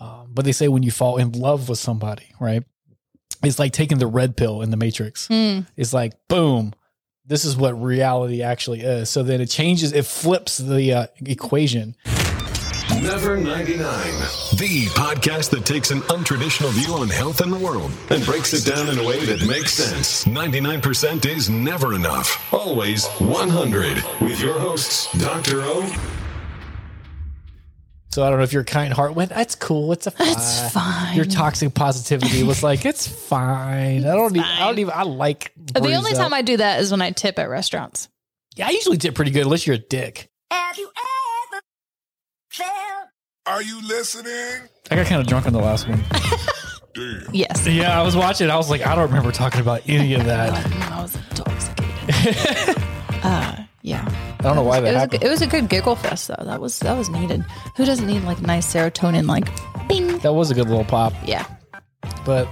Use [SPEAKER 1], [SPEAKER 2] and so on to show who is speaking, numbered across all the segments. [SPEAKER 1] Um, but they say when you fall in love with somebody, right? It's like taking the red pill in the Matrix.
[SPEAKER 2] Mm.
[SPEAKER 1] It's like boom, this is what reality actually is. So then it changes, it flips the uh, equation.
[SPEAKER 3] Never 99, the podcast that takes an untraditional view on health and the world and breaks it down in a way that makes sense. 99% is never enough. Always 100 with your hosts, Dr. O
[SPEAKER 1] So I don't know if your kind heart went, that's cool. It's a fine.
[SPEAKER 2] It's fine.
[SPEAKER 1] Uh, Your toxic positivity was like, it's fine. I don't even, I don't even, I like.
[SPEAKER 2] the only
[SPEAKER 1] bruise up.
[SPEAKER 2] time I do that is when I tip at restaurants.
[SPEAKER 1] yeah, I usually did pretty good unless you're a dick.
[SPEAKER 4] Have you ever felt
[SPEAKER 5] Are you listening?
[SPEAKER 1] I got kind of drunk on the last one.
[SPEAKER 5] Damn.
[SPEAKER 2] Yes.
[SPEAKER 1] Yeah, I was watching. I was like, I don't remember talking about any of that.
[SPEAKER 2] I was intoxicated. uh, yeah.
[SPEAKER 1] I don't know why that
[SPEAKER 2] It was, a,
[SPEAKER 1] happened.
[SPEAKER 2] good- it was a good giggle fest though. That was that was needed. Who doesn't need like nice serotonin like bing?
[SPEAKER 1] that was a good little pop,
[SPEAKER 2] Yeah.
[SPEAKER 1] but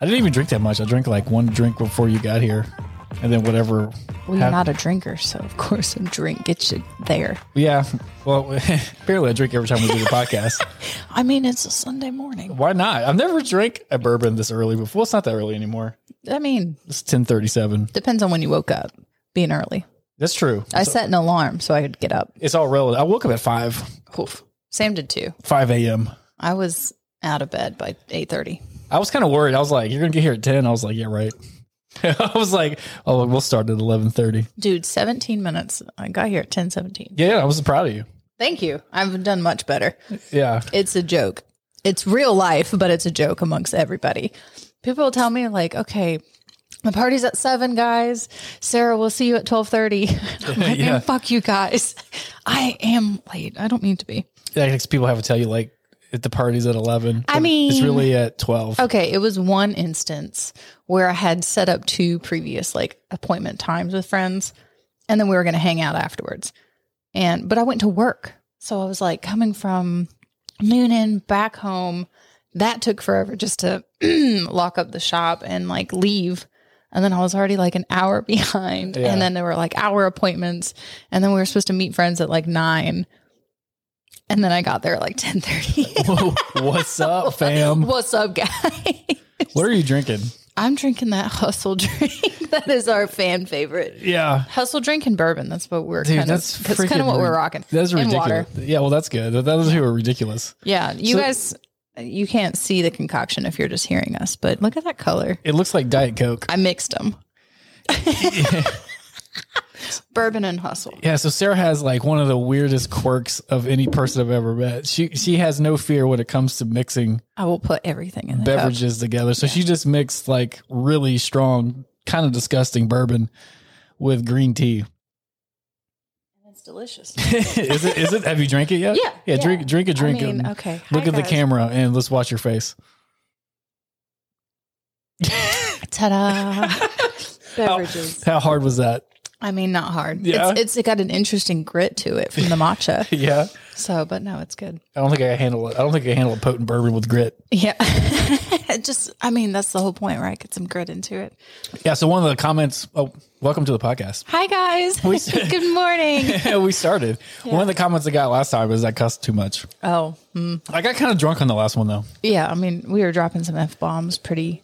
[SPEAKER 1] I didn't even drink that much. I drank like one drink before you got here, and then whatever.
[SPEAKER 2] Well, you're
[SPEAKER 1] hap-
[SPEAKER 2] not a drinker, so of course a drink gets you there.
[SPEAKER 1] yeah. Well, apparently I drink every time we do the podcast.
[SPEAKER 2] I mean, it's a Sunday morning.
[SPEAKER 1] Why not? I've never drank a bourbon this early before. Well, it's not that early anymore.
[SPEAKER 2] I mean,
[SPEAKER 1] It's ten thirty-seven.
[SPEAKER 2] depends on when you woke up. Being early,
[SPEAKER 1] That's true.
[SPEAKER 2] I set an alarm so I could get up.
[SPEAKER 1] It's all relative. I woke up at five,
[SPEAKER 2] Oof. Sam did too.
[SPEAKER 1] five a.m.
[SPEAKER 2] I was out of bed by eight thirty.
[SPEAKER 1] I was kind of worried. I was like, "You're gonna get here at 10. I was like, "Yeah, right." I was like, "Oh, we'll start at eleven thirty.
[SPEAKER 2] Dude, 17 minutes. I got here at 10:17.
[SPEAKER 1] Yeah, I was proud of you.
[SPEAKER 2] Thank you. I've done much better.
[SPEAKER 1] Yeah,
[SPEAKER 2] It's a joke. It's real life, but it's a joke amongst everybody. People will tell me like, "Okay, the party's at 7, guys. Sarah, we'll see you at 12:30." I'm like,
[SPEAKER 1] Yeah.
[SPEAKER 2] "Man, fuck you guys. I am late. I don't mean to be."
[SPEAKER 1] yeah. I guess people have to tell you like if the party's at eleven.
[SPEAKER 2] I
[SPEAKER 1] it's
[SPEAKER 2] mean-
[SPEAKER 1] really at twelve.
[SPEAKER 2] Okay, it was one instance where I had set up two previous like appointment times with friends, and then we were going to hang out afterwards. And but I went to work, so I was like coming from Noonan back home. That took forever just to lock up the shop and like leave. And then I was already like an hour behind.
[SPEAKER 1] Yeah.
[SPEAKER 2] And then there were like hour appointments. And then we were supposed to meet friends at like nine. And then I got there at like ten thirty.
[SPEAKER 1] Whoa, What's up, fam?
[SPEAKER 2] What's up, guy?
[SPEAKER 1] What are you drinking?
[SPEAKER 2] I'm drinking that hustle drink. that is our fan favorite.
[SPEAKER 1] Yeah,
[SPEAKER 2] Hustle drink and bourbon. That's what we're
[SPEAKER 1] dude,
[SPEAKER 2] kind
[SPEAKER 1] that's
[SPEAKER 2] of. That's kind
[SPEAKER 1] freaking
[SPEAKER 2] of what we're
[SPEAKER 1] ri-
[SPEAKER 2] rocking.
[SPEAKER 1] That's
[SPEAKER 2] And
[SPEAKER 1] ridiculous.
[SPEAKER 2] water.
[SPEAKER 1] Yeah, well, that's good. That- Those who are ridiculous.
[SPEAKER 2] Yeah, you
[SPEAKER 1] So-
[SPEAKER 2] guys, you can't see the concoction if you're just hearing us, but look at that color.
[SPEAKER 1] It looks like Diet Coke.
[SPEAKER 2] I mixed them. bourbon and hustle.
[SPEAKER 1] Yeah, so Sarah has like one of the weirdest quirks of any person I've ever met. She she has no fear when it comes to mixing
[SPEAKER 2] I will put everything in the cup.
[SPEAKER 1] beverages together. So she just mixed like really strong, kind of disgusting bourbon with green tea.
[SPEAKER 2] It's delicious.
[SPEAKER 1] is it? Is it? Have you drank it yet?
[SPEAKER 2] Yeah,
[SPEAKER 1] Yeah.
[SPEAKER 2] yeah.
[SPEAKER 1] Drink. Drink a drink.
[SPEAKER 2] mean,
[SPEAKER 1] and
[SPEAKER 2] okay.
[SPEAKER 1] Look
[SPEAKER 2] Hi,
[SPEAKER 1] at the
[SPEAKER 2] guys.
[SPEAKER 1] camera and let's watch your face.
[SPEAKER 2] Ta-da!
[SPEAKER 1] Oh.
[SPEAKER 2] Beverages.
[SPEAKER 1] How hard was that?
[SPEAKER 2] I mean, not hard.
[SPEAKER 1] Yeah.
[SPEAKER 2] It's, it's got an interesting grit to it from the matcha.
[SPEAKER 1] Yeah.
[SPEAKER 2] So, but no, it's good.
[SPEAKER 1] I don't think I handle it. I don't think I handle a potent bourbon with grit.
[SPEAKER 2] Yeah. It just, I mean, that's the whole point, right? Get some grit into it.
[SPEAKER 1] Yeah. So one of the comments. Oh, welcome to the podcast.
[SPEAKER 2] Hi, guys. Good morning.
[SPEAKER 1] we started. One of the comments I got last time was I cussed too much.
[SPEAKER 2] oh,
[SPEAKER 1] I got kind of drunk on the last one though.
[SPEAKER 2] yeah. I mean, we were dropping some F bombs pretty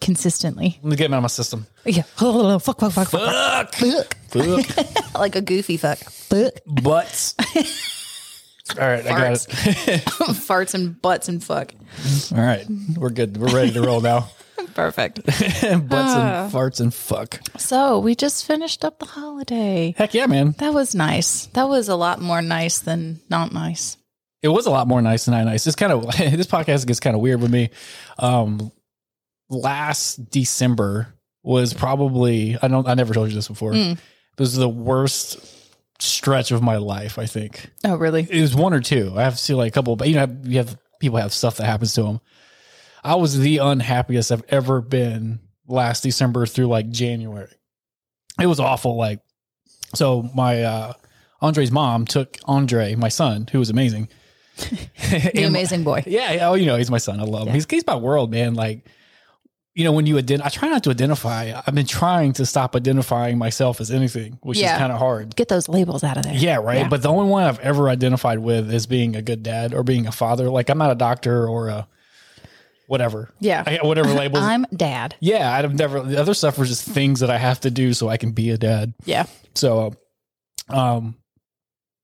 [SPEAKER 2] consistently.
[SPEAKER 1] Let me get them out of my system.
[SPEAKER 2] Yeah. Fuck, fuck, fuck, fuck. Fuck.
[SPEAKER 1] Fuck.
[SPEAKER 2] Like a goofy fuck. Fuck.
[SPEAKER 1] Butts. All right, I got it.
[SPEAKER 2] Farts and butts and fuck.
[SPEAKER 1] All right, we're good. We're ready to roll now. Ah.
[SPEAKER 2] Perfect.
[SPEAKER 1] Butts and farts and fuck.
[SPEAKER 2] So we just finished up the holiday.
[SPEAKER 1] Heck yeah, man.
[SPEAKER 2] That was nice. That was a lot more nice than not nice.
[SPEAKER 1] it was a lot more nice than I nice. It's kind of this podcast gets kind of weird with me. Um, last December was probably I don't I never told you this before. It was the worst stretch of my life. I think
[SPEAKER 2] Oh, really?
[SPEAKER 1] it was one or two. I have to see like a couple, but you know you have people have stuff that happens to them. I was the unhappiest I've ever been last December through like January. It was awful. Like so, my uh, Andre's mom took Andre, my son, who was amazing.
[SPEAKER 2] The
[SPEAKER 1] And-
[SPEAKER 2] amazing boy.
[SPEAKER 1] yeah, yeah, oh, you know, he's my son. I love him. He's he's my world, man. Like, you know, when you ident- I try not to identify. I've been trying to stop identifying myself as anything, which
[SPEAKER 2] Yeah.
[SPEAKER 1] is kind of hard.
[SPEAKER 2] Get those labels out of there.
[SPEAKER 1] Yeah, right. But the only one I've ever identified with is being a good dad or being a father. Like I'm not a doctor or a whatever.
[SPEAKER 2] Yeah.
[SPEAKER 1] I, whatever labels.
[SPEAKER 2] I'm dad.
[SPEAKER 1] yeah, I've never. The other stuff was just things that I have to do so I can be a dad.
[SPEAKER 2] Yeah.
[SPEAKER 1] So, um,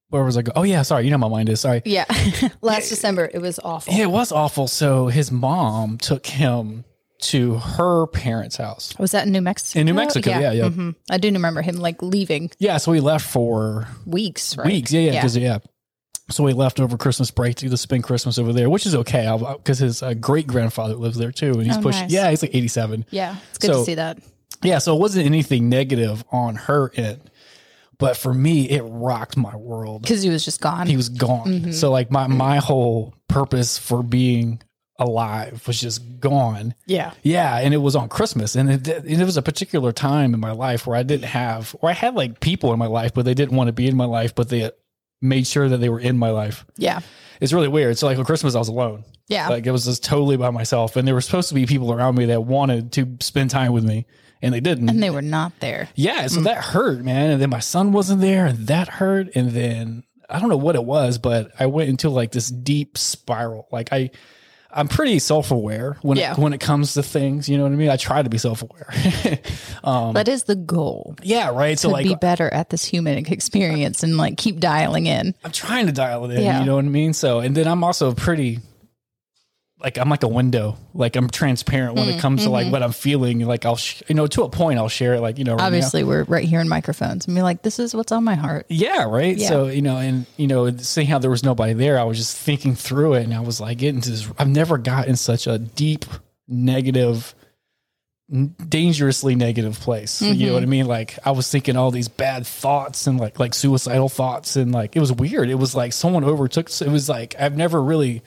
[SPEAKER 1] where was I go? Oh yeah, sorry. You know how my mind is. Sorry.
[SPEAKER 2] Yeah. Last December, it was awful.
[SPEAKER 1] It was awful. So his mom took him to her parents' house.
[SPEAKER 2] was that in New Mexico?
[SPEAKER 1] In New Mexico, yeah, yeah.
[SPEAKER 2] hmm I do remember him like leaving
[SPEAKER 1] Yeah, so we left for
[SPEAKER 2] weeks, right?
[SPEAKER 1] weeks. Yeah, yeah, 'cause- yeah. So we left over Christmas break to just spend Christmas over there, which is okay because his uh, great grandfather lives there too, and he's
[SPEAKER 2] Oh,
[SPEAKER 1] pushed.
[SPEAKER 2] nice.
[SPEAKER 1] Yeah, he's like eighty-seven.
[SPEAKER 2] Yeah. It's good to
[SPEAKER 1] So-
[SPEAKER 2] see that.
[SPEAKER 1] Yeah, so it wasn't anything negative on her end, but for me, it rocked my world.
[SPEAKER 2] Because he was just gone.
[SPEAKER 1] He was gone.
[SPEAKER 2] Mm-hmm.
[SPEAKER 1] So like my my whole purpose for being alive was just gone.
[SPEAKER 2] yeah.
[SPEAKER 1] Yeah, and it was on Christmas, and it, and it was a particular time in my life where I didn't have, or I had like people in my life, but they didn't want to be in my life, but they made sure that they were in my life.
[SPEAKER 2] Yeah.
[SPEAKER 1] It's really weird. So like on Christmas, I was alone.
[SPEAKER 2] Yeah.
[SPEAKER 1] Like it was just totally by myself, and there were supposed to be people around me that wanted to spend time with me, and they didn't.
[SPEAKER 2] and they were not there.
[SPEAKER 1] yeah, so that hurt, man. And then my son wasn't there, and that hurt. And then I don't know what it was, but I went into like this deep spiral. Like I. I'm pretty self-aware when
[SPEAKER 2] Yeah.
[SPEAKER 1] it, when it comes to things, you know what I mean? I try to be self-aware.
[SPEAKER 2] that is the goal.
[SPEAKER 1] yeah, right? So
[SPEAKER 2] To
[SPEAKER 1] Um, like
[SPEAKER 2] be better at this human experience and like keep dialing in.
[SPEAKER 1] I'm trying to dial it in,
[SPEAKER 2] Yeah.
[SPEAKER 1] you know what I mean? So, and then I'm also pretty like I'm like a window. Like I'm transparent
[SPEAKER 2] Mm,
[SPEAKER 1] when it comes to
[SPEAKER 2] mm-hmm.
[SPEAKER 1] like what I'm feeling. Like I'll sh- you know, to a point I'll share it like, you know, right now.
[SPEAKER 2] Obviously, we're right here in microphones and be like, this is what's on my heart.
[SPEAKER 1] Yeah, right.
[SPEAKER 2] Yeah.
[SPEAKER 1] So, you know, and you know, seeing how there was nobody there, I was just thinking through it and I was like getting to this I've never gotten such a deep negative n- dangerously negative place. You know what I mean? Like I was thinking all these bad thoughts and like like suicidal thoughts and like it was weird. It was like someone overtook it was like I've never really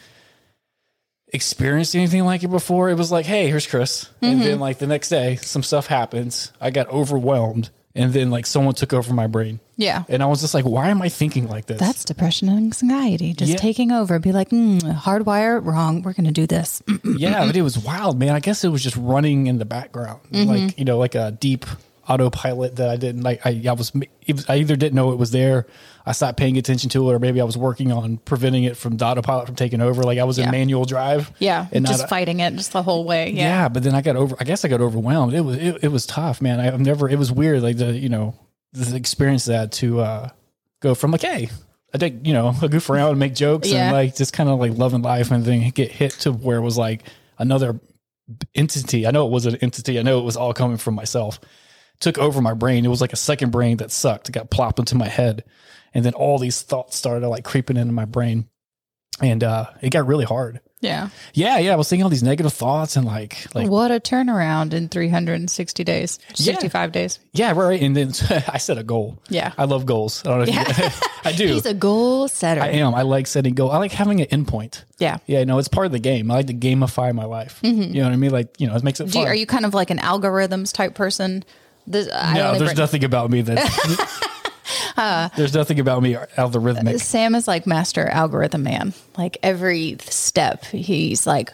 [SPEAKER 1] experienced anything like it before. It was like, hey, here's Chris. And then like the next day, some stuff happens. I got overwhelmed and then like someone took over my brain.
[SPEAKER 2] Yeah.
[SPEAKER 1] And I was just like, why am I thinking like this?
[SPEAKER 2] That's depression and anxiety just
[SPEAKER 1] Yeah.
[SPEAKER 2] taking over. Be like, mm, hardwire, wrong. We're going to do this. Mm.
[SPEAKER 1] yeah, but it was wild, man. I guess it was just running in the background,
[SPEAKER 2] Mm-hmm.
[SPEAKER 1] like you know, like a deep autopilot that I didn't like. I, I was, it was- I either didn't know it was there, I stopped paying attention to it, or maybe I was working on preventing it from the autopilot from taking over. Like I was
[SPEAKER 2] Yeah.
[SPEAKER 1] in manual drive,
[SPEAKER 2] Yeah.
[SPEAKER 1] and
[SPEAKER 2] just
[SPEAKER 1] not,
[SPEAKER 2] fighting it just the whole way.
[SPEAKER 1] yeah.
[SPEAKER 2] Yeah.
[SPEAKER 1] But then I got over. I guess I got overwhelmed. It was, it, it was tough, man. I've never. It was weird, like the you know, the experience that to uh go from like, hey. I think you know, I goof around and make jokes
[SPEAKER 2] Yeah.
[SPEAKER 1] and like just kind of like loving life and then get hit to where it was like another entity. I know it was an entity. I know it was all coming from myself. Took over my brain. It was like a second brain that sucked. It got plopped into my head. And then all these thoughts started like creeping into my brain. And uh it got really hard.
[SPEAKER 2] Yeah.
[SPEAKER 1] Yeah, yeah. I was thinking all these negative thoughts and like like
[SPEAKER 2] what a turnaround in 360 days,
[SPEAKER 1] Yeah.
[SPEAKER 2] 65 days.
[SPEAKER 1] yeah, right. And then I set a goal.
[SPEAKER 2] Yeah.
[SPEAKER 1] I love goals. I don't know if you, I do.
[SPEAKER 2] He's a goal setter.
[SPEAKER 1] I am. I like setting goal. I like having an endpoint.
[SPEAKER 2] yeah. Mm-hmm.
[SPEAKER 1] Yeah, no, it's part of the game. I like to gamify my life. You know what I mean? Like, you know, it makes it
[SPEAKER 2] Do
[SPEAKER 1] fun.
[SPEAKER 2] you, are you kind of like an algorithms type person? This, I
[SPEAKER 1] no,
[SPEAKER 2] only
[SPEAKER 1] there's
[SPEAKER 2] bring-
[SPEAKER 1] nothing about me that. there's nothing about me algorithmic.
[SPEAKER 2] Sam is like master algorithm man. Like every step, he's like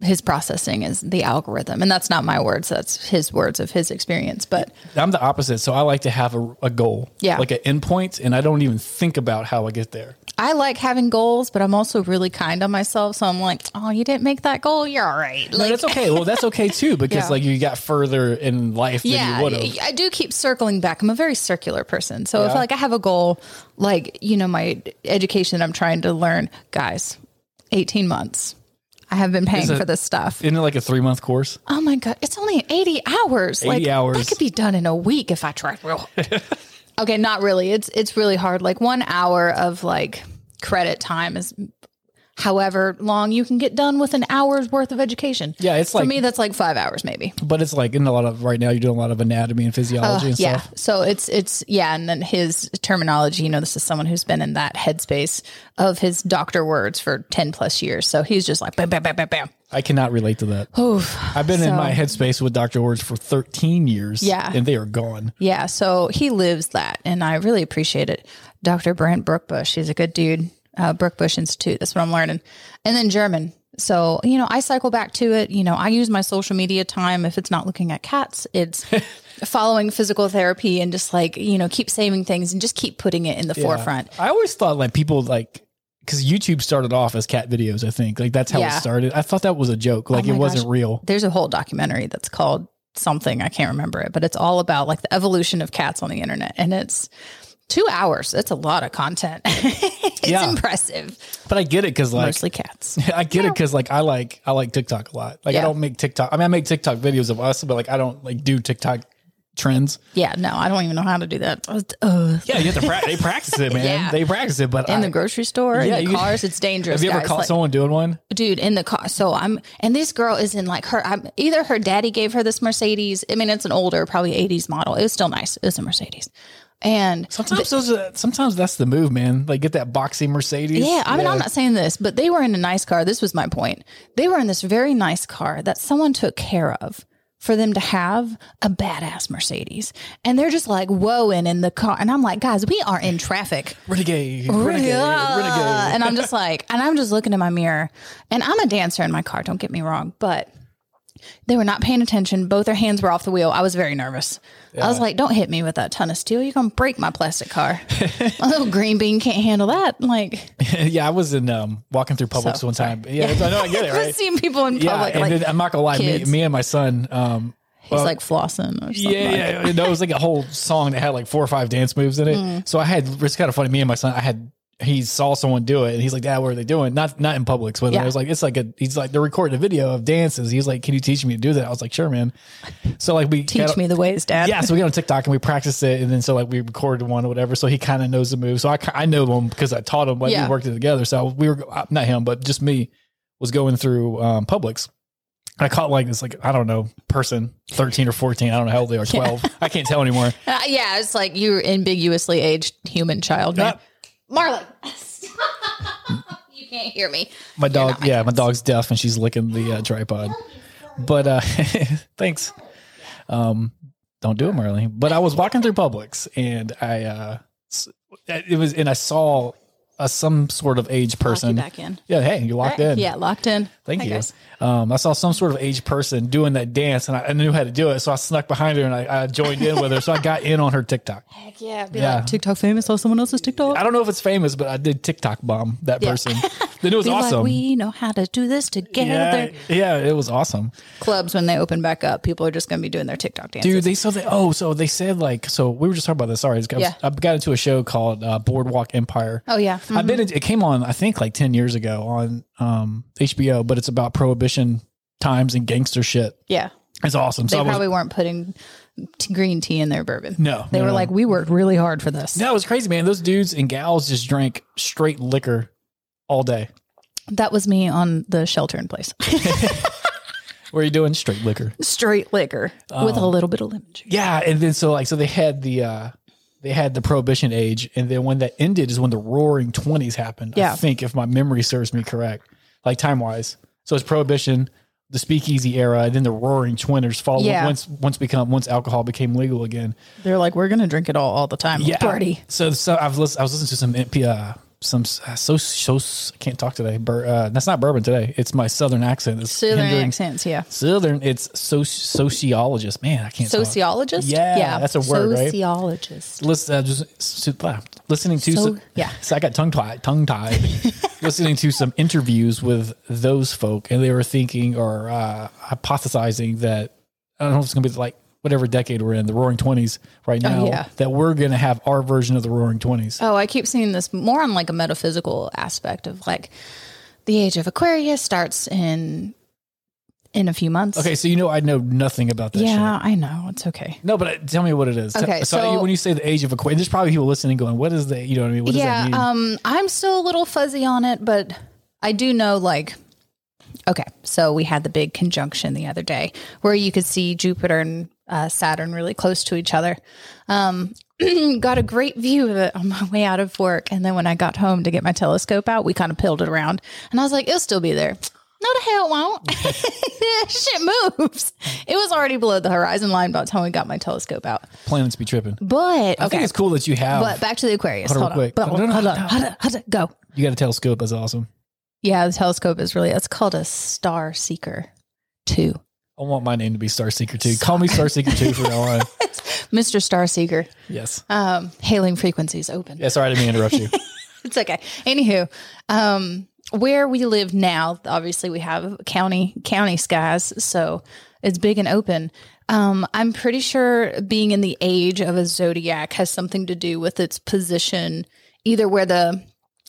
[SPEAKER 2] his processing is the algorithm, and that's not my words. That's his words of his experience. But
[SPEAKER 1] I'm the opposite. So I like to have a, a goal,
[SPEAKER 2] Yeah.
[SPEAKER 1] like an endpoint, and I don't even think about how I get there.
[SPEAKER 2] I like having goals, but I'm also really kind on myself. So I'm like, oh, you didn't make that goal. You're all right.
[SPEAKER 1] No,
[SPEAKER 2] Like,
[SPEAKER 1] that's okay. Well, that's okay too, because
[SPEAKER 2] Yeah.
[SPEAKER 1] like you got further in life than
[SPEAKER 2] yeah,
[SPEAKER 1] you would have.
[SPEAKER 2] I do keep circling back. I'm a very circular person. So if
[SPEAKER 1] Yeah.
[SPEAKER 2] like I have a goal, like, you know, my education I'm trying to learn, guys, 18 months. I have been paying
[SPEAKER 1] Is it-
[SPEAKER 2] for this stuff.
[SPEAKER 1] Isn't it like a three month course?
[SPEAKER 2] Oh my god, it's only eighty hours. 80 like
[SPEAKER 1] hours.
[SPEAKER 2] that could be done in a week if I tried real hard. okay, not really. It's it's really hard. Like one hour of like credit time is however long you can get done with an hour's worth of education.
[SPEAKER 1] Yeah, it's
[SPEAKER 2] for
[SPEAKER 1] like-
[SPEAKER 2] me that's like five hours maybe.
[SPEAKER 1] But it's like in a lot of right now, you're doing a lot of anatomy and physiology and
[SPEAKER 2] yeah.
[SPEAKER 1] stuff.
[SPEAKER 2] So it's it's yeah, and then his terminology, you know, this is someone who's been in that headspace of his doctor words for ten plus years. So he's just like bam bam bam bam bam.
[SPEAKER 1] I cannot relate to that.
[SPEAKER 2] Oof.
[SPEAKER 1] I've been in
[SPEAKER 2] so-
[SPEAKER 1] my headspace with Dr. Words for 13 years.
[SPEAKER 2] Yeah.
[SPEAKER 1] And they are gone.
[SPEAKER 2] Yeah, so he lives that, and I really appreciate it. Dr. Brent Brookbush, he's a good dude. Uh, Brookbush Institute, that's what I'm learning. And then German. So, you know, I cycle back to it. You know, I use my social media time. If it's not looking at cats, it's following physical therapy and just like, you know, keep saving things and just keep putting it in the
[SPEAKER 1] Yeah.
[SPEAKER 2] forefront.
[SPEAKER 1] I always thought like people like because YouTube started off as cat videos. I think like that's how
[SPEAKER 2] Yeah. Oh
[SPEAKER 1] it started. I thought that was a joke. Like
[SPEAKER 2] my
[SPEAKER 1] it wasn't
[SPEAKER 2] gosh.
[SPEAKER 1] real.
[SPEAKER 2] There's a whole documentary that's called something. I can't remember it, but it's all about like the evolution of cats on the internet. And it's two hours. That's a lot of content. it's
[SPEAKER 1] Yeah.
[SPEAKER 2] impressive.
[SPEAKER 1] But I get it because like
[SPEAKER 2] Mostly cats.
[SPEAKER 1] I get it because like I like I like TikTok a lot. Like
[SPEAKER 2] Yeah.
[SPEAKER 1] I don't make TikTok. I mean I make TikTok videos of us, but like I don't like do TikTok trends.
[SPEAKER 2] Yeah, no, I don't even know how to do that. Uh,
[SPEAKER 1] Yeah, you have to. Pra- they practice it, man.
[SPEAKER 2] Yeah.
[SPEAKER 1] They practice it. But
[SPEAKER 2] in
[SPEAKER 1] I-
[SPEAKER 2] the grocery store,
[SPEAKER 1] Yeah,
[SPEAKER 2] in the
[SPEAKER 1] you-
[SPEAKER 2] cars, it's dangerous.
[SPEAKER 1] have you ever
[SPEAKER 2] guys.
[SPEAKER 1] caught
[SPEAKER 2] Like-
[SPEAKER 1] someone doing one?
[SPEAKER 2] dude in the car so i'm and this girl is in like her i'm either her daddy gave her this mercedes i mean it's an older probably 80s model it was still nice it was a mercedes and
[SPEAKER 1] Sometimes those. Are, sometimes that's the move, man. Like get that boxy Mercedes.
[SPEAKER 2] yeah i mean i'm not saying this but they were in a nice car this was my point they were in this very nice car that someone took care of for them to have a badass mercedes and they're just like whoaing in the car and i'm like guys we are in traffic
[SPEAKER 1] renegade, renegade,
[SPEAKER 2] Yeah.
[SPEAKER 1] renegade.
[SPEAKER 2] And I'm just like, and I'm just looking in my mirror, and I'm a dancer in my car. Don't get me wrong, but they were not paying attention. Both their hands were off the wheel. I was very nervous. I was like, don't hit me with that ton of steel. You're gonna break my plastic car. my little green bean can't handle that. Like,
[SPEAKER 1] yeah, I was in um, walking through Publix
[SPEAKER 2] So,
[SPEAKER 1] one time. Yeah, I know I get it, right?
[SPEAKER 2] seeing people in
[SPEAKER 1] yeah,
[SPEAKER 2] public,
[SPEAKER 1] and
[SPEAKER 2] like
[SPEAKER 1] then, I'm not gonna lie. Me,
[SPEAKER 2] kids.
[SPEAKER 1] me and my son. Um,
[SPEAKER 2] he's like flossing or something.
[SPEAKER 1] yeah,
[SPEAKER 2] like
[SPEAKER 1] yeah, yeah. No, it was like a whole song that had like four or five dance moves in it.
[SPEAKER 2] Mm.
[SPEAKER 1] So I had it's kind of funny. Me and my son, I had he saw someone do it, and he's like, "Dad, what are they doing?" Not not in Publix, but
[SPEAKER 2] Yeah.
[SPEAKER 1] I was like, "It's like a." He's like, "They're recording a video of dances." He's like, "Can you teach me to do that?" I was like, "Sure, man." So like we
[SPEAKER 2] Teach me the ways, Dad.
[SPEAKER 1] Yeah, so we got on TikTok and we practiced it, and then so like we recorded one or whatever. So he kind of knows the move. So I ki- I know him because I taught him. Like
[SPEAKER 2] Yeah.
[SPEAKER 1] we worked it together. So we were uh, not him, but just me was going through um, Publix. And I caught like this like I don't know person thirteen or fourteen. I don't know how old they are. Twelve. I can't tell anymore.
[SPEAKER 2] Uh, yeah. It's like you're ambiguously aged human child. man.
[SPEAKER 1] Uh,
[SPEAKER 2] Marlon, you can't hear me.
[SPEAKER 1] My dog. yeah, my dog's deaf and she's licking the uh, tripod. But uh, thanks. Um, don't do it, Marley. But I was walking through Publix and I uh, s- it was and I saw a some sort of age
[SPEAKER 2] Lock you
[SPEAKER 1] person.
[SPEAKER 2] back in.
[SPEAKER 1] Yeah, hey, you're locked in.
[SPEAKER 2] Yeah, locked in.
[SPEAKER 1] Thank
[SPEAKER 2] Hi,
[SPEAKER 1] you.
[SPEAKER 2] guys.
[SPEAKER 1] Um, I saw some sort of aged person doing that dance, and I, I knew how to do it, so I snuck behind her and I, I joined in with her. So I got in on her TikTok.
[SPEAKER 2] Heck yeah. Be
[SPEAKER 1] Yeah.
[SPEAKER 2] like TikTok famous on someone else's TikTok.
[SPEAKER 1] I don't know if it's famous, but I did TikTok bomb that person. Then it was
[SPEAKER 2] Be
[SPEAKER 1] awesome.
[SPEAKER 2] like, we know how to do this
[SPEAKER 1] yeah,
[SPEAKER 2] together.
[SPEAKER 1] yeah, it was awesome.
[SPEAKER 2] Clubs when they open back up, people are just going to be doing their TikTok dances.
[SPEAKER 1] Dude, they so they oh so they said like so we were just talking about this. Sorry, I, was,
[SPEAKER 2] Yeah.
[SPEAKER 1] I got into a show called uh, Boardwalk Empire.
[SPEAKER 2] Oh, yeah.
[SPEAKER 1] I've been. Into, it came on I think like ten years ago on um, HBO, but it's about prohibition times and gangster shit.
[SPEAKER 2] yeah,
[SPEAKER 1] It's awesome.
[SPEAKER 2] they
[SPEAKER 1] so I
[SPEAKER 2] probably
[SPEAKER 1] was,
[SPEAKER 2] weren't putting t- green tea in their bourbon.
[SPEAKER 1] No,
[SPEAKER 2] they
[SPEAKER 1] no,
[SPEAKER 2] were
[SPEAKER 1] no.
[SPEAKER 2] like, we worked really hard for this.
[SPEAKER 1] that was crazy, man. Those dudes and gals just drank straight liquor all day.
[SPEAKER 2] That was me on the shelter in place.
[SPEAKER 1] What are you doing? Straight liquor.
[SPEAKER 2] Straight liquor with a little bit of lemon juice.
[SPEAKER 1] Yeah, and then so like so they had the uh they had the prohibition age, and then when that ended is when the Roaring Twenties happened.
[SPEAKER 2] Yeah.
[SPEAKER 1] I think if my memory serves me correct, like time wise. So it's prohibition, the Speakeasy era, and then the Roaring Twenties followed
[SPEAKER 2] Yeah.
[SPEAKER 1] once once become once alcohol became legal again.
[SPEAKER 2] They're like, we're going to drink it all all the time.
[SPEAKER 1] Yeah,
[SPEAKER 2] Party.
[SPEAKER 1] So so I've lis- I was listening to some NP, uh, some uh, so so I can't talk today. Bur- uh, that's not bourbon today. It's my southern accent. It's
[SPEAKER 2] Southern
[SPEAKER 1] hindering-
[SPEAKER 2] accents. Yeah.
[SPEAKER 1] Southern. It's so sociologist. Man, I can't talk.
[SPEAKER 2] Sociologist?
[SPEAKER 1] Yeah, that's a word, right?
[SPEAKER 2] Sociologist.
[SPEAKER 1] listen, uh, just su- blah. listening to
[SPEAKER 2] So-
[SPEAKER 1] some,
[SPEAKER 2] yeah.
[SPEAKER 1] So I got tongue tied, tongue tied, listening to some interviews with those folk, and they were thinking or uh, hypothesizing that I don't know if it's going to be like whatever decade we're in, the Roaring Twenties right now,
[SPEAKER 2] Oh, yeah.
[SPEAKER 1] that we're going to have our version of the Roaring Twenties.
[SPEAKER 2] Oh, I keep seeing this more on like a metaphysical aspect of like the age of Aquarius starts in in a few months.
[SPEAKER 1] Okay, so you know I know nothing about that.
[SPEAKER 2] Yeah,
[SPEAKER 1] shit.
[SPEAKER 2] I know. It's okay.
[SPEAKER 1] No, but uh, tell me what it is. T-
[SPEAKER 2] Okay,
[SPEAKER 1] so,
[SPEAKER 2] so-
[SPEAKER 1] when you say the age of Aquarius, there's probably people listening going, "What is the?" You know what I mean? What does
[SPEAKER 2] yeah,
[SPEAKER 1] that mean?
[SPEAKER 2] um I'm still a little fuzzy on it, but I do know like okay, so we had the big conjunction the other day where you could see Jupiter and uh, Saturn really close to each other. Um got a great view of it on my way out of work and then when I got home to get my telescope out, we kind of peeled it around and I was like it'll still be there. No, the hell it won't. Shit moves. It was already below the horizon line by the time we got my telescope out.
[SPEAKER 1] Planets be tripping.
[SPEAKER 2] But
[SPEAKER 1] I think
[SPEAKER 2] okay,
[SPEAKER 1] it's cool that you have.
[SPEAKER 2] but back to the Aquarius.
[SPEAKER 1] Oh. Hold on
[SPEAKER 2] Hold on.
[SPEAKER 1] real quick.
[SPEAKER 2] But-
[SPEAKER 1] No, no, no,
[SPEAKER 2] hold on.
[SPEAKER 1] no.
[SPEAKER 2] Hold on. Hold on. Go.
[SPEAKER 1] you got a telescope. That's awesome.
[SPEAKER 2] Yeah, the telescope is really, it's called a star seeker two.
[SPEAKER 1] I want my name to be Star Seeker 2. Call me Star Seeker 2 for now on.
[SPEAKER 2] It's Mr. Star Seeker.
[SPEAKER 1] Yes.
[SPEAKER 2] Um, hailing frequencies open.
[SPEAKER 1] Yeah, sorry, I didn't mean to interrupt you.
[SPEAKER 2] It's okay. Anywho, um, where we live now, obviously we have county county skies, so it's big and open. Um, I'm pretty sure being in the age of a zodiac has something to do with its position, either where the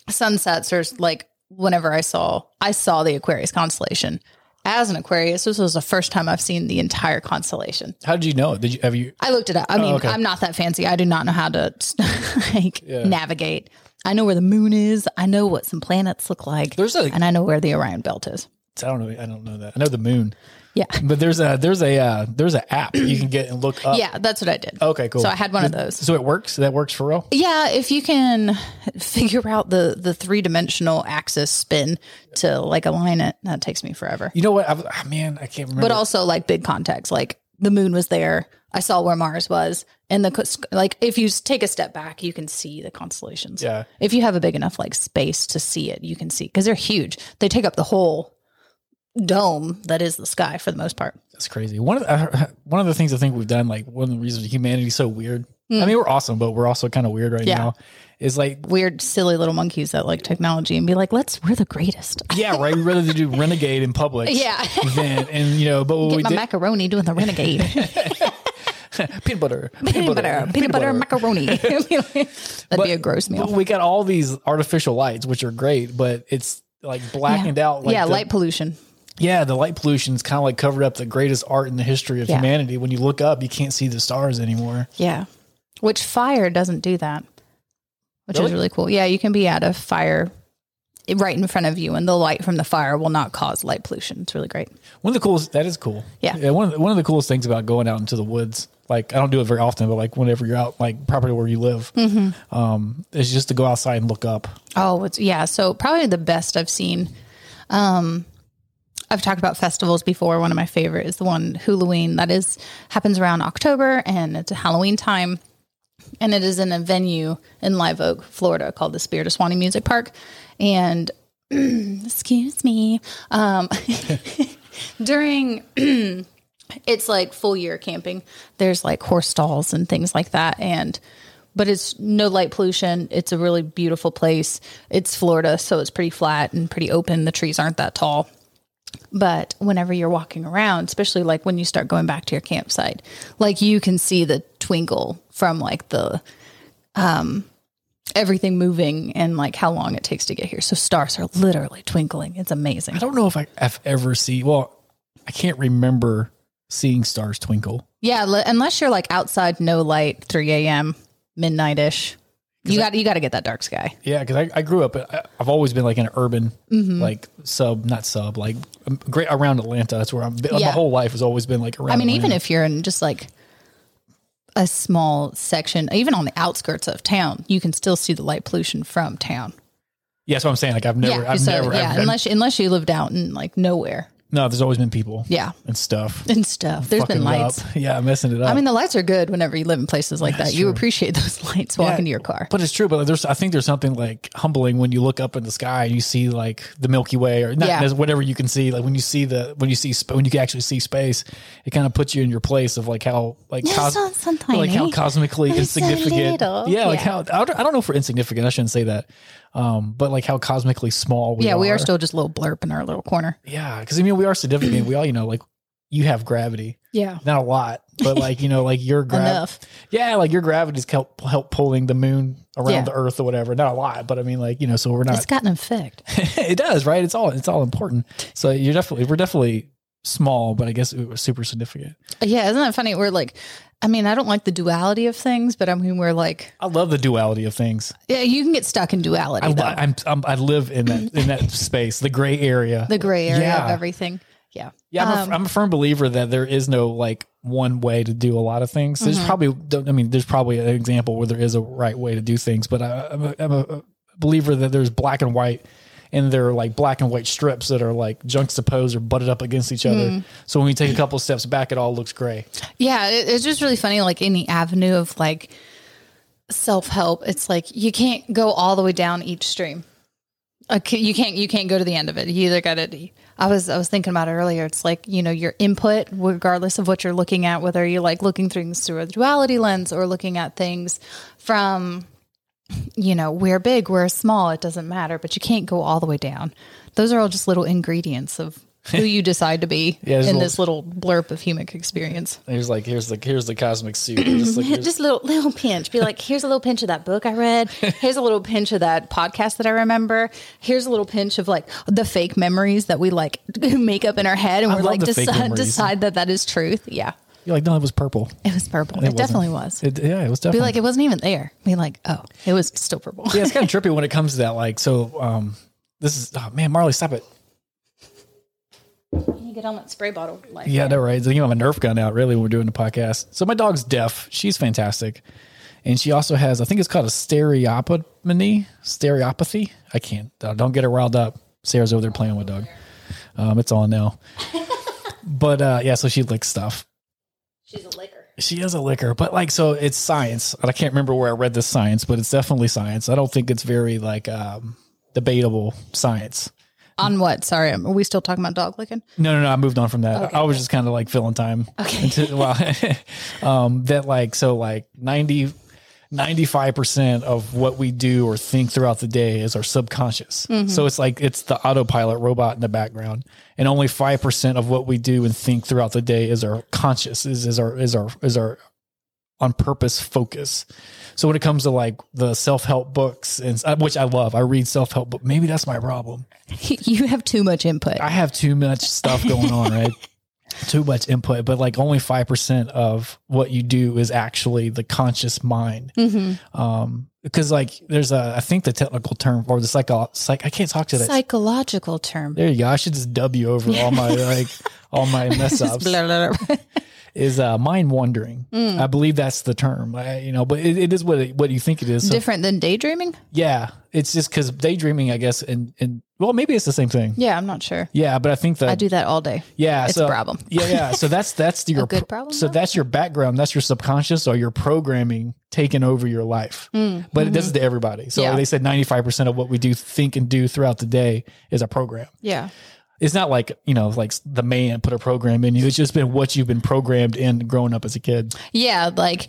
[SPEAKER 2] sun sets or like whenever I saw I saw the Aquarius constellation. As an Aquarius, this was the first time I've seen the entire constellation.
[SPEAKER 1] How did you know? it? Did you have you?
[SPEAKER 2] I looked it up. I mean,
[SPEAKER 1] Oh, okay.
[SPEAKER 2] I'm not that fancy. I do not know how to like navigate. I know where the moon is. I know what some planets look like,
[SPEAKER 1] There's a I
[SPEAKER 2] and I know where the Orion Belt is.
[SPEAKER 1] don't know I don't know that. I know the moon,
[SPEAKER 2] Yeah,
[SPEAKER 1] but there's a there's a uh, there's an app you can get and look up.
[SPEAKER 2] yeah, that's what I did.
[SPEAKER 1] Oh. Okay, cool.
[SPEAKER 2] So I had one of those.
[SPEAKER 1] So it works. That works for real.
[SPEAKER 2] Yeah, if you can figure out the the three dimensional axis spin to like align it, that takes me forever.
[SPEAKER 1] You know what? I've, ah, man, I can't remember.
[SPEAKER 2] But also like big context, like the moon was there. I saw where Mars was, and the cos- like. If you s- take a step back, you can see the constellations.
[SPEAKER 1] yeah,
[SPEAKER 2] if you have a big enough like space to see it, you can see because they're huge. They take up the whole dome that is the sky for the most part.
[SPEAKER 1] that's crazy. One of the, I- one of the things I think we've done, like one of the reasons humanity's so weird. I mean, we're awesome, but we're also kind of weird right
[SPEAKER 2] Hmm. Yeah.
[SPEAKER 1] now. Is like,
[SPEAKER 2] Weird, silly little monkeys that like technology and be like, let's we're the greatest.
[SPEAKER 1] yeah, right. We'd rather do renegade in public.
[SPEAKER 2] Yeah.
[SPEAKER 1] Than, and you know, but what
[SPEAKER 2] Get
[SPEAKER 1] we
[SPEAKER 2] my
[SPEAKER 1] did
[SPEAKER 2] macaroni doing the renegade. peanut,
[SPEAKER 1] peanut butter,
[SPEAKER 2] butter, peanut butter, macaroni. That'd be a gross
[SPEAKER 1] But
[SPEAKER 2] meal.
[SPEAKER 1] we got all these artificial lights, which are great, but it's like blackened out. Like
[SPEAKER 2] yeah,
[SPEAKER 1] the,
[SPEAKER 2] light pollution.
[SPEAKER 1] Yeah, the light pollution's kind of like covered up the greatest art in the history of
[SPEAKER 2] Yeah.
[SPEAKER 1] humanity. When you look up, you can't see the stars anymore.
[SPEAKER 2] Yeah. Which fire doesn't do that, which
[SPEAKER 1] Really?
[SPEAKER 2] is really cool. Yeah, you can be at a fire right in front of you, and the light from the fire will not cause light pollution. It's really great.
[SPEAKER 1] One of the coolest that is cool.
[SPEAKER 2] Yeah.
[SPEAKER 1] one of the, one of the coolest things about going out into the woods, like I don't do it very often, but like whenever you're out, like property where you live,
[SPEAKER 2] Mm-hmm.
[SPEAKER 1] um, is just to go outside and look up.
[SPEAKER 2] Oh, it's yeah. So probably the best I've seen. Um, I've talked about festivals before. One of my favorite is the one Halloween that is happens around October and it's Halloween time, and it is in a venue in Live Oak, Florida, called the Spirit of Swanee Music Park. And excuse me, um, during it's like full year camping. There's like horse stalls and things like that. And, but it's no light pollution. It's a really beautiful place. It's Florida, so it's pretty flat and pretty open. The trees aren't that tall. But whenever you're walking around, especially like when you start going back to your campsite, like you can see the twinkle from like the, um, everything moving and like how long it takes to get here. So stars are literally twinkling. It's amazing.
[SPEAKER 1] I don't know if I, I've ever seen. Well, I can't remember seeing stars twinkle.
[SPEAKER 2] Yeah, l- unless you're like outside, no light, three a.m., midnight ish. You got you got to get that dark sky.
[SPEAKER 1] Yeah, because I, I grew up. I, I've always been like in an urban,
[SPEAKER 2] Mm-hmm.
[SPEAKER 1] like sub, not sub, like um, great around Atlanta. That's where I'm. My
[SPEAKER 2] Yeah.
[SPEAKER 1] whole life has always been like around.
[SPEAKER 2] I mean, even
[SPEAKER 1] Atlanta.
[SPEAKER 2] if you're in just like a small section, even on the outskirts of town, you can still see the light pollution from town.
[SPEAKER 1] yeah, that's what I'm saying. Like I've never,
[SPEAKER 2] yeah,
[SPEAKER 1] I've
[SPEAKER 2] so,
[SPEAKER 1] never,
[SPEAKER 2] yeah.
[SPEAKER 1] I've-
[SPEAKER 2] unless unless you lived out in like nowhere,
[SPEAKER 1] no, there's always been people,
[SPEAKER 2] yeah,
[SPEAKER 1] and stuff.
[SPEAKER 2] and stuff. There's
[SPEAKER 1] Fucking
[SPEAKER 2] been
[SPEAKER 1] it
[SPEAKER 2] lights.
[SPEAKER 1] up. Yeah, messing it up.
[SPEAKER 2] I mean, the lights are good whenever you live in places like that. You
[SPEAKER 1] true.
[SPEAKER 2] appreciate those lights walking to your car.
[SPEAKER 1] But it's true. But there's, I think there's something like humbling when you look up in the sky and you see like the Milky Way or not,
[SPEAKER 2] Yeah.
[SPEAKER 1] whatever you can see. Like when you see the when you see sp- when you can actually see space, it kind of puts you in your place of like how like
[SPEAKER 2] It's
[SPEAKER 1] cos-
[SPEAKER 2] not so
[SPEAKER 1] like how
[SPEAKER 2] tiny.
[SPEAKER 1] cosmically
[SPEAKER 2] It's so
[SPEAKER 1] insignificant.
[SPEAKER 2] little.
[SPEAKER 1] yeah, like
[SPEAKER 2] Yeah.
[SPEAKER 1] how I don't, I don't know if we're insignificant. I shouldn't say that. Um, but like how cosmically small we
[SPEAKER 2] yeah,
[SPEAKER 1] are.
[SPEAKER 2] we are still just a little blurb in our little corner.
[SPEAKER 1] yeah, because I mean we are significant. we all you know like you have gravity,
[SPEAKER 2] Yeah,
[SPEAKER 1] not a lot, but like you know like your gravity.
[SPEAKER 2] enough.
[SPEAKER 1] Yeah, like your gravity's help help pulling the moon around
[SPEAKER 2] Yeah.
[SPEAKER 1] the Earth or whatever. Not a lot, but I mean, like you know, so we're
[SPEAKER 2] It's
[SPEAKER 1] not.
[SPEAKER 2] got an effect.
[SPEAKER 1] it does, right? It's all it's all important. So you're definitely we're definitely small, but I guess it was super significant.
[SPEAKER 2] Yeah, isn't that funny? We're like, I mean, I don't like the duality of things, but I mean, we're like,
[SPEAKER 1] I love the duality of things.
[SPEAKER 2] yeah, you can get stuck in duality
[SPEAKER 1] I
[SPEAKER 2] though.
[SPEAKER 1] I, am I'm I live in that in that space, the gray area.
[SPEAKER 2] the gray area
[SPEAKER 1] Yeah.
[SPEAKER 2] of everything. Yeah.
[SPEAKER 1] yeah, I'm,
[SPEAKER 2] Um,
[SPEAKER 1] a, I'm a firm believer that there is no like one way to do a lot of things. There's
[SPEAKER 2] Mm-hmm.
[SPEAKER 1] probably, I mean, there's probably an example where there is a right way to do things, but I, I'm, a, I'm a believer that there's black and white, and there are like black and white strips that are like juxtaposed or butted up against each other.
[SPEAKER 2] Mm.
[SPEAKER 1] So when you take a couple steps back, it all looks gray.
[SPEAKER 2] Yeah, it, it's just really funny. Like any avenue of like self help, it's like you can't go all the way down each stream. Okay, you can't you can't go to the end of it. You either got to. I was I was thinking about it earlier. It's like you know your input, regardless of what you're looking at, whether you're like looking things through a duality lens or looking at things from, you know, we're big, we're small. It doesn't matter, but you can't go all the way down. Those are all just little ingredients of who you decide to be
[SPEAKER 1] Yeah, there's
[SPEAKER 2] in
[SPEAKER 1] little-
[SPEAKER 2] this little blurb of human experience.
[SPEAKER 1] Here's like here's the here's the cosmic soup. Just like, here's-
[SPEAKER 2] Just little little pinch. Be like, here's a little pinch of that book I read. Here's a little pinch of that podcast that I remember. Here's a little pinch of like the fake memories that we like make up in our head, and
[SPEAKER 1] I
[SPEAKER 2] we're
[SPEAKER 1] love
[SPEAKER 2] like
[SPEAKER 1] the fake
[SPEAKER 2] decide,
[SPEAKER 1] memories.
[SPEAKER 2] decide that that is truth. Yeah,
[SPEAKER 1] you're like no, it was purple.
[SPEAKER 2] it was purple. It,
[SPEAKER 1] wasn't.
[SPEAKER 2] definitely was.
[SPEAKER 1] It, yeah, it was
[SPEAKER 2] Be
[SPEAKER 1] definitely.
[SPEAKER 2] like, it wasn't even there. Be like, oh, it was still purple.
[SPEAKER 1] yeah, it's kind of trippy when it comes to that. Like, so um, this is oh man, Marley, stop it.
[SPEAKER 2] Can you get on that spray bottle? Like,
[SPEAKER 1] Yeah, no, right. I think I have a Nerf gun out really when we're doing the podcast. So my dog's deaf. She's fantastic. And she also has, I think it's called a stereopomany, stereopathy. I can't, uh, don't get her riled up. Sarah's over there playing with dog. Um, it's on now. but uh, yeah, so she licks stuff.
[SPEAKER 2] she's a liquor.
[SPEAKER 1] She is a licker, but like, so it's science. And I can't remember where I read this science, but it's definitely science. I don't think it's very like um, debatable science.
[SPEAKER 2] On what? Sorry, um, are we still talking about dog licking?
[SPEAKER 1] No, no, no. I moved on from that. I was just kind of like filling time.
[SPEAKER 2] Okay.
[SPEAKER 1] Into, well, um, that like, so like 90, 95% of what we do or think throughout the day is our subconscious. So it's like, it's the autopilot robot in the background. And only 5% of what we do and think throughout the day is our conscious, is, is our, is our, is our on purpose focus. So when it comes to like the self help books, and uh, which I love, I read self help, but maybe that's my problem.
[SPEAKER 2] you have too much input.
[SPEAKER 1] I have too much stuff going on, right? too much input, but like only 5% of what you do is actually the conscious mind.
[SPEAKER 2] Mhm.
[SPEAKER 1] Um, because like there's a, I think the technical term or the psycho, psych, I can't talk to that.
[SPEAKER 2] Psychological term.
[SPEAKER 1] there you go. I should just W over all my, like all my mess ups
[SPEAKER 2] Blah, blah, blah.
[SPEAKER 1] is uh mind wandering.
[SPEAKER 2] Mm.
[SPEAKER 1] I believe that's the term, I, you know, but it, it is what, it, what you think it is. So,
[SPEAKER 2] Different than daydreaming?
[SPEAKER 1] yeah. It's just cause daydreaming, I guess. And, and well, maybe it's the same thing.
[SPEAKER 2] Yeah, I'm not sure.
[SPEAKER 1] Yeah. But I think that
[SPEAKER 2] I do that all day.
[SPEAKER 1] Yeah,
[SPEAKER 2] It's a
[SPEAKER 1] so,
[SPEAKER 2] problem.
[SPEAKER 1] Yeah, yeah. So that's that's your
[SPEAKER 2] good
[SPEAKER 1] pro-
[SPEAKER 2] problem,
[SPEAKER 1] So
[SPEAKER 2] though?
[SPEAKER 1] that's your background. That's your subconscious or your programming taking over your life. But this is to everybody. So
[SPEAKER 2] Hmm. Mm-hmm. Yeah.
[SPEAKER 1] they said ninety five percent of what we do, think, and do throughout the day is a program.
[SPEAKER 2] Yeah.
[SPEAKER 1] It's not like you know, like the man put a program in you. It's just been what you've been programmed in growing up as a kid.
[SPEAKER 2] Yeah, like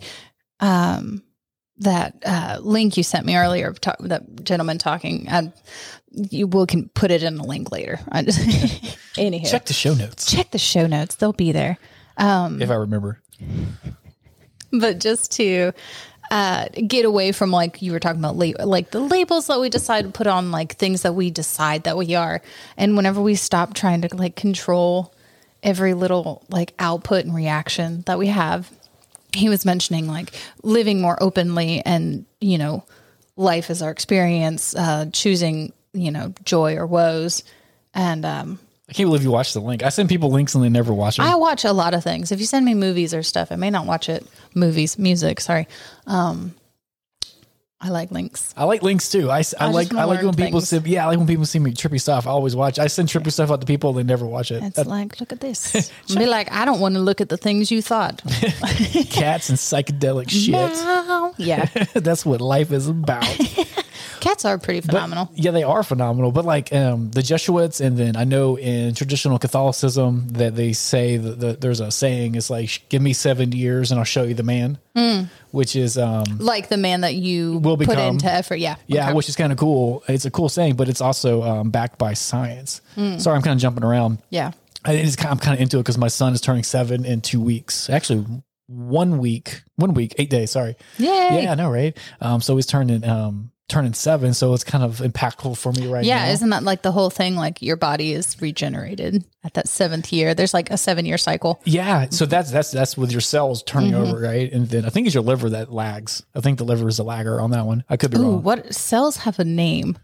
[SPEAKER 2] um that uh link you sent me earlier of talk, that gentleman talking and you will can put it in the link later. I just anyhow.
[SPEAKER 1] Check
[SPEAKER 2] Check,
[SPEAKER 1] the show notes
[SPEAKER 2] the show notes. They'll be there. Um
[SPEAKER 1] if I remember.
[SPEAKER 2] but just to uh, get away from like you were talking about la- like the labels that we decide to put on like things that we decide that we are and whenever we stop trying to like control every little like output and reaction that we have he was mentioning like living more openly and you know life is our experience uh choosing you know joy or woes and um
[SPEAKER 1] I can't believe you watched the link. I send people links and they never watch them.
[SPEAKER 2] I watch a lot of things. If you send me movies or stuff, I may not watch it. Movies, music, sorry. Um, I like links.
[SPEAKER 1] I like links too. I, s- I
[SPEAKER 2] just
[SPEAKER 1] like
[SPEAKER 2] wanna
[SPEAKER 1] I like
[SPEAKER 2] learn
[SPEAKER 1] when people
[SPEAKER 2] things.
[SPEAKER 1] send yeah I like when people send me trippy stuff. I always watch. I send trippy stuff out to people and they never watch it.
[SPEAKER 2] It's
[SPEAKER 1] That's
[SPEAKER 2] like, look at this. Be like, I don't want to look at the things you thought.
[SPEAKER 1] cats and psychedelic shit.
[SPEAKER 2] Meow. Oh, Yeah,
[SPEAKER 1] That's what life is about.
[SPEAKER 2] cats are pretty phenomenal.
[SPEAKER 1] yeah, they are phenomenal. But like um, the Jesuits, and then I know in traditional Catholicism that they say that the, there's a saying. It's like, give me seven years and I'll show you the man,
[SPEAKER 2] Hmm.
[SPEAKER 1] which is um,
[SPEAKER 2] like the man that you
[SPEAKER 1] Will
[SPEAKER 2] put
[SPEAKER 1] become.
[SPEAKER 2] into effort. Yeah,
[SPEAKER 1] yeah,
[SPEAKER 2] Okay.
[SPEAKER 1] which is kind of cool. It's a cool saying, but it's also um, backed by science.
[SPEAKER 2] Hmm.
[SPEAKER 1] Sorry, I'm kind of jumping around.
[SPEAKER 2] yeah.
[SPEAKER 1] I, it's kind, I'm kind of into it because my son is turning seven in two weeks. Actually, one week, one week, eight days. Sorry.
[SPEAKER 2] Yay.
[SPEAKER 1] Yeah, I know, right? Um, so he's turning um turning seven, so it's kind of impactful for me right
[SPEAKER 2] Yeah,
[SPEAKER 1] now.
[SPEAKER 2] isn't that like the whole thing? Like your body is regenerated at that seventh year. There's like a seven year cycle.
[SPEAKER 1] yeah, so that's that's that's with your cells turning
[SPEAKER 2] Mm-hmm.
[SPEAKER 1] over, right? And then I think it's your liver that lags. I think the liver is the lagger on that one. I could be
[SPEAKER 2] Ooh,
[SPEAKER 1] wrong.
[SPEAKER 2] what cells have a name?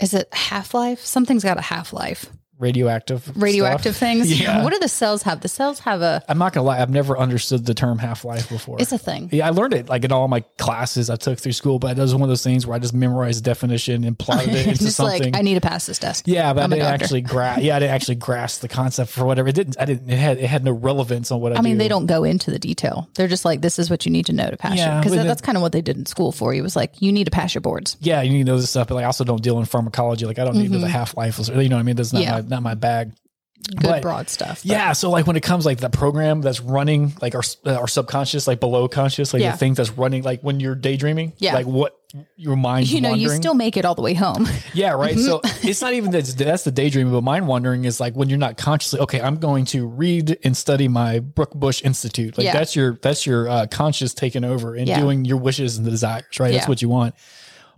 [SPEAKER 2] Is it half life? Something's got a half life.
[SPEAKER 1] radioactive stuff.
[SPEAKER 2] radioactive things.
[SPEAKER 1] Yeah.
[SPEAKER 2] What do the cells have? The cells have a.
[SPEAKER 1] I'm not gonna lie, I've never understood the term half life before.
[SPEAKER 2] It's a thing.
[SPEAKER 1] yeah, I learned it like in all my classes I took through school, but it was one of those things where I just memorized the definition and plotted it into
[SPEAKER 2] just
[SPEAKER 1] something.
[SPEAKER 2] like I need to pass this test.
[SPEAKER 1] yeah, but I
[SPEAKER 2] I'm a
[SPEAKER 1] didn't
[SPEAKER 2] doctor.
[SPEAKER 1] actually grasp. Yeah, I didn't actually grasp the concept for whatever. It didn't. I didn't. It had. It had no relevance on what I.
[SPEAKER 2] I mean,
[SPEAKER 1] do.
[SPEAKER 2] they don't go into the detail. They're just like, this is what you need to know to pass
[SPEAKER 1] Yeah,
[SPEAKER 2] your. Because
[SPEAKER 1] but
[SPEAKER 2] that,
[SPEAKER 1] the-
[SPEAKER 2] that's kind of what they did in school for you. Was like, you need to pass your boards.
[SPEAKER 1] yeah, you need to know this stuff, but like, I also don't deal in pharmacology. Like I don't need to know the half life. You know what I mean? That's not
[SPEAKER 2] Mm-hmm. Yeah.
[SPEAKER 1] my not my bag.
[SPEAKER 2] Good
[SPEAKER 1] But-
[SPEAKER 2] broad stuff. but-
[SPEAKER 1] Yeah, so like when it comes like the program that's running like our uh, our subconscious, like below conscious, like
[SPEAKER 2] Yeah.
[SPEAKER 1] the things that's running, like when you're daydreaming,
[SPEAKER 2] Yeah.
[SPEAKER 1] like what your mind's
[SPEAKER 2] You know,
[SPEAKER 1] wandering.
[SPEAKER 2] you still make it all the way home.
[SPEAKER 1] yeah, right. So
[SPEAKER 2] Mm-hmm.
[SPEAKER 1] it's not even that's that's the daydreaming, but mind wandering is like when you're not consciously okay. I'm going to read and study my Brook Bush Institute. Like
[SPEAKER 2] Yeah.
[SPEAKER 1] that's your that's your uh, conscious taking over and
[SPEAKER 2] Yeah.
[SPEAKER 1] doing your wishes and the desires. Right,
[SPEAKER 2] Yeah.
[SPEAKER 1] that's what you want.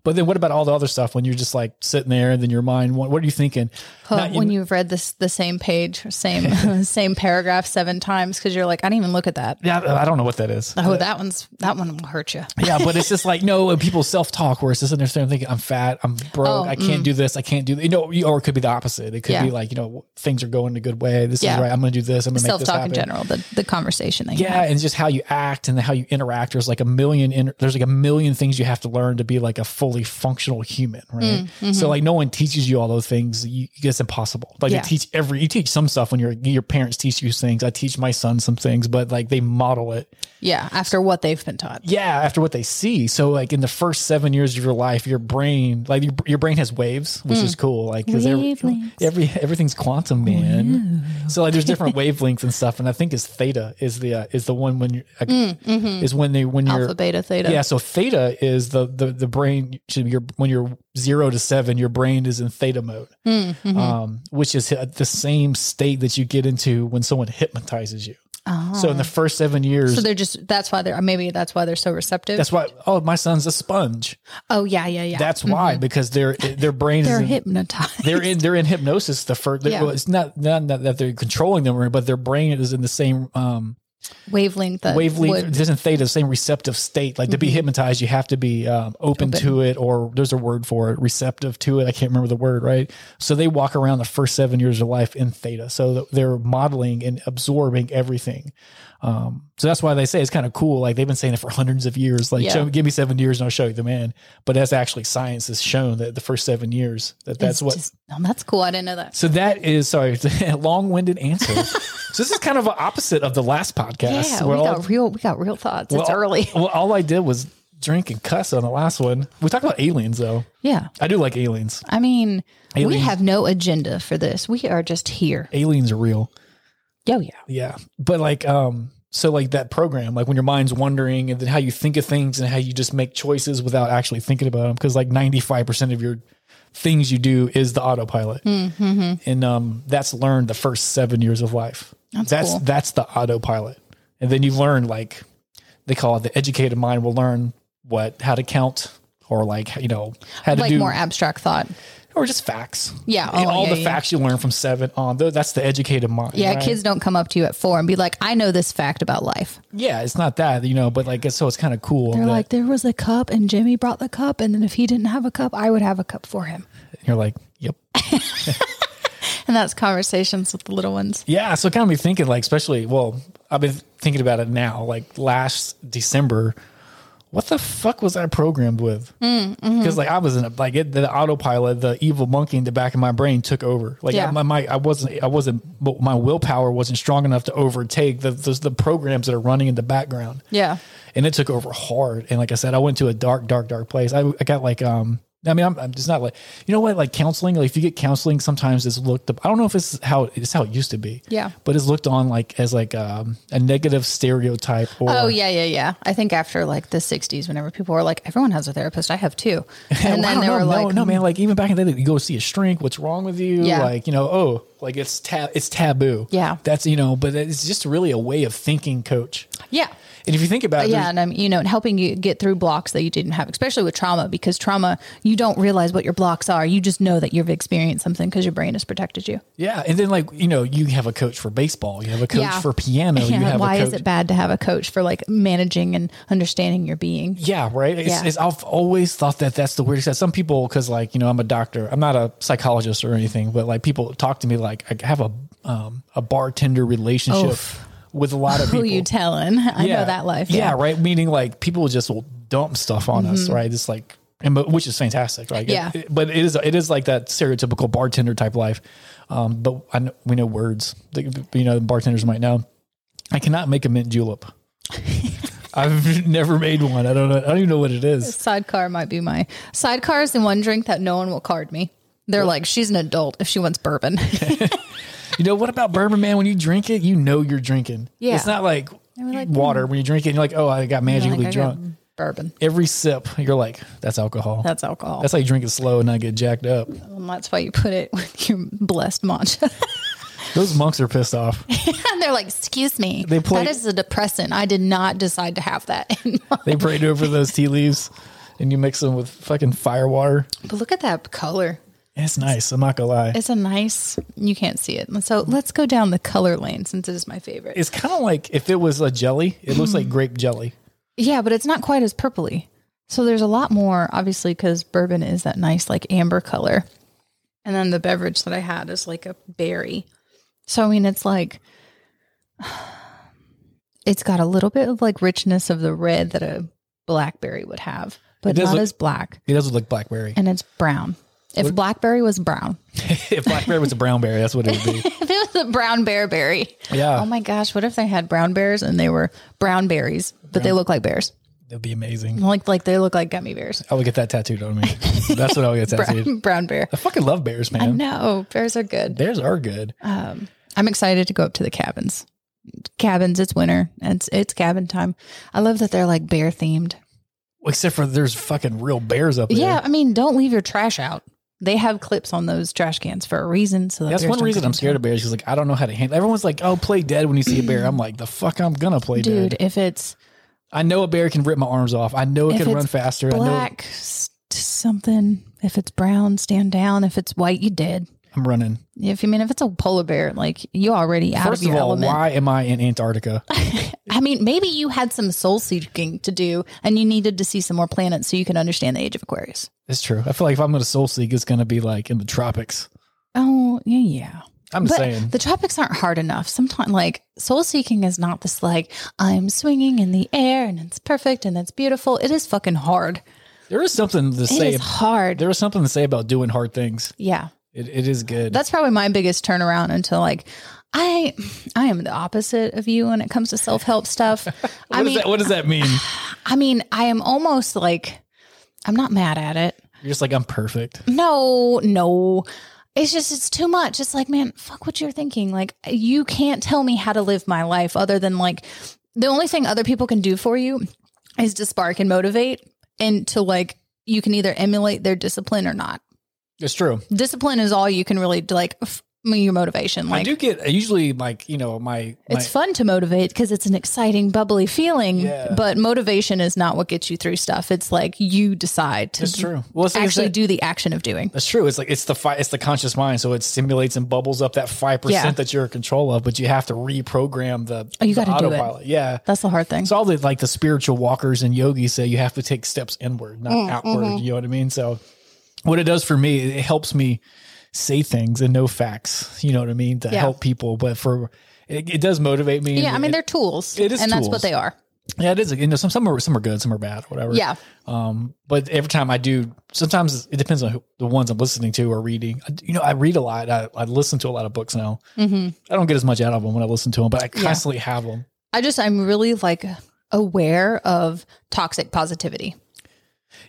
[SPEAKER 1] But then what about all the other stuff when you're just like sitting there and then your mind? What, what are you thinking?
[SPEAKER 2] Huh,
[SPEAKER 1] Not-
[SPEAKER 2] when you've read this the same page, same same paragraph seven times, because you're like, I didn't even look at that.
[SPEAKER 1] yeah, I don't know what that is.
[SPEAKER 2] Oh, that one's that one will hurt you.
[SPEAKER 1] Yeah, but it's just like no, and people self talk where it's just understand thinking I'm fat, I'm broke,
[SPEAKER 2] Oh,
[SPEAKER 1] I can't do this, I can't do that. You know, you- or it could be the opposite. It could
[SPEAKER 2] Yeah.
[SPEAKER 1] be like you know things are going a good way. This
[SPEAKER 2] Yeah.
[SPEAKER 1] is right. I'm going to do this. I'm going to make
[SPEAKER 2] Self
[SPEAKER 1] this
[SPEAKER 2] talk
[SPEAKER 1] happen.
[SPEAKER 2] in general, the the conversation that you
[SPEAKER 1] Yeah,
[SPEAKER 2] have.
[SPEAKER 1] and just how you act and how you interact. There's like a million. In, there's like a million things you have to learn to be like a fully functional human, right? So like no one teaches you all those things. You, it's impossible. Like
[SPEAKER 2] Yeah.
[SPEAKER 1] they teach every. You teach some stuff when your your parents teach you things. I teach my son some things, but like they model it.
[SPEAKER 2] Yeah, after what they've been taught.
[SPEAKER 1] Yeah, after what they see. So like in the first seven years of your life, your brain, like your, your brain has waves, which is cool. Like because every,
[SPEAKER 2] Hmm. Wavelengths.
[SPEAKER 1] every everything's quantum, man. So like there's different wavelengths and stuff. And I think it's theta is the uh, is the one when you're uh, is when they when you're
[SPEAKER 2] Mm, mm-hmm. Alpha, beta, theta.
[SPEAKER 1] yeah. So theta is the the the brain should be your when you're zero to seven, your brain is in theta mode,
[SPEAKER 2] Mm, mm-hmm.
[SPEAKER 1] um, which is hi- the same state that you get into when someone hypnotizes you. So in the first seven years.
[SPEAKER 2] Ah. So they're just that's why they're maybe that's why they're so receptive.
[SPEAKER 1] that's why. Oh, my son's a sponge.
[SPEAKER 2] oh yeah, yeah, yeah.
[SPEAKER 1] That's why because their their brain
[SPEAKER 2] they're
[SPEAKER 1] is in,
[SPEAKER 2] hypnotized.
[SPEAKER 1] they're in they're in hypnosis. The first
[SPEAKER 2] Yeah.
[SPEAKER 1] well, it's not not that that they're controlling them, but their brain is in the same um,
[SPEAKER 2] wavelength. That
[SPEAKER 1] wavelength,
[SPEAKER 2] uh, would- Mm-hmm.
[SPEAKER 1] it isn't theta, the same receptive state. Like to be hypnotized, you have to be um, open, to it, or there's a word for it, receptive to it. I can't remember the word, right? So they walk around the first seven years of life in theta, so th- they're modeling and absorbing everything. Um, so that's why they say it's kind of cool. Like they've been saying it for hundreds of years. Like,
[SPEAKER 2] Yeah.
[SPEAKER 1] show, give me seven years and I'll show you the man. But that's actually science has shown that the first seven years that that's
[SPEAKER 2] it's
[SPEAKER 1] what.
[SPEAKER 2] just- oh, that's cool. I didn't know that.
[SPEAKER 1] so that is sorry, long-winded answer. so this is kind of a opposite of the last podcast.
[SPEAKER 2] yeah,
[SPEAKER 1] where
[SPEAKER 2] we
[SPEAKER 1] all-
[SPEAKER 2] got real. We got real thoughts. it's
[SPEAKER 1] well,
[SPEAKER 2] early.
[SPEAKER 1] Well, all I did was drink and cuss on the last one. We talked about aliens though.
[SPEAKER 2] Yeah,
[SPEAKER 1] I do like aliens.
[SPEAKER 2] I mean, we
[SPEAKER 1] Aliens.
[SPEAKER 2] have no agenda for this. We are just here.
[SPEAKER 1] Aliens are real.
[SPEAKER 2] Yo, yeah.
[SPEAKER 1] Yeah. But like um so like that program, like when your mind's wandering and then how you think of things and how you just make choices without actually thinking about them cuz like 95% of your things you do is the autopilot.
[SPEAKER 2] Mm-hmm.
[SPEAKER 1] And um that's learned the first 7 years of life. That's that's,
[SPEAKER 2] cool.
[SPEAKER 1] the autopilot. And then you learn like they call it the educated mind will learn what how to count or like you know how to
[SPEAKER 2] Like
[SPEAKER 1] do
[SPEAKER 2] more abstract thought.
[SPEAKER 1] or just facts.
[SPEAKER 2] Yeah.
[SPEAKER 1] And
[SPEAKER 2] Oh,
[SPEAKER 1] all
[SPEAKER 2] yeah,
[SPEAKER 1] the
[SPEAKER 2] yeah.
[SPEAKER 1] facts you learn from seven on. Though that's the educated mind.
[SPEAKER 2] Yeah,
[SPEAKER 1] right?
[SPEAKER 2] kids don't come up to you at four and be like, "I know this fact about life."
[SPEAKER 1] Yeah, it's not that you know, but like it's- so it's kind of cool.
[SPEAKER 2] They're
[SPEAKER 1] that
[SPEAKER 2] like, "There was a cup, and Jimmy brought the cup, and then if he didn't have a cup, I would have a cup for him."
[SPEAKER 1] you're like, yep,
[SPEAKER 2] And that's conversations with the little ones.
[SPEAKER 1] yeah. So it kind of me thinking like, especially well, I've been thinking about it now. Like last December, what the fuck was I programmed with? Because
[SPEAKER 2] Mm, mm-hmm.
[SPEAKER 1] like I was in a, like it, the autopilot, the evil monkey in the back of my brain took over. Like
[SPEAKER 2] Yeah.
[SPEAKER 1] my, my I wasn't I wasn't my willpower wasn't strong enough to overtake the the, the programs that are running in the background.
[SPEAKER 2] Yeah.
[SPEAKER 1] and it took over hard. And like I said, I went to a dark, dark, dark place. I, I got like, um, I mean, I'm, I'm just not like, you know what, like counseling, like if you get counseling, sometimes it's looked up. I don't know if this is how it's how it used to be.
[SPEAKER 2] Yeah.
[SPEAKER 1] But it's looked on like as like, um, a negative stereotype or,
[SPEAKER 2] Oh yeah, yeah, yeah. I think after like the '60s, whenever people were like, "Everyone has a therapist," I have two, and
[SPEAKER 1] I
[SPEAKER 2] then
[SPEAKER 1] don't
[SPEAKER 2] they
[SPEAKER 1] know,
[SPEAKER 2] were
[SPEAKER 1] no,
[SPEAKER 2] like, "Mm."
[SPEAKER 1] no, man, like even back in the day, you go see a shrink, what's wrong with you?
[SPEAKER 2] Yeah.
[SPEAKER 1] Like, you know, oh, like it's ta- it's taboo.
[SPEAKER 2] Yeah.
[SPEAKER 1] That's, you know, but it's just really a way of thinking coach.
[SPEAKER 2] "Yeah,
[SPEAKER 1] And if you think about it,
[SPEAKER 2] yeah," and I'm, you know, and helping you get through blocks that you didn't have, especially with trauma, because trauma, you don't realize what your blocks are. You just know that you've experienced something because your brain has protected you.
[SPEAKER 1] Yeah, and then like you know, you have a coach for baseball, you have a coach
[SPEAKER 2] Yeah.
[SPEAKER 1] for piano, you
[SPEAKER 2] Yeah,
[SPEAKER 1] have
[SPEAKER 2] why
[SPEAKER 1] a coach.
[SPEAKER 2] is it bad to have a coach for like managing and understanding your being?
[SPEAKER 1] Yeah, right. It's,
[SPEAKER 2] Yeah.
[SPEAKER 1] It's, I've always thought that that's the weirdest. Some people, because like you know, I'm a doctor, I'm not a psychologist or anything, but like people talk to me like I have a um, a bartender relationship
[SPEAKER 2] Oof.
[SPEAKER 1] with a lot of
[SPEAKER 2] Who
[SPEAKER 1] people.
[SPEAKER 2] you telling? I know that life.
[SPEAKER 1] Yeah.
[SPEAKER 2] Yeah. Mm-hmm.
[SPEAKER 1] right. Meaning like people just will dump stuff on us, right? It's like, and but which is fantastic, right?
[SPEAKER 2] Yeah.
[SPEAKER 1] It- but it is it is like that stereotypical bartender type life. Um, but I know, we know words that you know bartenders might know. I cannot make a mint julep. I've never made one. I don't know. I don't even know what it is.
[SPEAKER 2] Sidecar might be my sidecar is the one drink that no one will card me. They're like, she's an adult if she wants bourbon.
[SPEAKER 1] You know what about bourbon, man? When you drink it, you know you're drinking.
[SPEAKER 2] Yeah.
[SPEAKER 1] It's not like,
[SPEAKER 2] And we're like,
[SPEAKER 1] water when you drink it. and You're like, oh, I got magically
[SPEAKER 2] Like, I got
[SPEAKER 1] drunk.
[SPEAKER 2] Bourbon.
[SPEAKER 1] Every sip, you're like, that's alcohol.
[SPEAKER 2] That's alcohol.
[SPEAKER 1] that's how you drink it slow and not get jacked up.
[SPEAKER 2] and that's why you put it with your blessed matcha.
[SPEAKER 1] Those monks are pissed off.
[SPEAKER 2] and they're like, excuse me,
[SPEAKER 1] They play-
[SPEAKER 2] that is a depressant. I did not decide to have that. in my-"
[SPEAKER 1] They prayed over those tea leaves and you mix them with fucking fire water.
[SPEAKER 2] but look at that color.
[SPEAKER 1] It's nice. I'm not gonna lie. It's,
[SPEAKER 2] It's a nice, you can't see it. So let's go down the color lane since it is my favorite.
[SPEAKER 1] kind of like if it was a jelly, it looks like grape jelly.
[SPEAKER 2] yeah, but it's not quite as purpley. So there's a lot more, obviously, because bourbon is that nice, like amber color. And then the beverage that I had is like a berry. So, I mean, it's like, it's got a little bit of like richness of the red that a blackberry would have, but
[SPEAKER 1] does
[SPEAKER 2] not
[SPEAKER 1] look-
[SPEAKER 2] as black.
[SPEAKER 1] It does look like blackberry.
[SPEAKER 2] And it's brown. If blackberry was brown,
[SPEAKER 1] if blackberry was a brown berry, that's what it would be.
[SPEAKER 2] if it was a brown bear berry,
[SPEAKER 1] Yeah.
[SPEAKER 2] Oh my gosh, what if they had brown bears and they were brown berries, but they look like bears?
[SPEAKER 1] That'd be amazing.
[SPEAKER 2] Like like they look like gummy bears.
[SPEAKER 1] I would get that tattooed on me. That's what I would get tattooed.
[SPEAKER 2] Brown, brown bear.
[SPEAKER 1] I fucking love bears,
[SPEAKER 2] I
[SPEAKER 1] man.
[SPEAKER 2] know, bears are good.
[SPEAKER 1] Bears are good.
[SPEAKER 2] Um, I'm excited to go up to the cabins. Cabins, it's winter. It's it's cabin time. I love that they're like bear themed.
[SPEAKER 1] Except for there's fucking real bears up there.
[SPEAKER 2] Yeah, I mean, don't leave your trash out. They have clips on those trash cans for a reason. So that
[SPEAKER 1] That's
[SPEAKER 2] bears
[SPEAKER 1] one
[SPEAKER 2] don't
[SPEAKER 1] reason
[SPEAKER 2] get
[SPEAKER 1] I'm
[SPEAKER 2] into
[SPEAKER 1] scared of bears. Because like I don't know how to handle. Everyone's like, "Oh, play dead when you see a bear." I'm like, "The fuck, I'm gonna play
[SPEAKER 2] it. Dude,
[SPEAKER 1] dead."
[SPEAKER 2] if it's
[SPEAKER 1] I know a bear can rip my arms off. I know it
[SPEAKER 2] If
[SPEAKER 1] can
[SPEAKER 2] it's
[SPEAKER 1] run faster. I know
[SPEAKER 2] black, s- something. If it's brown, stand down. If it's white, you dead.
[SPEAKER 1] I'm running.
[SPEAKER 2] If you mean if it's a polar bear, like you already out
[SPEAKER 1] First
[SPEAKER 2] of
[SPEAKER 1] of
[SPEAKER 2] your
[SPEAKER 1] all,
[SPEAKER 2] element.
[SPEAKER 1] why am I in Antarctica?
[SPEAKER 2] I mean, maybe you had some soul seeking to do, and you needed to see some more planets so you can understand the age of Aquarius.
[SPEAKER 1] It's true. I feel like if I'm going to soul seek, it's going to be like in the tropics.
[SPEAKER 2] Oh yeah, yeah.
[SPEAKER 1] I'm
[SPEAKER 2] But
[SPEAKER 1] saying
[SPEAKER 2] the tropics aren't hard enough. Sometimes, like soul seeking is not this like I'm swinging in the air and it's perfect and it's beautiful. It is fucking hard.
[SPEAKER 1] there is something to
[SPEAKER 2] It
[SPEAKER 1] say.
[SPEAKER 2] is hard.
[SPEAKER 1] There is something to say about doing hard things.
[SPEAKER 2] yeah.
[SPEAKER 1] It, it is good.
[SPEAKER 2] that's probably my biggest turnaround until like I I am the opposite of you when it comes to self help stuff.
[SPEAKER 1] what,
[SPEAKER 2] I
[SPEAKER 1] does
[SPEAKER 2] mean,
[SPEAKER 1] that, what does that mean?
[SPEAKER 2] I mean, I am almost like I'm not mad at it.
[SPEAKER 1] You're just like I'm perfect.
[SPEAKER 2] No, no. It's just it's too much. It's like, man, fuck what you're thinking. Like you can't tell me how to live my life other than like the only thing other people can do for you is to spark and motivate and to like you can either emulate their discipline or not.
[SPEAKER 1] It's true.
[SPEAKER 2] Discipline is all you can really like f- I mean, your motivation. Like
[SPEAKER 1] I do get I usually like you know my, my
[SPEAKER 2] It's fun to motivate because it's an exciting, bubbly feeling.
[SPEAKER 1] Yeah.
[SPEAKER 2] But motivation is not what gets you through stuff. It's like you decide to
[SPEAKER 1] it's true. Well, it's like I
[SPEAKER 2] actually
[SPEAKER 1] said-
[SPEAKER 2] do the action of doing.
[SPEAKER 1] That's true. It's like it's the fi- it's the conscious mind, so it stimulates and bubbles up that five
[SPEAKER 2] Yeah.
[SPEAKER 1] percent that you're in control of, but you have to reprogram the,
[SPEAKER 2] Oh, you
[SPEAKER 1] the
[SPEAKER 2] gotta do it.
[SPEAKER 1] autopilot. Yeah,
[SPEAKER 2] That's the hard thing.
[SPEAKER 1] it's all that like the spiritual walkers and yogis say you have to take steps inward, not
[SPEAKER 2] Mm,
[SPEAKER 1] outward.
[SPEAKER 2] mm-hmm.
[SPEAKER 1] You know what I mean? So what it does for me, it helps me say things and know facts. You know what I mean to
[SPEAKER 2] Yeah.
[SPEAKER 1] help people, but for it, it does motivate me.
[SPEAKER 2] yeah, I mean
[SPEAKER 1] It-
[SPEAKER 2] they're tools,
[SPEAKER 1] it is
[SPEAKER 2] and that's
[SPEAKER 1] tools.
[SPEAKER 2] what they are.
[SPEAKER 1] yeah, it is. You know, some some are some are good, some are bad, whatever.
[SPEAKER 2] Yeah,
[SPEAKER 1] Um, but every time I do, sometimes it depends on who, the ones I'm listening to or reading. I, you know, I read a lot. I, I listen to a lot of books now.
[SPEAKER 2] Mm-hmm.
[SPEAKER 1] I don't get as much out of them when I listen to them, but I constantly have them.
[SPEAKER 2] I just I'm really like aware of toxic positivity.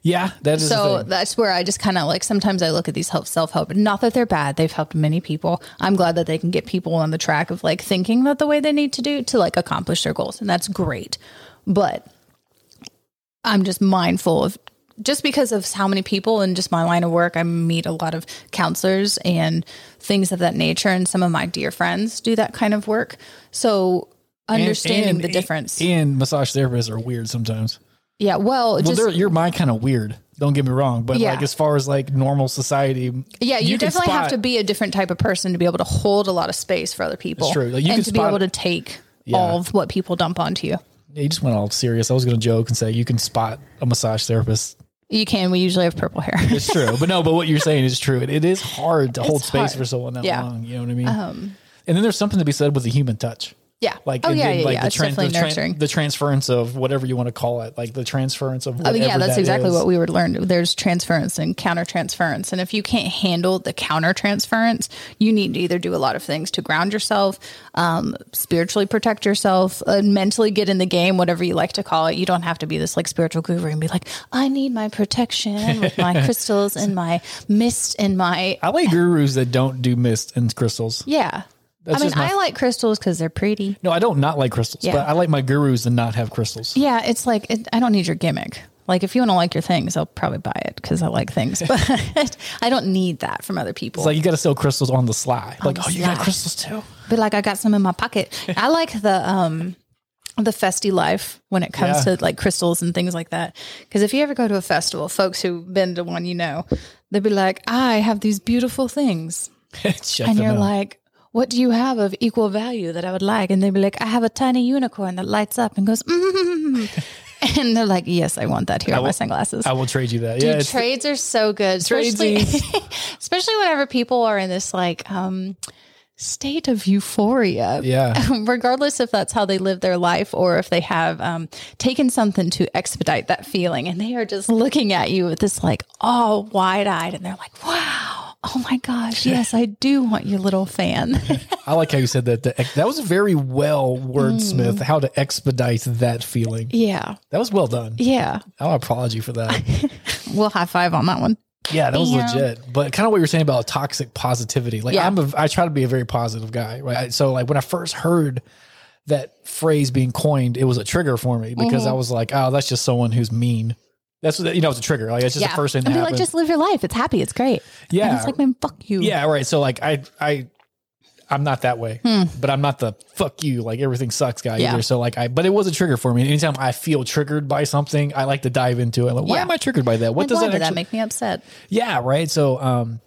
[SPEAKER 1] Yeah, that is.
[SPEAKER 2] So
[SPEAKER 1] So
[SPEAKER 2] that's where I just kind of like sometimes I look at these help self help. Not that they're bad; they've helped many people. I'm glad that they can get people on the track of like thinking that the way they need to do to like accomplish their goals, and that's great. But I'm just mindful of just because of how many people in just my line of work, I meet a lot of counselors and things of that nature, and some of my dear friends do that kind of work. So understanding the difference,
[SPEAKER 1] And massage therapists are weird sometimes.
[SPEAKER 2] yeah. Well,
[SPEAKER 1] Well,
[SPEAKER 2] just
[SPEAKER 1] they're your mind kind of weird. Don't get me wrong, but
[SPEAKER 2] Yeah.
[SPEAKER 1] like as far as like normal society,
[SPEAKER 2] Yeah, you,
[SPEAKER 1] can
[SPEAKER 2] definitely have
[SPEAKER 1] spot-
[SPEAKER 2] to be a different type of person to be able to hold a lot of space for other people.
[SPEAKER 1] It's true. Like, you can
[SPEAKER 2] and to be
[SPEAKER 1] spot-
[SPEAKER 2] able to take
[SPEAKER 1] Yeah.
[SPEAKER 2] all of what people dump onto you.
[SPEAKER 1] Yeah, you just went all serious. I was going to joke and say you can spot a massage therapist
[SPEAKER 2] You can. We usually have purple hair.
[SPEAKER 1] It's true. But no, but what you're saying is true. It, it is hard to hold space
[SPEAKER 2] hard.
[SPEAKER 1] for someone that
[SPEAKER 2] Yeah.
[SPEAKER 1] long. You know what I mean?
[SPEAKER 2] Um,
[SPEAKER 1] and then there's something to be said with the human touch.
[SPEAKER 2] yeah.
[SPEAKER 1] Like,
[SPEAKER 2] oh
[SPEAKER 1] and
[SPEAKER 2] yeah,
[SPEAKER 1] then,
[SPEAKER 2] yeah,
[SPEAKER 1] like
[SPEAKER 2] yeah.
[SPEAKER 1] The,
[SPEAKER 2] it's
[SPEAKER 1] tran-
[SPEAKER 2] definitely
[SPEAKER 1] the, tran-
[SPEAKER 2] nurturing.
[SPEAKER 1] the transference of whatever you want to call it, like the transference of
[SPEAKER 2] I
[SPEAKER 1] whatever
[SPEAKER 2] mean, Oh, yeah, that's
[SPEAKER 1] that
[SPEAKER 2] exactly
[SPEAKER 1] is.
[SPEAKER 2] what we were learned. There's transference and counter transference. And if you can't handle the counter transference, you need to either do a lot of things to ground yourself, um, spiritually protect yourself, uh, mentally get in the game, whatever you like to call it. You don't have to be this like spiritual guru and be like, I need my protection with my crystals and my mist and my.
[SPEAKER 1] I like gurus that don't do mist and crystals.
[SPEAKER 2] Yeah.
[SPEAKER 1] That's
[SPEAKER 2] I mean,
[SPEAKER 1] just my-
[SPEAKER 2] I like crystals because they're pretty.
[SPEAKER 1] No, I don't not like crystals,
[SPEAKER 2] Yeah.
[SPEAKER 1] but I like my gurus to not have crystals.
[SPEAKER 2] Yeah, it's like it, I don't need your gimmick. Like if you want to like your things, I'll probably buy it because I like things. But I don't need that from other people.
[SPEAKER 1] It's like you got to sell crystals on the sly. like,
[SPEAKER 2] the
[SPEAKER 1] oh, you got
[SPEAKER 2] sly.
[SPEAKER 1] crystals too.
[SPEAKER 2] but like I got some in my pocket. I like the um the festy life when it comes
[SPEAKER 1] Yeah.
[SPEAKER 2] to like crystals and things like that. Because if you ever go to a festival, folks who've been to one, you know, they'd be like, "I have these beautiful things,"
[SPEAKER 1] Shut
[SPEAKER 2] and
[SPEAKER 1] them
[SPEAKER 2] you're
[SPEAKER 1] up.
[SPEAKER 2] like. What do you have of equal value that I would like? And they'd be like, I have a tiny unicorn that lights up and goes, mm and they're like, Yes, I want that. Here are my sunglasses.
[SPEAKER 1] I will trade you that.
[SPEAKER 2] Dude,
[SPEAKER 1] yeah, it's-
[SPEAKER 2] trades are so good, especially especially whenever people are in this like um state of euphoria.
[SPEAKER 1] yeah.
[SPEAKER 2] Regardless if that's how they live their life or if they have um, taken something to expedite that feeling, and they are just looking at you with this like all wide eyed, and they're like, "Wow, oh my gosh, yes, I do want your little fan."
[SPEAKER 1] I like how you said that. The ex- that was very well wordsmith.
[SPEAKER 2] Mm.
[SPEAKER 1] How to expedite that feeling.
[SPEAKER 2] yeah,
[SPEAKER 1] That was well done.
[SPEAKER 2] yeah.
[SPEAKER 1] I'll apology for that.
[SPEAKER 2] We'll high five on that one.
[SPEAKER 1] Yeah, that was
[SPEAKER 2] Bam.
[SPEAKER 1] legit. But kind of what you were saying about toxic positivity. Like
[SPEAKER 2] Yeah.
[SPEAKER 1] I'm a, I try to be a very positive guy, right? So like when I first heard that phrase being coined, it was a trigger for me because
[SPEAKER 2] Mm-hmm.
[SPEAKER 1] I was like, oh, that's just someone who's mean. That's what, you know, it's a trigger. Like it's just
[SPEAKER 2] yeah,
[SPEAKER 1] the first thing that
[SPEAKER 2] and be
[SPEAKER 1] happened.
[SPEAKER 2] like, just live your life. It's happy. It's great.
[SPEAKER 1] yeah,
[SPEAKER 2] and it's like, man, fuck you.
[SPEAKER 1] yeah, right. So like I I I'm not that way, but I'm not the fuck you like everything sucks guy
[SPEAKER 2] Hmm. Yeah.
[SPEAKER 1] either. So like I, but it was a trigger for me. And anytime I feel triggered by something, I like to dive into it. Like, why
[SPEAKER 2] Yeah.
[SPEAKER 1] am I triggered by that? What
[SPEAKER 2] Like,
[SPEAKER 1] does
[SPEAKER 2] why
[SPEAKER 1] that
[SPEAKER 2] did
[SPEAKER 1] actually
[SPEAKER 2] that make me upset?
[SPEAKER 1] yeah, right. So, um,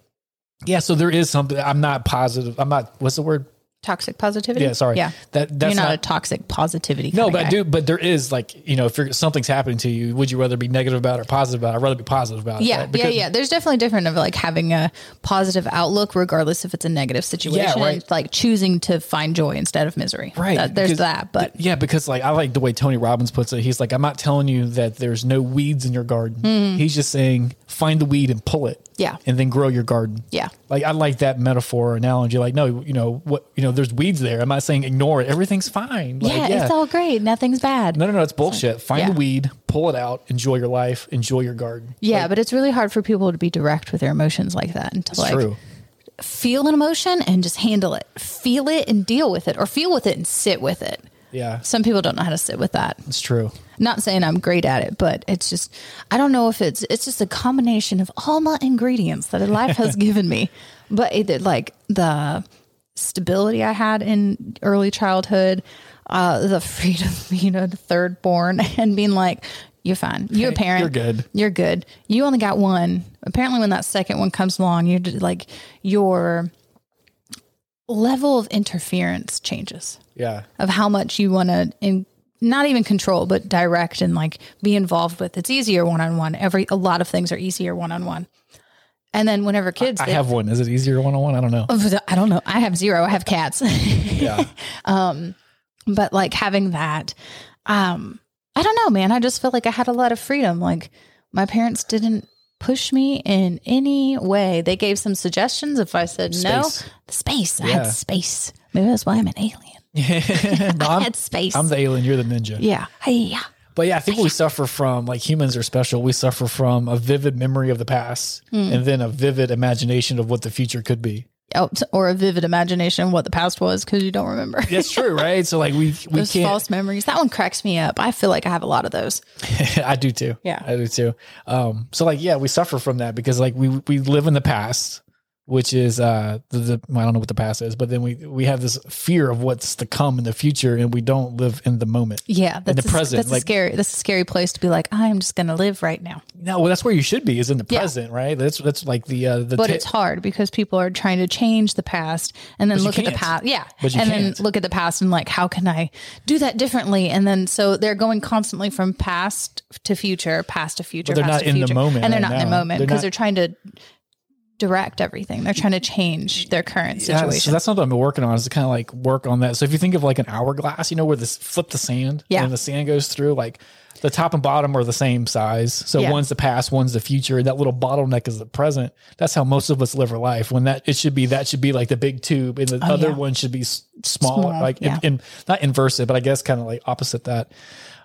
[SPEAKER 1] yeah, so there is something. I'm not positive. I'm not. What's the word?
[SPEAKER 2] toxic positivity.
[SPEAKER 1] Yeah, sorry.
[SPEAKER 2] Yeah.
[SPEAKER 1] that that's
[SPEAKER 2] you're not,
[SPEAKER 1] not.
[SPEAKER 2] a toxic positivity.
[SPEAKER 1] no,
[SPEAKER 2] kinda
[SPEAKER 1] but
[SPEAKER 2] guy.
[SPEAKER 1] I do. But there is like you know, if you're, something's happening to you, would you rather be negative about it or positive about it? I'd rather be positive about it.
[SPEAKER 2] Yeah,
[SPEAKER 1] right?
[SPEAKER 2] yeah,
[SPEAKER 1] Because-
[SPEAKER 2] yeah. There's definitely different of like having a positive outlook, regardless if it's a negative situation.
[SPEAKER 1] Yeah, right.
[SPEAKER 2] and, like choosing to find joy instead of misery.
[SPEAKER 1] Right.
[SPEAKER 2] That- there's
[SPEAKER 1] because-
[SPEAKER 2] that, but
[SPEAKER 1] yeah, because like I like the way Tony Robbins puts it. He's like, I'm not telling you that there's no weeds in your garden. He's just saying find the weed and pull it.
[SPEAKER 2] Mm-hmm. Yeah.
[SPEAKER 1] And then grow your garden.
[SPEAKER 2] Yeah.
[SPEAKER 1] Like I like that metaphor or analogy. Like, no, you know, what you know, there's weeds there. I'm not saying ignore it. Everything's fine. Like,
[SPEAKER 2] yeah, it's all great. Nothing's bad.
[SPEAKER 1] No, no, no. It's bullshit. Find
[SPEAKER 2] yeah.
[SPEAKER 1] the weed, pull it out, enjoy your life, enjoy your garden.
[SPEAKER 2] yeah, but it's really hard for people to be direct with their emotions like that and to like
[SPEAKER 1] True.
[SPEAKER 2] feel an emotion and just handle it, feel it and deal with it, or feel with it and sit with it.
[SPEAKER 1] Yeah,
[SPEAKER 2] Some people don't know how to sit with that.
[SPEAKER 1] it's true.
[SPEAKER 2] not saying I'm great at it, but it's just I don't know if it's it's just a combination of all my ingredients that life has given me. But either like the stability I had in early childhood, uh, the freedom, you know, the third born, and being like, "You're fine. You're a parent.
[SPEAKER 1] you're good.
[SPEAKER 2] You're good. You only got one." Apparently, when that second one comes along, you're just like your level of interference changes
[SPEAKER 1] Yeah,
[SPEAKER 2] of how much you want to in not even control but direct and like be involved with it's easier one-on-one every a lot of things are easier one-on-one and then whenever kids
[SPEAKER 1] I
[SPEAKER 2] they-
[SPEAKER 1] have one. Is it easier one on one? I don't know.
[SPEAKER 2] i don't know i have zero i have cats
[SPEAKER 1] Yeah,
[SPEAKER 2] but like having that um i don't know man i just felt like i had a lot of freedom like my parents didn't push me in any way they gave some suggestions if i said no
[SPEAKER 1] Space.
[SPEAKER 2] space i
[SPEAKER 1] Yeah.
[SPEAKER 2] had space maybe that's why i'm an alien
[SPEAKER 1] No,
[SPEAKER 2] i
[SPEAKER 1] I'm,
[SPEAKER 2] had space
[SPEAKER 1] I'm the alien. You're the ninja.
[SPEAKER 2] yeah yeah
[SPEAKER 1] But yeah, I think we suffer from like humans are special. We suffer from a vivid memory of the past
[SPEAKER 2] Hmm.
[SPEAKER 1] and then a vivid imagination of what the future could be.
[SPEAKER 2] oh, t- or a vivid imagination of what the past was because you don't remember.
[SPEAKER 1] That's true, right? So like we we
[SPEAKER 2] Those
[SPEAKER 1] can't.
[SPEAKER 2] false memories. That one cracks me up. I feel like I have a lot of those.
[SPEAKER 1] I do too.
[SPEAKER 2] Yeah.
[SPEAKER 1] I do too. Um, so like, yeah, we suffer from that because like we we live in the past, which is uh the, the I don't know what the past is, but then we we have this fear of what's to come in the future, and we don't live in the moment.
[SPEAKER 2] Yeah, that's
[SPEAKER 1] the
[SPEAKER 2] a-
[SPEAKER 1] present,
[SPEAKER 2] That's
[SPEAKER 1] like-
[SPEAKER 2] a scary. That's a scary place to be like, I'm just going to live right now.
[SPEAKER 1] No, well, that's where you should be is in the
[SPEAKER 2] Yeah.
[SPEAKER 1] present, right? That's that's like the uh, the
[SPEAKER 2] But
[SPEAKER 1] ta-
[SPEAKER 2] it's hard because people are trying to change the past and then
[SPEAKER 1] But you
[SPEAKER 2] look at the
[SPEAKER 1] can't.
[SPEAKER 2] past. Yeah.
[SPEAKER 1] But you
[SPEAKER 2] and
[SPEAKER 1] can't.
[SPEAKER 2] then look at the past and like, how can I do that differently? And then so they're going constantly from past to future, past to future.
[SPEAKER 1] But they're
[SPEAKER 2] past
[SPEAKER 1] not
[SPEAKER 2] to
[SPEAKER 1] in the
[SPEAKER 2] future.
[SPEAKER 1] moment
[SPEAKER 2] And they're
[SPEAKER 1] right
[SPEAKER 2] not in the
[SPEAKER 1] now.
[SPEAKER 2] moment
[SPEAKER 1] They're
[SPEAKER 2] because
[SPEAKER 1] not-
[SPEAKER 2] they're trying to direct everything. They're trying to change their current
[SPEAKER 1] Yeah,
[SPEAKER 2] situation.
[SPEAKER 1] so that's not what I'm working on. Is to kind of like work on that. So if you think of like an hourglass, you know where this flip the sand,
[SPEAKER 2] Yeah.
[SPEAKER 1] and the sand goes through like the top and bottom are the same size. So
[SPEAKER 2] Yeah.
[SPEAKER 1] one's the past, one's the future, and that little bottleneck is the present. That's how most of us live our life. When that it should be that should be like the big tube, and the other
[SPEAKER 2] Oh, yeah.
[SPEAKER 1] one should be s- smaller,
[SPEAKER 2] Small,
[SPEAKER 1] like
[SPEAKER 2] yeah.
[SPEAKER 1] in, in, not inverted, but I guess kind of like opposite that.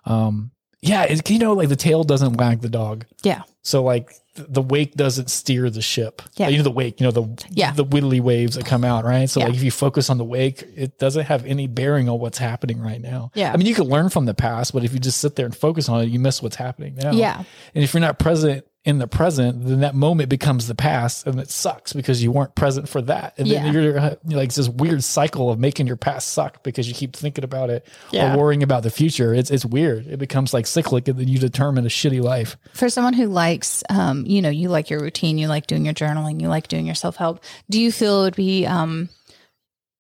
[SPEAKER 1] Um, yeah, it, you know, like the tail doesn't wag the dog.
[SPEAKER 2] yeah.
[SPEAKER 1] So like th- the wake doesn't steer the ship.
[SPEAKER 2] Yeah.
[SPEAKER 1] You know the wake, you know the
[SPEAKER 2] Yeah.
[SPEAKER 1] the widdly waves that come out, right? So
[SPEAKER 2] Yeah.
[SPEAKER 1] like if you focus on the wake, it doesn't have any bearing on what's happening right now.
[SPEAKER 2] Yeah.
[SPEAKER 1] I mean you can learn from the past, but if you just sit there and focus on it, you miss what's happening now.
[SPEAKER 2] Yeah.
[SPEAKER 1] And if you're not present in the present, then that moment becomes the past and it sucks because you weren't present for that. And
[SPEAKER 2] Yeah.
[SPEAKER 1] then you're uh, you're like it's this weird cycle of making your past suck because you keep thinking about it
[SPEAKER 2] Yeah.
[SPEAKER 1] or worrying about the future. It's it's weird. It becomes like cyclic and then you determine a shitty life.
[SPEAKER 2] for someone who likes um, you know you like your routine you like doing your journaling you like doing your self-help do you feel it would be um,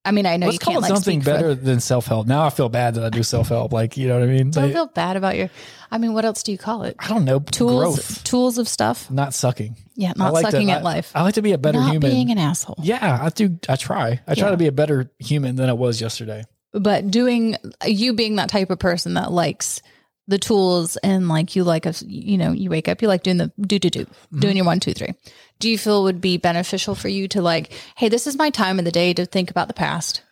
[SPEAKER 2] i mean i know
[SPEAKER 1] Let's
[SPEAKER 2] you can't
[SPEAKER 1] call it
[SPEAKER 2] like
[SPEAKER 1] something
[SPEAKER 2] speak for-
[SPEAKER 1] better than self help. Now I feel bad that I do self help. Like you know what I mean?
[SPEAKER 2] don't
[SPEAKER 1] Like,
[SPEAKER 2] feel bad about your i mean what else do you call it
[SPEAKER 1] I don't know.
[SPEAKER 2] tools
[SPEAKER 1] Growth,
[SPEAKER 2] tools of stuff
[SPEAKER 1] not sucking.
[SPEAKER 2] yeah
[SPEAKER 1] I
[SPEAKER 2] not
[SPEAKER 1] like to-
[SPEAKER 2] sucking
[SPEAKER 1] I-
[SPEAKER 2] at life
[SPEAKER 1] I like to be a better
[SPEAKER 2] not
[SPEAKER 1] human.
[SPEAKER 2] being an asshole
[SPEAKER 1] yeah, I do. I try. I try
[SPEAKER 2] Yeah.
[SPEAKER 1] to be a better human than I was yesterday.
[SPEAKER 2] but doing you being that type of person that likes the tools and like you like a you know you wake up you like doing the do do do
[SPEAKER 1] Mm-hmm.
[SPEAKER 2] doing your one two three do you feel would be beneficial for you to like hey this is my time of the day to think about the past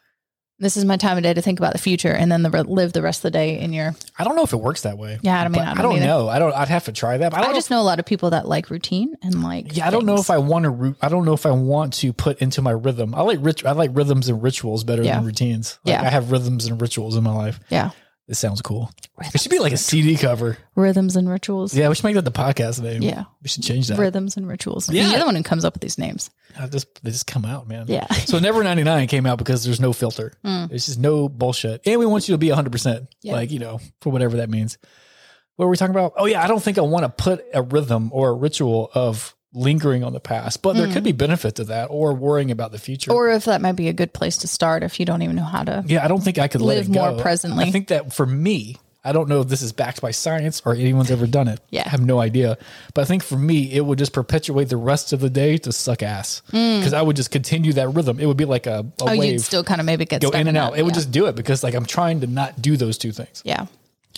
[SPEAKER 2] this is my time of day to think about the future and then the re- live the rest of the day in your
[SPEAKER 1] I don't know if it works that way.
[SPEAKER 2] Yeah, I mean,
[SPEAKER 1] But
[SPEAKER 2] I
[SPEAKER 1] I
[SPEAKER 2] don't
[SPEAKER 1] don't,
[SPEAKER 2] either.
[SPEAKER 1] know. I don't. I'd have to try that. But I
[SPEAKER 2] i,
[SPEAKER 1] don't know
[SPEAKER 2] just know a lot of people that like routine and like
[SPEAKER 1] Yeah, I don't know
[SPEAKER 2] things.
[SPEAKER 1] if I want to. Root, I don't know if I want to put into my rhythm. I like rit- I like rhythms and rituals better
[SPEAKER 2] Yeah.
[SPEAKER 1] than routines. Like,
[SPEAKER 2] Yeah.
[SPEAKER 1] I have rhythms and rituals in my life.
[SPEAKER 2] yeah
[SPEAKER 1] It sounds cool. It should be like a CD cover.
[SPEAKER 2] rhythms and rituals
[SPEAKER 1] Yeah, we should make that the podcast name.
[SPEAKER 2] Yeah.
[SPEAKER 1] we should change that.
[SPEAKER 2] rhythms and rituals
[SPEAKER 1] Yeah.
[SPEAKER 2] you're the one who comes up with these names
[SPEAKER 1] I just they just come out, man.
[SPEAKER 2] Yeah. Mm.
[SPEAKER 1] So Never 99 came out because there's no filter. It's just no bullshit. And we want you to be 100%,
[SPEAKER 2] Yeah.
[SPEAKER 1] like, you know, for whatever that means. What were we talking about? Oh yeah, I don't think I want to put a rhythm or a ritual of lingering on the past, but there could be benefit to that or worrying about the future.
[SPEAKER 2] Mm. or if that might be a good place to start if you don't even know how to
[SPEAKER 1] yeah, I don't think I could let
[SPEAKER 2] Live
[SPEAKER 1] it go.
[SPEAKER 2] more presently.
[SPEAKER 1] I think that for me, I don't know if this is backed by science or anyone's ever done it.
[SPEAKER 2] Yeah.
[SPEAKER 1] I have no idea. But I think for me, it would just perpetuate the rest of the day to suck ass because I would just continue that rhythm. It would be like a, a
[SPEAKER 2] Mm. Oh,
[SPEAKER 1] wave.
[SPEAKER 2] you'd still kind of maybe get
[SPEAKER 1] go
[SPEAKER 2] stuck
[SPEAKER 1] in and out.
[SPEAKER 2] that,
[SPEAKER 1] It would
[SPEAKER 2] yeah.
[SPEAKER 1] just do it because like I'm trying to not do those two things.
[SPEAKER 2] yeah.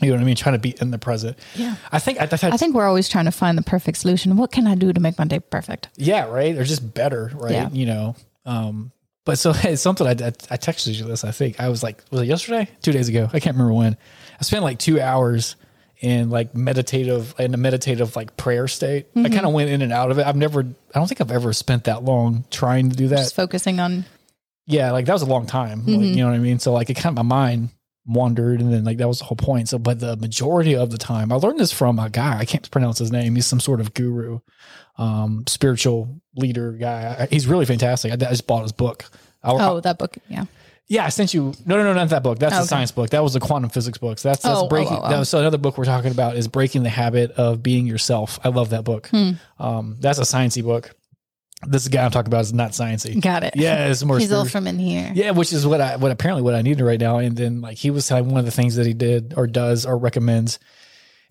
[SPEAKER 1] You know what I mean? Trying to be in the present. Yeah. I think I, I,
[SPEAKER 2] I think we're always trying to find the perfect solution. What can I do to make my day perfect?
[SPEAKER 1] yeah, right. Or just better, right?
[SPEAKER 2] Yeah.
[SPEAKER 1] You know. Um. But so it's something I, I I texted you this. I think I was like, was it yesterday? Two days ago? I can't remember when. I spent like two hours in like meditative in a meditative like prayer state. I kind of went in and out of it. I've never. I don't think I've ever spent that long trying to do that.
[SPEAKER 2] Just focusing on
[SPEAKER 1] yeah, like that was a long time.
[SPEAKER 2] Mm-hmm.
[SPEAKER 1] Like, you know what I mean? So like it kind of my mind wandered and then like that was the whole point. So but the majority of the time I learned this from a guy, I can't pronounce his name. He's some sort of guru, um, spiritual leader guy. I- He's really fantastic. I, I just bought his book. I,
[SPEAKER 2] oh that book, yeah,
[SPEAKER 1] yeah, I sent you. No, no, no, not that book. That's
[SPEAKER 2] Oh,
[SPEAKER 1] the
[SPEAKER 2] okay.
[SPEAKER 1] science book. That was the quantum physics book. So that's, that's
[SPEAKER 2] Oh, oh,
[SPEAKER 1] breaking.
[SPEAKER 2] oh, oh.
[SPEAKER 1] That was, so another book we're talking about is breaking the habit of being yourself. I love that book.
[SPEAKER 2] Hmm.
[SPEAKER 1] Um, that's a sciencey book. This guy I'm talking about is not sciencey.
[SPEAKER 2] got it.
[SPEAKER 1] Yeah, it's more
[SPEAKER 2] he's all
[SPEAKER 1] spiritual.
[SPEAKER 2] from in here.
[SPEAKER 1] Yeah, which is what I what apparently what I needed right now. And then like he was telling one of the things that he did or does or recommends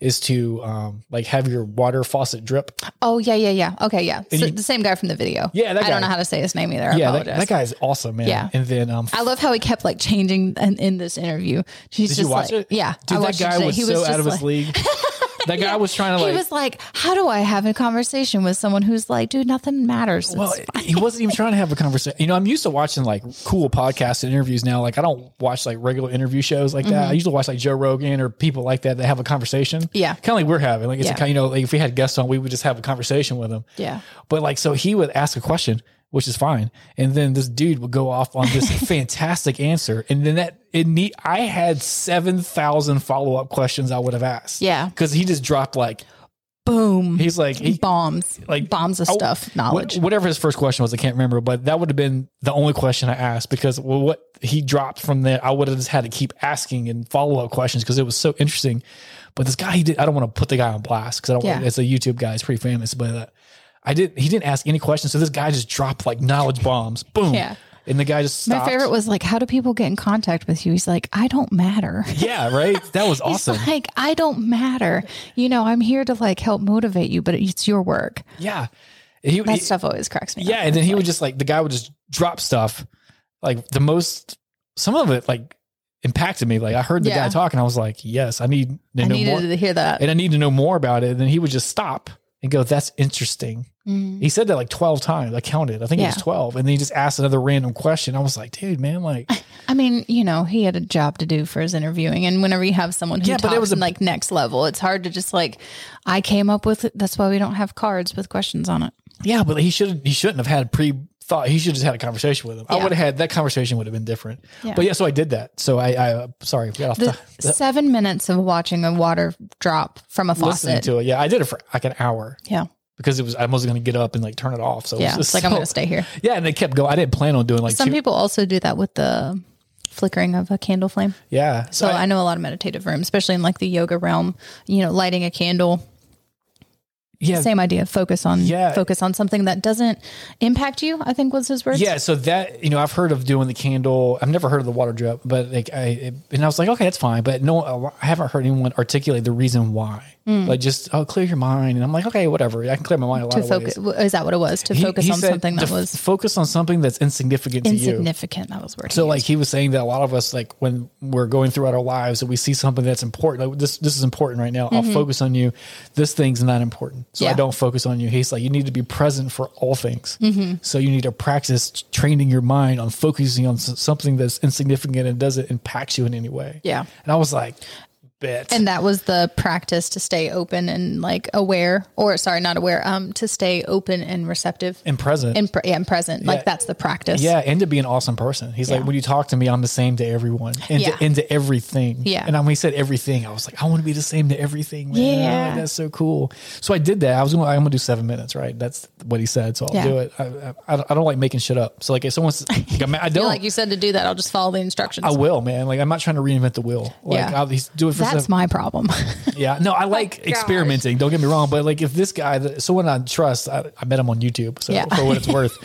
[SPEAKER 1] is to um like have your water faucet drip.
[SPEAKER 2] Oh yeah, yeah, yeah. Okay, yeah.
[SPEAKER 1] And
[SPEAKER 2] So
[SPEAKER 1] you-
[SPEAKER 2] the same guy from the video.
[SPEAKER 1] Yeah, that
[SPEAKER 2] I don't
[SPEAKER 1] guy.
[SPEAKER 2] know how to say his name either. I
[SPEAKER 1] yeah, that,
[SPEAKER 2] apologize.
[SPEAKER 1] that guy's awesome, man.
[SPEAKER 2] Yeah.
[SPEAKER 1] And then um
[SPEAKER 2] I love how he kept like changing in, in this interview. She's
[SPEAKER 1] did
[SPEAKER 2] just
[SPEAKER 1] you watch
[SPEAKER 2] like,
[SPEAKER 1] it?
[SPEAKER 2] Yeah,
[SPEAKER 1] Dude,
[SPEAKER 2] I
[SPEAKER 1] that
[SPEAKER 2] watched it
[SPEAKER 1] guy
[SPEAKER 2] today.
[SPEAKER 1] was
[SPEAKER 2] he
[SPEAKER 1] so
[SPEAKER 2] just
[SPEAKER 1] out of
[SPEAKER 2] like-
[SPEAKER 1] his league. that guy was trying to
[SPEAKER 2] He
[SPEAKER 1] like
[SPEAKER 2] was like, "How do I have a conversation with someone who's like, dude, nothing matters."
[SPEAKER 1] well,
[SPEAKER 2] It's-
[SPEAKER 1] he wasn't even trying to have a conversation. You know, I'm used to watching like cool podcasts and interviews now. Like, I don't watch like regular interview shows like
[SPEAKER 2] Mm-hmm.
[SPEAKER 1] that. I usually watch like Joe Rogan or people like that that have a conversation.
[SPEAKER 2] Yeah.
[SPEAKER 1] Kind of like we're having. Like, it's a
[SPEAKER 2] Yeah.
[SPEAKER 1] kind you know, like if we had guests on, we would just have a conversation with them.
[SPEAKER 2] Yeah.
[SPEAKER 1] But like, so he would ask a question, which is fine, and then this dude would go off on this fantastic answer, and then that it need I had seven thousand follow up questions I would have asked.
[SPEAKER 2] Yeah.
[SPEAKER 1] because he just dropped like
[SPEAKER 2] boom.
[SPEAKER 1] He's like he,
[SPEAKER 2] bombs,
[SPEAKER 1] like-
[SPEAKER 2] like bombs of
[SPEAKER 1] I-
[SPEAKER 2] stuff, knowledge.
[SPEAKER 1] Wh- whatever his first question was, I can't remember, but that would have been the only question I asked because well, what he dropped from there, I would have just had to keep asking and follow up questions because it was so interesting. But this guy, he did. I don't want to put the guy on blast because I don't.
[SPEAKER 2] Yeah.
[SPEAKER 1] Want, it's a YouTube guy. He's pretty famous, but uh, I did. He didn't ask any questions, so this guy just dropped like knowledge bombs. Boom.
[SPEAKER 2] Yeah.
[SPEAKER 1] And the guy just
[SPEAKER 2] My
[SPEAKER 1] stopped.
[SPEAKER 2] favorite was like, how do people get in contact with you? He's like, I don't matter.
[SPEAKER 1] yeah, right. That was awesome.
[SPEAKER 2] He's like, I don't matter. You know, I'm here to like help motivate you, but it's your work.
[SPEAKER 1] yeah. He,
[SPEAKER 2] That
[SPEAKER 1] he-
[SPEAKER 2] stuff always cracks me
[SPEAKER 1] Yeah,
[SPEAKER 2] up.
[SPEAKER 1] and then he would just like the guy would just drop stuff, like the most. Some of it like impacted me. Like I heard the guy
[SPEAKER 2] Yeah.
[SPEAKER 1] talk, and I was like, "Yes, I need to
[SPEAKER 2] I
[SPEAKER 1] know
[SPEAKER 2] needed
[SPEAKER 1] more,"
[SPEAKER 2] to hear that.
[SPEAKER 1] and I need to know more about it. And then he would just stop and go, "That's interesting."
[SPEAKER 2] Mhm.
[SPEAKER 1] He said that like twelve times. I counted. I think it was
[SPEAKER 2] Yeah.
[SPEAKER 1] twelve, and then he just asked another random question. I was like, "Dude, man, like,
[SPEAKER 2] I mean, you know, he had a job to do for his interviewing, and whenever you have someone who
[SPEAKER 1] Yeah, but it
[SPEAKER 2] talks
[SPEAKER 1] was a-
[SPEAKER 2] in like next level, it's hard to just like. I came up with it. That's why we don't have cards with questions on it.
[SPEAKER 1] yeah, but he should he shouldn't have had pre." Thought he should just had a conversation with him. I
[SPEAKER 2] Yeah.
[SPEAKER 1] would have had that conversation would have been different.
[SPEAKER 2] Yeah.
[SPEAKER 1] But yeah, so I did that. So I, I uh, sorry, got off
[SPEAKER 2] The
[SPEAKER 1] top-
[SPEAKER 2] seven minutes of watching a water drop from a
[SPEAKER 1] listening
[SPEAKER 2] faucet.
[SPEAKER 1] to it. Yeah, I did it for like an hour.
[SPEAKER 2] yeah,
[SPEAKER 1] because it was I wasn't going to get up and like turn it off. So it was
[SPEAKER 2] yeah.
[SPEAKER 1] just
[SPEAKER 2] It's like I'm
[SPEAKER 1] so-
[SPEAKER 2] gonna stay here.
[SPEAKER 1] Yeah, and they kept going. I didn't plan on doing like
[SPEAKER 2] Some
[SPEAKER 1] two,
[SPEAKER 2] people also do that with the flickering of a candle flame.
[SPEAKER 1] yeah.
[SPEAKER 2] So I, know a lot of meditative rooms, especially in like the yoga realm. You know, lighting a candle,
[SPEAKER 1] yeah
[SPEAKER 2] same idea. Focus on
[SPEAKER 1] Yeah.
[SPEAKER 2] focus on something that doesn't impact you. I think was his words.
[SPEAKER 1] yeah. So that you know I've heard of doing the candle. I've never heard of the water drip, but like I it, and I was like okay that's fine, but no uh, I haven't heard anyone articulate the reason why. Like just oh clear your mind, and I'm like okay whatever I can clear my mind a lot
[SPEAKER 2] Hmm. to
[SPEAKER 1] of
[SPEAKER 2] focus.
[SPEAKER 1] ways.
[SPEAKER 2] Is that what it was? To
[SPEAKER 1] He-
[SPEAKER 2] focus
[SPEAKER 1] he
[SPEAKER 2] on
[SPEAKER 1] said
[SPEAKER 2] something
[SPEAKER 1] to
[SPEAKER 2] that
[SPEAKER 1] f-
[SPEAKER 2] was
[SPEAKER 1] focus on something that's insignificant to you.
[SPEAKER 2] insignificant. That was word.
[SPEAKER 1] So
[SPEAKER 2] he
[SPEAKER 1] like
[SPEAKER 2] used.
[SPEAKER 1] he was saying that a lot of us like when we're going throughout our lives that we see something that's important like this this is important right now I'll focus on you this thing's not important so I
[SPEAKER 2] Mm-hmm. Yeah.
[SPEAKER 1] don't focus on you he's like you need to be present for all things
[SPEAKER 2] Mm-hmm.
[SPEAKER 1] so you need to practice training your mind on focusing on s- something that's insignificant and doesn't impact you in any way
[SPEAKER 2] Yeah.
[SPEAKER 1] and I was like bet
[SPEAKER 2] and that was the practice to stay open and like aware, or sorry, not aware. Um, to stay open and receptive
[SPEAKER 1] and present
[SPEAKER 2] and, pre- yeah, and present.
[SPEAKER 1] Yeah.
[SPEAKER 2] Like that's the practice.
[SPEAKER 1] yeah, and to be an awesome person. He's like,
[SPEAKER 2] Yeah.
[SPEAKER 1] when you talk to me, I'm the same to everyone and
[SPEAKER 2] Yeah.
[SPEAKER 1] to, and to everything.
[SPEAKER 2] Yeah.
[SPEAKER 1] And I- when he said everything, I was like, I want to be the same to everything. Man.
[SPEAKER 2] Yeah.
[SPEAKER 1] Like, that's so cool. So I did that. I was going. to I'm going to do seven minutes, right? That's what he said. So I'll
[SPEAKER 2] Yeah.
[SPEAKER 1] do it. I, I, I don't- I don't like making shit up. So like, if someone's, like, I'm- I
[SPEAKER 2] Feel
[SPEAKER 1] don't.
[SPEAKER 2] Like you said to do that, I'll just follow the instructions.
[SPEAKER 1] I will, man. Like I'm not trying to reinvent the wheel. Like
[SPEAKER 2] Yeah.
[SPEAKER 1] I'll he's do it for
[SPEAKER 2] that's
[SPEAKER 1] seven-
[SPEAKER 2] my problem.
[SPEAKER 1] yeah. No, I
[SPEAKER 2] Oh,
[SPEAKER 1] like experimenting. Don't get me wrong, but like if this guy, that- someone I trust, I, I met him on YouTube, so
[SPEAKER 2] Yeah.
[SPEAKER 1] for what it's worth,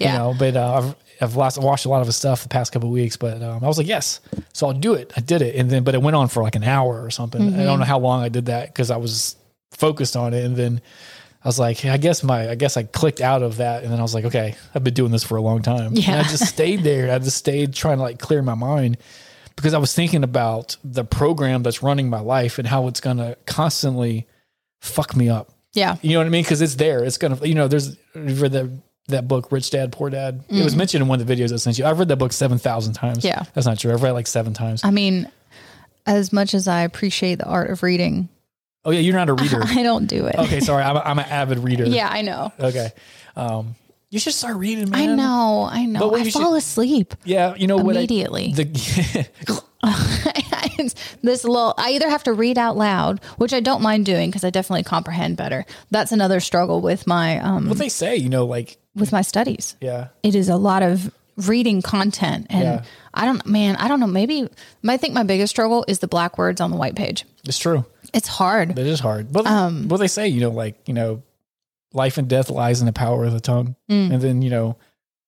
[SPEAKER 2] Yeah.
[SPEAKER 1] you know. But uh, I've I've lost, watched a lot of his stuff the past couple of weeks, but um, I was like, yes, so I'll do it. I did it, and then but it went on for like an hour or something. I
[SPEAKER 2] Mm-hmm.
[SPEAKER 1] don't know how long I did that because I was focused on it, and then. I was like, I guess my, I guess I clicked out of that, and then I was like, okay, I've been doing this for a long time.
[SPEAKER 2] Yeah.
[SPEAKER 1] And I just stayed there. I just stayed trying to like clear my mind because I was thinking about the program that's running my life and how it's going to constantly fuck me up.
[SPEAKER 2] yeah.
[SPEAKER 1] You know what I mean? Because it's there. It's going to, you know, there's, you've read that, that book, Rich Dad, Poor Dad. It was mentioned in one of the videos I sent you. I've read that book 7,000 times.
[SPEAKER 2] Mm-hmm. Yeah. Uh,
[SPEAKER 1] That's not true. I've read it like seven times.
[SPEAKER 2] I mean, as much as I appreciate the art of reading,
[SPEAKER 1] oh, yeah. You're not a reader.
[SPEAKER 2] I don't do it.
[SPEAKER 1] okay. Sorry. I'm, a, I'm an avid reader.
[SPEAKER 2] Yeah, I know.
[SPEAKER 1] Okay. Um, you should start reading,
[SPEAKER 2] I
[SPEAKER 1] man.
[SPEAKER 2] know. I know.
[SPEAKER 1] Um, But what
[SPEAKER 2] I
[SPEAKER 1] you should-
[SPEAKER 2] fall asleep.
[SPEAKER 1] Yeah. You know what? I-
[SPEAKER 2] Immediately.
[SPEAKER 1] the,
[SPEAKER 2] It's this little i either have to read out loud which i don't mind doing because i definitely comprehend better that's another struggle with my um
[SPEAKER 1] what they say, you know, like,
[SPEAKER 2] with my studies
[SPEAKER 1] yeah.
[SPEAKER 2] it is a lot of reading content and
[SPEAKER 1] Yeah.
[SPEAKER 2] i don't man i don't know maybe i think my biggest struggle is the black words on the white page
[SPEAKER 1] It's true.
[SPEAKER 2] it's hard
[SPEAKER 1] That is hard. But
[SPEAKER 2] Um,
[SPEAKER 1] well, they say you know, like you know, life and death lies in the power of the tongue,
[SPEAKER 2] Mm.
[SPEAKER 1] and then you know,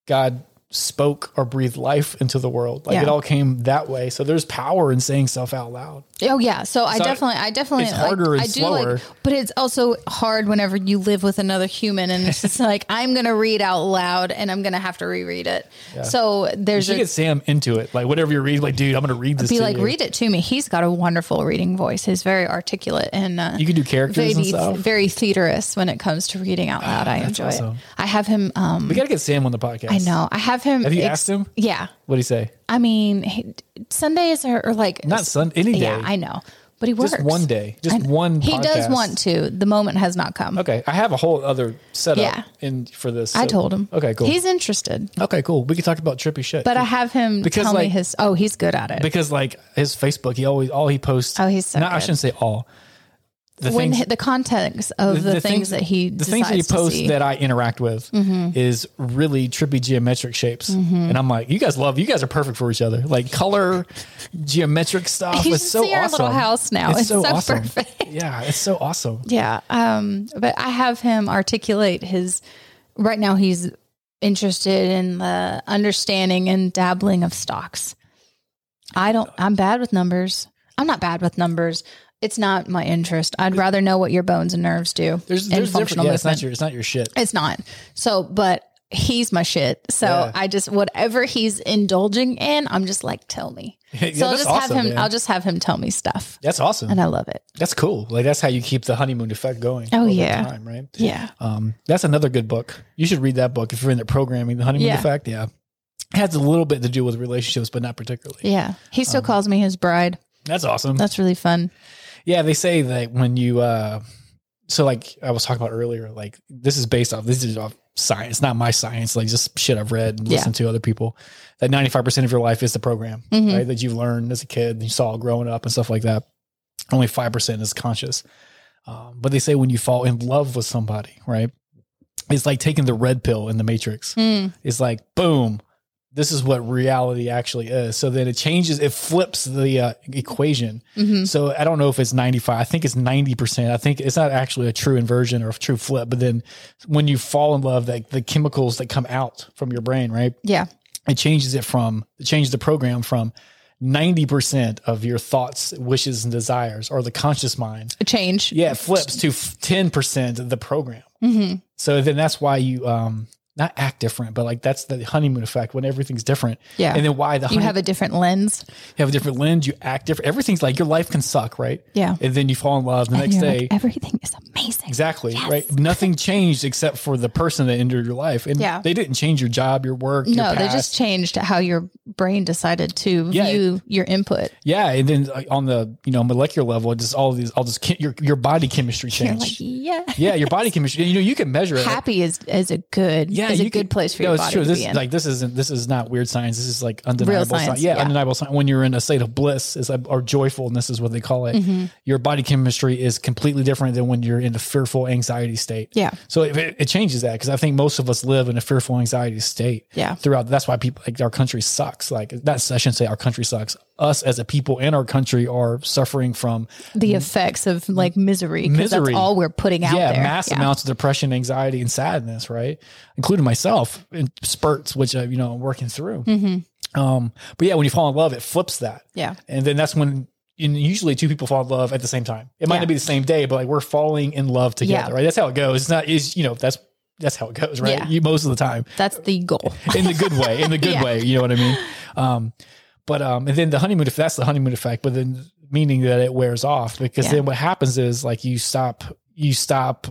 [SPEAKER 1] God spoke or breathed life into the world. Like it
[SPEAKER 2] Yeah.
[SPEAKER 1] all came that way. So there's power in saying stuff out loud.
[SPEAKER 2] oh yeah so, i
[SPEAKER 1] So
[SPEAKER 2] definitely i definitely
[SPEAKER 1] it's harder and
[SPEAKER 2] I
[SPEAKER 1] slower.
[SPEAKER 2] like but it's also hard whenever you live with another human and it's just like i'm gonna read out loud and i'm gonna have to reread it so
[SPEAKER 1] You
[SPEAKER 2] there's
[SPEAKER 1] should
[SPEAKER 2] a-
[SPEAKER 1] get Sam into it. Like whatever you read, like dude, I'm gonna read this.
[SPEAKER 2] be
[SPEAKER 1] to
[SPEAKER 2] like,
[SPEAKER 1] you.
[SPEAKER 2] read it to me. He's got a wonderful reading voice. He's very articulate and uh,
[SPEAKER 1] You can do characters
[SPEAKER 2] very,
[SPEAKER 1] and stuff. Ah,
[SPEAKER 2] very theaterist when it comes to reading out loud. I
[SPEAKER 1] that's
[SPEAKER 2] enjoy
[SPEAKER 1] awesome.
[SPEAKER 2] it. I have him. Um,
[SPEAKER 1] we gotta get Sam on the podcast.
[SPEAKER 2] I know. I have him.
[SPEAKER 1] Have you asked him?
[SPEAKER 2] Yeah.
[SPEAKER 1] What do you say?
[SPEAKER 2] I mean, he, Sundays are, are like
[SPEAKER 1] Not Sun any day.
[SPEAKER 2] Yeah, I know. But he works
[SPEAKER 1] Just one day. Just one.
[SPEAKER 2] He does
[SPEAKER 1] podcast.
[SPEAKER 2] want to. The moment has not come.
[SPEAKER 1] Okay, I have a whole other setup
[SPEAKER 2] Yeah.
[SPEAKER 1] in for this.
[SPEAKER 2] I
[SPEAKER 1] so-
[SPEAKER 2] told him.
[SPEAKER 1] Okay, cool.
[SPEAKER 2] He's interested,
[SPEAKER 1] okay, cool. We can talk about trippy shit.
[SPEAKER 2] but I have him
[SPEAKER 1] Because,
[SPEAKER 2] tell
[SPEAKER 1] like-
[SPEAKER 2] me his. Oh, he's good at it.
[SPEAKER 1] because like his Facebook, he always all he posts.
[SPEAKER 2] Oh, he's so
[SPEAKER 1] not. I
[SPEAKER 2] good.
[SPEAKER 1] shouldn't say all. the
[SPEAKER 2] when
[SPEAKER 1] things
[SPEAKER 2] hi- the context of the, things, that he
[SPEAKER 1] the things that he
[SPEAKER 2] decides to
[SPEAKER 1] posts
[SPEAKER 2] see. Mm-hmm.
[SPEAKER 1] that I interact with is really trippy geometric shapes, and I'm like, you guys love, you guys are perfect for each other. Like color, geometric stuff
[SPEAKER 2] You
[SPEAKER 1] is
[SPEAKER 2] should
[SPEAKER 1] so
[SPEAKER 2] see
[SPEAKER 1] awesome.
[SPEAKER 2] our little house now. It's so
[SPEAKER 1] awesome.
[SPEAKER 2] perfect.
[SPEAKER 1] Yeah, it's so awesome.
[SPEAKER 2] Yeah. Um, but I have him articulate his right now he's interested in the understanding and dabbling of stocks. I don't I'm bad with numbers. I'm not bad with numbers. It's not my interest. I'd rather know what your bones and nerves
[SPEAKER 1] There's,
[SPEAKER 2] do and
[SPEAKER 1] there's different.
[SPEAKER 2] functional
[SPEAKER 1] Yeah, it's
[SPEAKER 2] movement.
[SPEAKER 1] not your, it's not your shit.
[SPEAKER 2] It's not. So, but he's my shit. So
[SPEAKER 1] Yeah.
[SPEAKER 2] I just whatever he's indulging in, I'm just like, tell me.
[SPEAKER 1] Yeah,
[SPEAKER 2] so I'll
[SPEAKER 1] that's
[SPEAKER 2] just
[SPEAKER 1] awesome,
[SPEAKER 2] have him.
[SPEAKER 1] man.
[SPEAKER 2] I'll just have him tell me stuff,
[SPEAKER 1] That's awesome.
[SPEAKER 2] and I love it.
[SPEAKER 1] That's cool. Like that's how you keep the honeymoon effect going.
[SPEAKER 2] Oh,
[SPEAKER 1] over
[SPEAKER 2] yeah.
[SPEAKER 1] time, right.
[SPEAKER 2] Yeah,
[SPEAKER 1] Um, that's another good book. You should read that book if you're into programming. The honeymoon
[SPEAKER 2] Yeah.
[SPEAKER 1] effect. Yeah, it has a little bit to do with relationships, but not particularly.
[SPEAKER 2] yeah. He
[SPEAKER 1] Um,
[SPEAKER 2] still calls me his bride.
[SPEAKER 1] That's awesome.
[SPEAKER 2] That's really fun.
[SPEAKER 1] Yeah, they say that when you uh so like I was talking about earlier, like this is based off this is off science, not my science, like just shit I've read and
[SPEAKER 2] Yeah.
[SPEAKER 1] listened to other people. That ninety five percent of your life is the program,
[SPEAKER 2] Mhm.
[SPEAKER 1] right? That you've learned as a kid, you saw growing up and stuff like that. Only five percent is conscious. Um, but they say when you fall in love with somebody, right? It's like taking the red pill in the matrix.
[SPEAKER 2] Mm.
[SPEAKER 1] It's like boom, this is what reality actually is. So then it changes, it flips the uh, equation.
[SPEAKER 2] hmm
[SPEAKER 1] So I don't know if it's 95. I think it's 90%. I think it's not actually a true inversion or a true flip, but then when you fall in love, like the chemicals that come out from your brain, right?
[SPEAKER 2] Yeah,
[SPEAKER 1] It changes it from it changes the program from 90% of your thoughts, wishes and desires or the conscious mind.
[SPEAKER 2] a change.
[SPEAKER 1] Yeah, it flips to f- 10% of the program.
[SPEAKER 2] hmm
[SPEAKER 1] So then that's why you um not act different, but like that's the honeymoon effect when everything's different.
[SPEAKER 2] Yeah.
[SPEAKER 1] And then why the
[SPEAKER 2] You
[SPEAKER 1] honey-
[SPEAKER 2] have a different lens.
[SPEAKER 1] you have a different lens, you act different. Everything's like your life can suck, right?
[SPEAKER 2] Yeah.
[SPEAKER 1] And then you fall in love the next
[SPEAKER 2] You're
[SPEAKER 1] day.
[SPEAKER 2] like, everything is amazing.
[SPEAKER 1] Exactly. Right. Nothing changed except for the person that entered your life. And
[SPEAKER 2] Yeah.
[SPEAKER 1] they didn't change your job, your work, your
[SPEAKER 2] No, they
[SPEAKER 1] past.
[SPEAKER 2] just changed how your brain decided to
[SPEAKER 1] Yeah,
[SPEAKER 2] view your input.
[SPEAKER 1] Yeah. And then like, on the, you know, molecular level, just all these all this chem- your your body chemistry
[SPEAKER 2] You're
[SPEAKER 1] changed.
[SPEAKER 2] like, yeah.
[SPEAKER 1] yeah, your body chemistry. You know, you can measure it.
[SPEAKER 2] Happy is is a good
[SPEAKER 1] yeah,
[SPEAKER 2] is a
[SPEAKER 1] you
[SPEAKER 2] good
[SPEAKER 1] can-
[SPEAKER 2] place for
[SPEAKER 1] no,
[SPEAKER 2] your
[SPEAKER 1] it's
[SPEAKER 2] body
[SPEAKER 1] true.
[SPEAKER 2] to
[SPEAKER 1] This
[SPEAKER 2] be in.
[SPEAKER 1] like this isn't this is not weird science. This is like undeniable
[SPEAKER 2] science,
[SPEAKER 1] Yeah,
[SPEAKER 2] yeah.
[SPEAKER 1] undeniable science. When you're in a state of bliss, is like, or joyfulness is what they call it.
[SPEAKER 2] Mm-hmm.
[SPEAKER 1] Your body chemistry is completely different than when you're in a fearful anxiety state.
[SPEAKER 2] Yeah.
[SPEAKER 1] So it, it it changes that because I think most of us live in a fearful anxiety state.
[SPEAKER 2] Yeah.
[SPEAKER 1] Throughout, that's why people like our country sucks. Like that's I shouldn't say our country sucks. Us as a people in our country are suffering from
[SPEAKER 2] the effects of like misery because that's
[SPEAKER 1] Misery.
[SPEAKER 2] all we're putting out
[SPEAKER 1] yeah
[SPEAKER 2] there.
[SPEAKER 1] mass
[SPEAKER 2] yeah.
[SPEAKER 1] amounts of depression, anxiety, and sadness. Right, including myself in spurts, which I you know I'm working through.
[SPEAKER 2] Mm-hmm.
[SPEAKER 1] Um, but yeah, when you fall in love, it flips that.
[SPEAKER 2] Yeah.
[SPEAKER 1] and then that's when. And usually, two people fall in love at the same time. It might
[SPEAKER 2] Yeah.
[SPEAKER 1] not be the same day, but like we're falling in love together,
[SPEAKER 2] Yeah.
[SPEAKER 1] right? That's how it goes. It's not is you know that's that's how it goes, right?
[SPEAKER 2] Yeah.
[SPEAKER 1] You most of the time
[SPEAKER 2] That's the goal.
[SPEAKER 1] in the good way, in the good
[SPEAKER 2] Yeah.
[SPEAKER 1] way. You know what I mean? Um, but um, and then the honeymoon effect, that's the honeymoon effect, but then meaning that it wears off because
[SPEAKER 2] Yeah.
[SPEAKER 1] then what happens is like you stop, you stop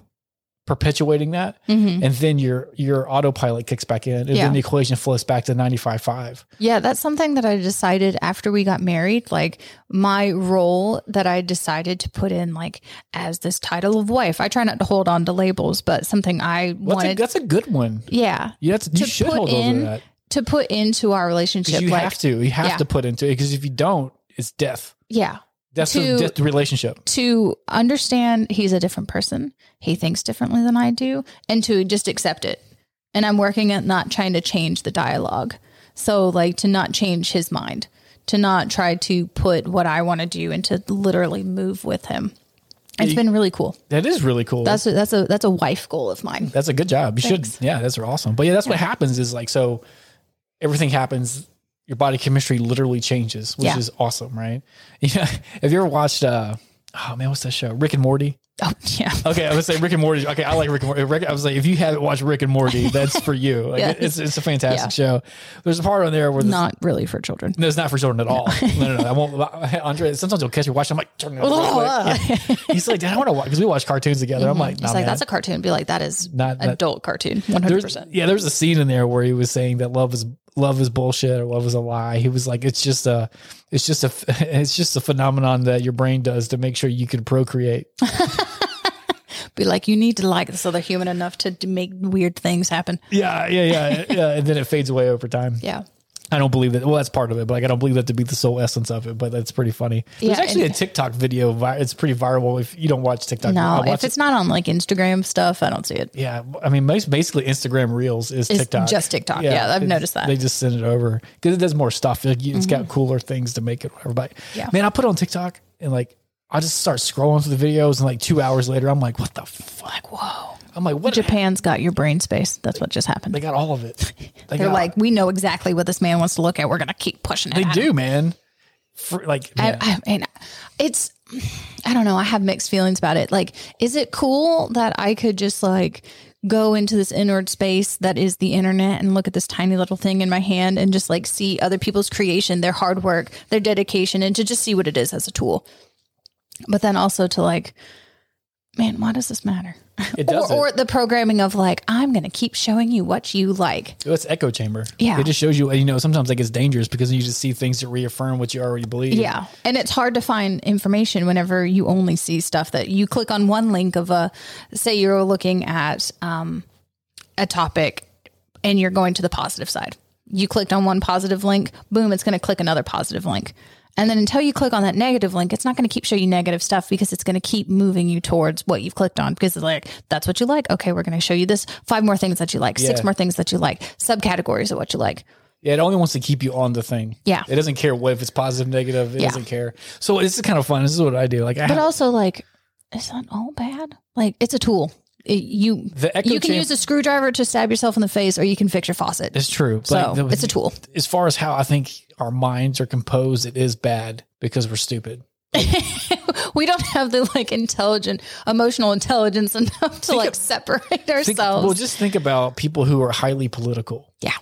[SPEAKER 1] perpetuating that.
[SPEAKER 2] Mhm.
[SPEAKER 1] And then your, your autopilot kicks back in and
[SPEAKER 2] Yeah.
[SPEAKER 1] then the equation flows back to 95, five.
[SPEAKER 2] Yeah, that's something that I decided after we got married. Like my role that I decided to put in, like as this title of wife. I try not to hold on to labels, but something I
[SPEAKER 1] Well, that's, a,
[SPEAKER 2] wanted.
[SPEAKER 1] that's a good one.
[SPEAKER 2] yeah,
[SPEAKER 1] Yeah, that's, you
[SPEAKER 2] To
[SPEAKER 1] should
[SPEAKER 2] put
[SPEAKER 1] hold on
[SPEAKER 2] in
[SPEAKER 1] to that
[SPEAKER 2] to put into
[SPEAKER 1] because
[SPEAKER 2] our relationship.
[SPEAKER 1] you
[SPEAKER 2] like,
[SPEAKER 1] have to, you have
[SPEAKER 2] yeah.
[SPEAKER 1] to put into it because if you don't, it's death.
[SPEAKER 2] yeah,
[SPEAKER 1] That's
[SPEAKER 2] To-
[SPEAKER 1] the, death the relationship.
[SPEAKER 2] to understand he's a different person. He thinks differently than I do, and to just accept it. And I'm working at not trying to change the dialogue. So, like, to not change his mind, to not try to put what I want to do and to literally move with him. It's been really cool.
[SPEAKER 1] That is really cool.
[SPEAKER 2] That's a, that's a that's a wife goal of mine.
[SPEAKER 1] That's a good job. You
[SPEAKER 2] Thanks.
[SPEAKER 1] should. Yeah, that's awesome. But yeah, that's what happens is like so everything happens. Your body chemistry literally changes, which
[SPEAKER 2] Yeah.
[SPEAKER 1] is awesome, right? Yeah. Have you ever watched uh oh man, what's that show? Rick and Morty?
[SPEAKER 2] Oh yeah,
[SPEAKER 1] Okay, I would say Rick and Morty. Okay, I like Rick and Morty. Rick, I was like, if you haven't watched Rick and Morty, that's for you. Like,
[SPEAKER 2] Yeah.
[SPEAKER 1] it's it's a fantastic show. There's a part on there where this,
[SPEAKER 2] not really for children.
[SPEAKER 1] no, it's not for children at all. No, no, no. I won't. Andre, sometimes you'll catch me watching. I'm like, turn it off. real quick. Yeah. He's like, Dad, I want to watch because we watch cartoons together. I'm like, nah,
[SPEAKER 2] It's Mm-hmm. like
[SPEAKER 1] man.
[SPEAKER 2] that's a cartoon. Be like that is
[SPEAKER 1] Not- not-
[SPEAKER 2] adult cartoon. One hundred
[SPEAKER 1] There's,
[SPEAKER 2] percent.
[SPEAKER 1] yeah, there's a scene in there where he was saying that love is love is bullshit or love is a lie. He was like, it's just a, it's just a, it's just a phenomenon that your brain does to make sure you can procreate.
[SPEAKER 2] Be like you need to like this other human enough to d- make weird things happen.
[SPEAKER 1] Yeah, yeah, yeah, yeah. And then it fades away over time.
[SPEAKER 2] Yeah.
[SPEAKER 1] I don't believe that. Well, that's part of it, but like, I don't believe that to be the sole essence of it. But that's pretty funny. There's
[SPEAKER 2] Yeah,
[SPEAKER 1] actually a
[SPEAKER 2] and-
[SPEAKER 1] TikTok video. vi- It's pretty viral. If you don't watch TikTok, I
[SPEAKER 2] No,
[SPEAKER 1] watch
[SPEAKER 2] if
[SPEAKER 1] it-
[SPEAKER 2] it's not on like Instagram stuff, I don't see it.
[SPEAKER 1] Yeah, I mean, most basically Instagram Reels is
[SPEAKER 2] It's
[SPEAKER 1] TikTok.
[SPEAKER 2] just TikTok. Yeah, I've
[SPEAKER 1] it's-
[SPEAKER 2] noticed that. Mm-hmm.
[SPEAKER 1] they just send it over because it does more stuff. Like, you- It's got cooler things to make it. Whatever. But
[SPEAKER 2] Yeah.
[SPEAKER 1] man, I put it on TikTok and like I just start scrolling through the videos, and like two hours later, I'm like, what the fuck?
[SPEAKER 2] Whoa.
[SPEAKER 1] I'm like, what?
[SPEAKER 2] Japan's got your brain space. That's what just happened.
[SPEAKER 1] They got all of it. They
[SPEAKER 2] They're
[SPEAKER 1] got-
[SPEAKER 2] like, we know exactly what this man wants to look at. We're going to keep pushing it.
[SPEAKER 1] they
[SPEAKER 2] at him."
[SPEAKER 1] do, man. For, like,
[SPEAKER 2] I,
[SPEAKER 1] man,
[SPEAKER 2] I, and it's, I don't know. I have mixed feelings about it. Like, is it cool that I could just like go into this inward space that is the internet and look at this tiny little thing in my hand and just like see other people's creation, their hard work, their dedication, and to just see what it is as a tool? But then also to like, man, why does this matter?
[SPEAKER 1] it does.
[SPEAKER 2] Or,
[SPEAKER 1] it.
[SPEAKER 2] or the programming of like, I'm going to keep showing you what you like.
[SPEAKER 1] So it's echo chamber.
[SPEAKER 2] Yeah.
[SPEAKER 1] It just shows you, and you know, sometimes like it's dangerous because you just see things that reaffirm what you already believe.
[SPEAKER 2] Yeah. And it's hard to find information whenever you only see stuff that you click on one link of a, say you're looking at um, a topic and you're going to the positive side. You clicked on one positive link, boom, it's going to click another positive link. And then until you click on that negative link, it's not going to keep showing you negative stuff because it's going to keep moving you towards what you've clicked on because it's like, that's what you like. Okay, we're going to show you this five more things that you like,
[SPEAKER 1] Yeah.
[SPEAKER 2] six more things that you like, subcategories of what you like.
[SPEAKER 1] Yeah, it only wants to keep you on the thing.
[SPEAKER 2] Yeah.
[SPEAKER 1] It doesn't care what if it's positive, negative. It
[SPEAKER 2] Yeah.
[SPEAKER 1] doesn't care. So this is kind of fun. This is what I do. Like, I
[SPEAKER 2] but
[SPEAKER 1] have-
[SPEAKER 2] also like it's not all bad like it's a tool It- you
[SPEAKER 1] The echo
[SPEAKER 2] you can
[SPEAKER 1] cham-
[SPEAKER 2] use a screwdriver to stab yourself in the face or you can fix your faucet
[SPEAKER 1] it's true. But
[SPEAKER 2] so
[SPEAKER 1] the-
[SPEAKER 2] it's a tool
[SPEAKER 1] As far as how I think our minds are composed, it is bad because we're stupid.
[SPEAKER 2] we don't have the like intelligent emotional intelligence enough to like separate
[SPEAKER 1] Think,
[SPEAKER 2] ourselves
[SPEAKER 1] well, just think about people who are highly political.
[SPEAKER 2] Yeah.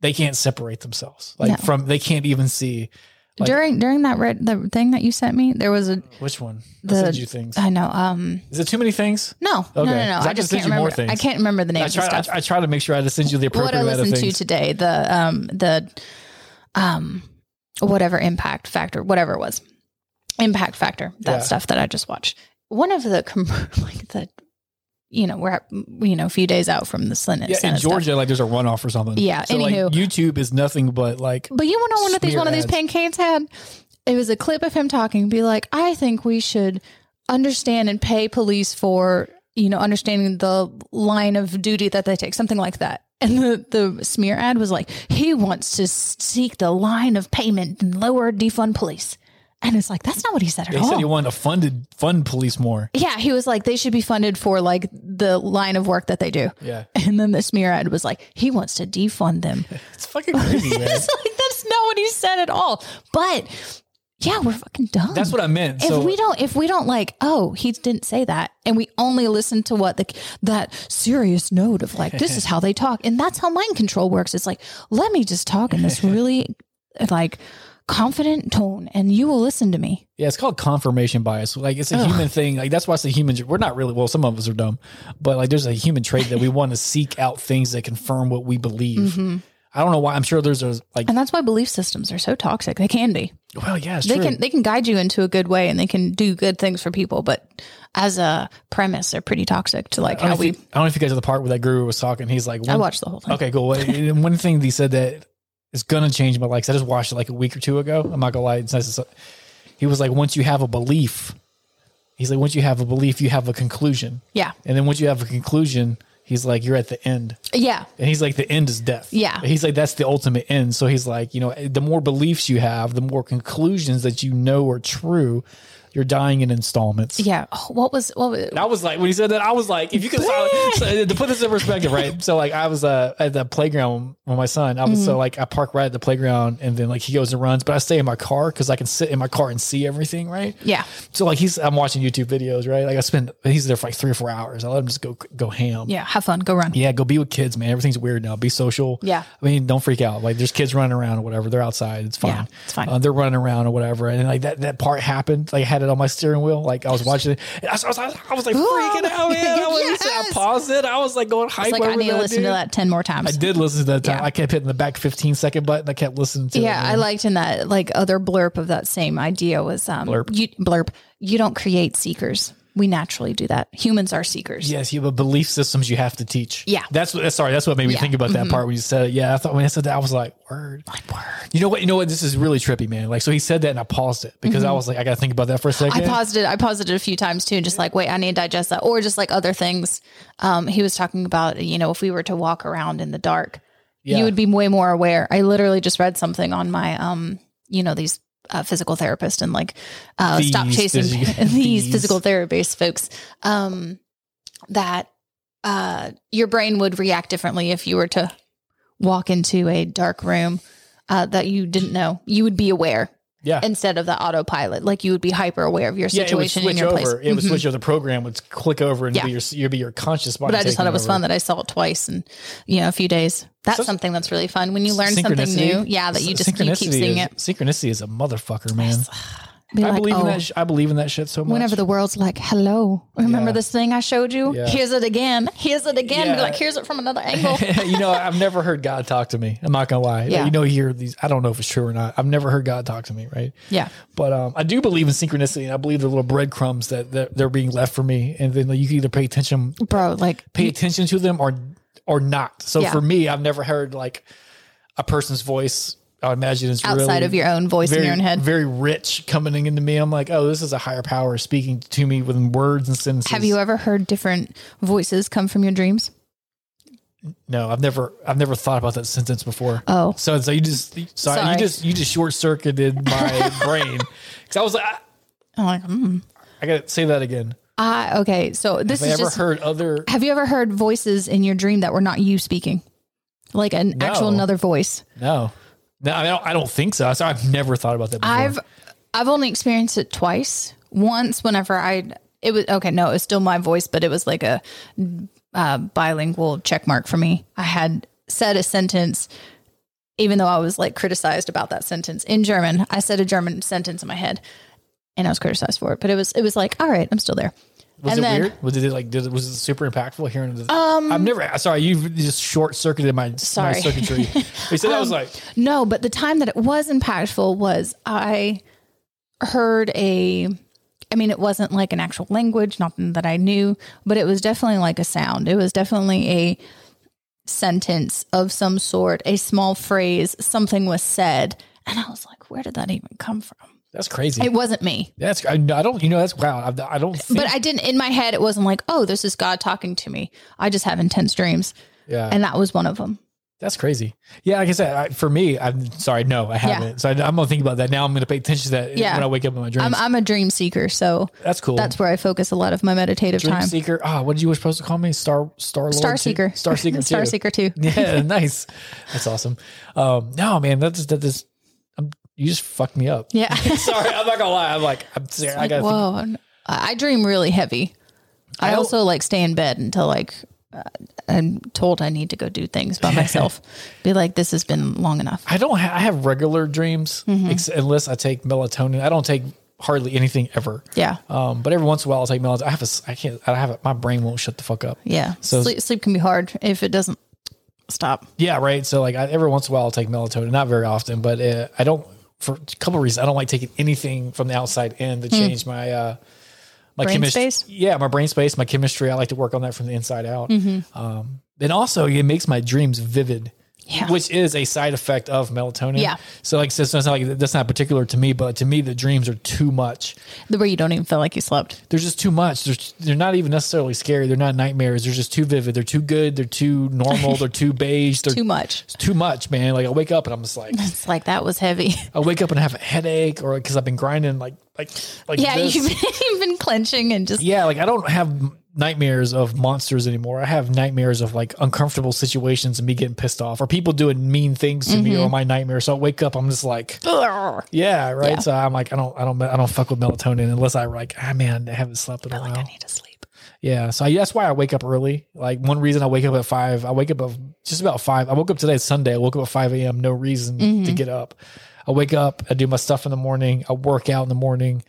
[SPEAKER 1] They can't separate themselves. Like
[SPEAKER 2] No.
[SPEAKER 1] from they can't even see like-
[SPEAKER 2] during during that red the thing that you sent me there was a
[SPEAKER 1] which one.
[SPEAKER 2] The-
[SPEAKER 1] I sent you things.
[SPEAKER 2] i know um
[SPEAKER 1] Is it too many things?
[SPEAKER 2] no no no
[SPEAKER 1] Okay.
[SPEAKER 2] no
[SPEAKER 1] 'Cause I
[SPEAKER 2] i
[SPEAKER 1] can
[SPEAKER 2] just
[SPEAKER 1] send
[SPEAKER 2] can't
[SPEAKER 1] you more
[SPEAKER 2] remember i
[SPEAKER 1] things.
[SPEAKER 2] can't remember the
[SPEAKER 1] I
[SPEAKER 2] names
[SPEAKER 1] try.
[SPEAKER 2] of stuff
[SPEAKER 1] I, I try to make sure I send you the appropriate
[SPEAKER 2] what I
[SPEAKER 1] amount of
[SPEAKER 2] listened to
[SPEAKER 1] things.
[SPEAKER 2] today, the um the um whatever impact factor, whatever it was, impact factor, that
[SPEAKER 1] Yeah.
[SPEAKER 2] stuff that I just watched. One of the com- like the you know we're at, you know a few days out from the Senate.
[SPEAKER 1] yeah, in
[SPEAKER 2] Senate stuff.
[SPEAKER 1] Georgia, like there's a runoff or something.
[SPEAKER 2] Yeah,
[SPEAKER 1] So like
[SPEAKER 2] anywho.
[SPEAKER 1] YouTube is nothing but like
[SPEAKER 2] But you want to know what these
[SPEAKER 1] Smear
[SPEAKER 2] one of these
[SPEAKER 1] ads.
[SPEAKER 2] pancakes had? It was a clip of him talking, be like, I think we should understand and pay police for, you know, understanding the line of duty that they take, something like that. And the, the smear ad was like, he wants to seek the line of payment and lower defund police. And it's like, that's not what he said at
[SPEAKER 1] They
[SPEAKER 2] all.
[SPEAKER 1] said he wanted to funded fund police more.
[SPEAKER 2] yeah, he was like, they should be funded for like the line of work that they do.
[SPEAKER 1] Yeah.
[SPEAKER 2] And then the smear ad was like, he wants to defund them.
[SPEAKER 1] It's fucking crazy, man.
[SPEAKER 2] It's like that's not what he said at all. But yeah, we're fucking dumb.
[SPEAKER 1] That's what I meant.
[SPEAKER 2] if
[SPEAKER 1] So
[SPEAKER 2] we don't, if we don't like, oh, he didn't say that, and we only listen to what the that serious note of like, this is how they talk, and that's how mind control works. It's like, let me just talk in this really like confident tone, and you will listen to me.
[SPEAKER 1] yeah, it's called confirmation bias. Like it's a human thing. Like that's why it's a human. We're not really well. Some of us are dumb, but like there's a human trait that we want to seek out things that confirm what we believe. I don't know why. I'm sure there's a like.
[SPEAKER 2] Mm-hmm. And that's why belief systems are so toxic. They can be.
[SPEAKER 1] Well, yeah, it's
[SPEAKER 2] They
[SPEAKER 1] true.
[SPEAKER 2] can they can guide you into a good way, and they can do good things for people. But as a premise, they're pretty toxic to like
[SPEAKER 1] I
[SPEAKER 2] how
[SPEAKER 1] don't, know
[SPEAKER 2] we.
[SPEAKER 1] if you, I don't know if you guys are the part where that guru was talking. He's like,
[SPEAKER 2] I
[SPEAKER 1] one-
[SPEAKER 2] watched the whole thing.
[SPEAKER 1] Okay, cool. Well, and one thing that he said that is gonna change my life. 'cause I just watched it like a week or two ago. I'm not gonna lie. It's nice. to- He was like, once you have a belief, he's like, once you have a belief, you have a conclusion.
[SPEAKER 2] Yeah.
[SPEAKER 1] And then once you have a conclusion, he's like, you're at the end.
[SPEAKER 2] Yeah.
[SPEAKER 1] And he's like, the end is death.
[SPEAKER 2] Yeah.
[SPEAKER 1] He's like, that's the ultimate end. So he's like, you know, the more beliefs you have, the more conclusions that you know are true, you're dying in installments.
[SPEAKER 2] Yeah. Oh, what was what was
[SPEAKER 1] And I was like, when he said that, I was like, if you could, so, so, to put this in perspective, right? So like, I was uh, at the playground with my son. I was so like, I park right at the playground, and then like he goes and runs, but I stay in my car because I can sit in my car and see everything, right?
[SPEAKER 2] Yeah.
[SPEAKER 1] So like, he's I'm watching YouTube videos, right? Like I spend he's there for like three or four hours. I let him just go go ham.
[SPEAKER 2] Yeah, have fun. Go run.
[SPEAKER 1] Yeah, go be with kids, man. Everything's weird now. Be social.
[SPEAKER 2] Yeah.
[SPEAKER 1] I mean, don't freak out. Like, there's kids running around or whatever. They're outside. It's fine.
[SPEAKER 2] Yeah, it's fine.
[SPEAKER 1] Uh, they're running around or whatever. And like that, that part happened. Like, I had it on my steering wheel. Like, I was watching it. And I, was, I, was, I was like freaking out, man. I, was, I
[SPEAKER 2] Yes.
[SPEAKER 1] paused it. I was like going hype.
[SPEAKER 2] It's like I
[SPEAKER 1] over
[SPEAKER 2] need to
[SPEAKER 1] that,
[SPEAKER 2] listen to
[SPEAKER 1] dude.
[SPEAKER 2] that ten more times.
[SPEAKER 1] I did listen to that time.
[SPEAKER 2] Yeah.
[SPEAKER 1] I kept hitting the back 15 second button. I kept listening to
[SPEAKER 2] Yeah,
[SPEAKER 1] it.
[SPEAKER 2] I liked in that like other blurb of that same idea was um
[SPEAKER 1] Blurb.
[SPEAKER 2] You, blurb. You don't create seekers. We naturally do that. Humans are seekers.
[SPEAKER 1] Yes, you have belief systems you have to teach.
[SPEAKER 2] Yeah.
[SPEAKER 1] That's what sorry, that's what made me
[SPEAKER 2] Yeah. Mm-hmm.
[SPEAKER 1] think about that part when you said it. Yeah, I thought when I said that I was like, word. You know what? You know what? This is really trippy, man. Like, so he said that and I paused it because I was like, I gotta think about that for a second.
[SPEAKER 2] Mm-hmm. I paused it. I paused it a few times too, just like, wait, I need to digest that, or just like other things. Um, he was talking about, you know, if we were to walk around in the dark,
[SPEAKER 1] Yeah.
[SPEAKER 2] you would be way more aware. I literally just read something on my, um, you know, these uh, physical therapists and like uh,
[SPEAKER 1] These
[SPEAKER 2] stop chasing
[SPEAKER 1] physi-
[SPEAKER 2] these
[SPEAKER 1] these.
[SPEAKER 2] physical therapist folks um, that uh, your brain would react differently if you were to walk into a dark room uh, that you didn't know. You would be aware
[SPEAKER 1] Yeah.
[SPEAKER 2] instead of the autopilot. Like you would be hyper aware of your
[SPEAKER 1] yeah, it would
[SPEAKER 2] situation in
[SPEAKER 1] switch
[SPEAKER 2] your
[SPEAKER 1] over.
[SPEAKER 2] place.
[SPEAKER 1] It would
[SPEAKER 2] Mhm.
[SPEAKER 1] switch over. The program would click over and
[SPEAKER 2] Yeah.
[SPEAKER 1] be your you'd be your conscious body.
[SPEAKER 2] But I just thought
[SPEAKER 1] taking
[SPEAKER 2] it was
[SPEAKER 1] over.
[SPEAKER 2] fun that I saw it twice in you know a few days. That's
[SPEAKER 1] So-
[SPEAKER 2] something that's really fun when you learn something
[SPEAKER 1] Synchronicity.
[SPEAKER 2] new. Yeah, that you just you
[SPEAKER 1] Synchronicity
[SPEAKER 2] keep seeing
[SPEAKER 1] is-
[SPEAKER 2] it.
[SPEAKER 1] Synchronicity is a motherfucker, man.
[SPEAKER 2] Be
[SPEAKER 1] I
[SPEAKER 2] like,
[SPEAKER 1] believe in
[SPEAKER 2] oh,
[SPEAKER 1] that. Sh- I believe in that shit so much.
[SPEAKER 2] whenever the world's like, "Hello, remember
[SPEAKER 1] Yeah.
[SPEAKER 2] this thing I showed you?
[SPEAKER 1] Yeah.
[SPEAKER 2] Here's it again. Here's it again." Be
[SPEAKER 1] Yeah.
[SPEAKER 2] like, "Here's it from another angle."
[SPEAKER 1] you know, I've never heard God talk to me. I'm not gonna lie.
[SPEAKER 2] Yeah.
[SPEAKER 1] You know, you hear these. I don't know if it's true or not. I've never heard God talk to me, right?
[SPEAKER 2] yeah,
[SPEAKER 1] But um, I do believe in synchronicity, and I believe the little breadcrumbs that, that they're being left for me, and then you can either pay attention,
[SPEAKER 2] bro. Like,
[SPEAKER 1] pay attention to them, or or not. So
[SPEAKER 2] Yeah.
[SPEAKER 1] for me, I've never heard like a person's voice. I would imagine it's
[SPEAKER 2] outside
[SPEAKER 1] really
[SPEAKER 2] of your own voice
[SPEAKER 1] very,
[SPEAKER 2] in your own head.
[SPEAKER 1] very rich coming into me. I'm like, oh, this is a higher power speaking to me with words and sentences.
[SPEAKER 2] Have you ever heard different voices come from your dreams?
[SPEAKER 1] No, I've never, I've never thought about that sentence before.
[SPEAKER 2] Oh.
[SPEAKER 1] so so you just, sorry,
[SPEAKER 2] Sorry.
[SPEAKER 1] you just, you just short circuited my brain because I was like, I,
[SPEAKER 2] I'm like, hmm.
[SPEAKER 1] I gotta say that again.
[SPEAKER 2] I okay. So this
[SPEAKER 1] Have I
[SPEAKER 2] is
[SPEAKER 1] ever
[SPEAKER 2] just
[SPEAKER 1] heard other?
[SPEAKER 2] Have you ever heard voices in your dream that were not you speaking? Like an actual another voice.
[SPEAKER 1] No, no, I don't, I don't think so. So I've never thought about that. Before.
[SPEAKER 2] I've I've only experienced it twice. Once whenever I it was okay, no, it was still my voice, but it was like a uh, bilingual check mark for me. I had said a sentence even though I was like criticized about that sentence in German. I said a German sentence in my head and I was criticized for it, but it was it was like, all right, I'm still there.
[SPEAKER 1] was
[SPEAKER 2] and
[SPEAKER 1] it
[SPEAKER 2] then- Um,
[SPEAKER 1] weird? Was it like, did it, was it super impactful hearing? The, I've never. Sorry, you just short circuited my, my
[SPEAKER 2] Sorry. Um,
[SPEAKER 1] circuitry. You said I was like,
[SPEAKER 2] No, but the time that it was impactful was I heard a I mean it wasn't like an actual language, nothing that I knew, but it was definitely like a sound. It was definitely a sentence of some sort, a small phrase, something was said, and I was like, where did that even come from?
[SPEAKER 1] that's crazy.
[SPEAKER 2] It wasn't me.
[SPEAKER 1] That's I, I don't you know that's wow I, I don't think,
[SPEAKER 2] But I didn't in my head it wasn't like, oh, this is God talking to me. I just have intense dreams,
[SPEAKER 1] yeah
[SPEAKER 2] and that was one of them.
[SPEAKER 1] that's crazy yeah like I said I, for me I'm sorry no I haven't so I, am gonna think about that now I'm gonna pay attention to that
[SPEAKER 2] Yeah.
[SPEAKER 1] when I wake up in my dreams
[SPEAKER 2] I'm I'm a dream seeker, so
[SPEAKER 1] that's cool
[SPEAKER 2] that's where I focus a lot of my meditative
[SPEAKER 1] dream
[SPEAKER 2] time.
[SPEAKER 1] seeker ah what did you were supposed to call me star star Lord
[SPEAKER 2] Star
[SPEAKER 1] two?
[SPEAKER 2] Seeker.
[SPEAKER 1] star seeker
[SPEAKER 2] Star
[SPEAKER 1] two.
[SPEAKER 2] Seeker too.
[SPEAKER 1] yeah nice that's awesome um no man that's that is I'm, you just fucked me up
[SPEAKER 2] Yeah.
[SPEAKER 1] sorry I'm not gonna lie I'm like I'm serious, I
[SPEAKER 2] Like,
[SPEAKER 1] gotta think.
[SPEAKER 2] whoa. I'm- I I dream really heavy. I,
[SPEAKER 1] I al-
[SPEAKER 2] also like stay in bed until like uh, I'm told I need to go do things by myself. Be like, this has been long enough.
[SPEAKER 1] I don't. Ha- I have regular dreams
[SPEAKER 2] Mm-hmm.
[SPEAKER 1] ex- unless I take melatonin. I don't take hardly anything ever.
[SPEAKER 2] Yeah.
[SPEAKER 1] Um, but every once in a while, I'll take melatonin. I have a. s- I can't. I have a, my brain won't shut the fuck up.
[SPEAKER 2] Yeah.
[SPEAKER 1] So-
[SPEAKER 2] sleep, sleep can be hard if it doesn't stop.
[SPEAKER 1] Yeah. Right. So like I, every once in a while, I'll take melatonin. Not very often, but uh, I don't. For a couple of reasons, I don't like taking anything from the outside in to change my uh, my
[SPEAKER 2] Hmm. Brain
[SPEAKER 1] chemistry.
[SPEAKER 2] space?
[SPEAKER 1] Yeah, my brain space, my chemistry. I like to work on that from the inside out.
[SPEAKER 2] Mm-hmm.
[SPEAKER 1] Um, and also, it makes my dreams vivid.
[SPEAKER 2] Yeah.
[SPEAKER 1] Which is a side effect of melatonin.
[SPEAKER 2] Yeah.
[SPEAKER 1] So like, so it's not like that's not particular to me, but to me, the dreams are too much.
[SPEAKER 2] The where you don't even feel like you slept.
[SPEAKER 1] they're just too much. They're they're not even necessarily scary. They're not nightmares. They're just too vivid. They're too good. They're too normal. They're too beige. They're
[SPEAKER 2] Too much.
[SPEAKER 1] It's too much, man. Like I wake up and I'm just like
[SPEAKER 2] It's like that was heavy.
[SPEAKER 1] I wake up and I have a headache or because I've been grinding like like like
[SPEAKER 2] yeah.
[SPEAKER 1] this.
[SPEAKER 2] You've been, you've been clenching and just
[SPEAKER 1] yeah. Like I don't have nightmares of monsters anymore. I have nightmares of like uncomfortable situations and me getting pissed off or people doing mean things to
[SPEAKER 2] Mm-hmm.
[SPEAKER 1] me or my nightmare. So I wake up, I'm just like
[SPEAKER 2] "Ugh."
[SPEAKER 1] yeah, right.
[SPEAKER 2] Yeah.
[SPEAKER 1] So I'm like I don't I don't I don't fuck with melatonin unless I like ah man I haven't slept in a
[SPEAKER 2] like
[SPEAKER 1] while.
[SPEAKER 2] I need to sleep.
[SPEAKER 1] Yeah, so I, that's why I wake up early. Like one reason I wake up at five, I wake up at just about five. I woke up today it's Sunday. I woke up at five a.m. No reason to
[SPEAKER 2] Mm-hmm.
[SPEAKER 1] get up. I wake up. I do my stuff in the morning. I work out in the morning.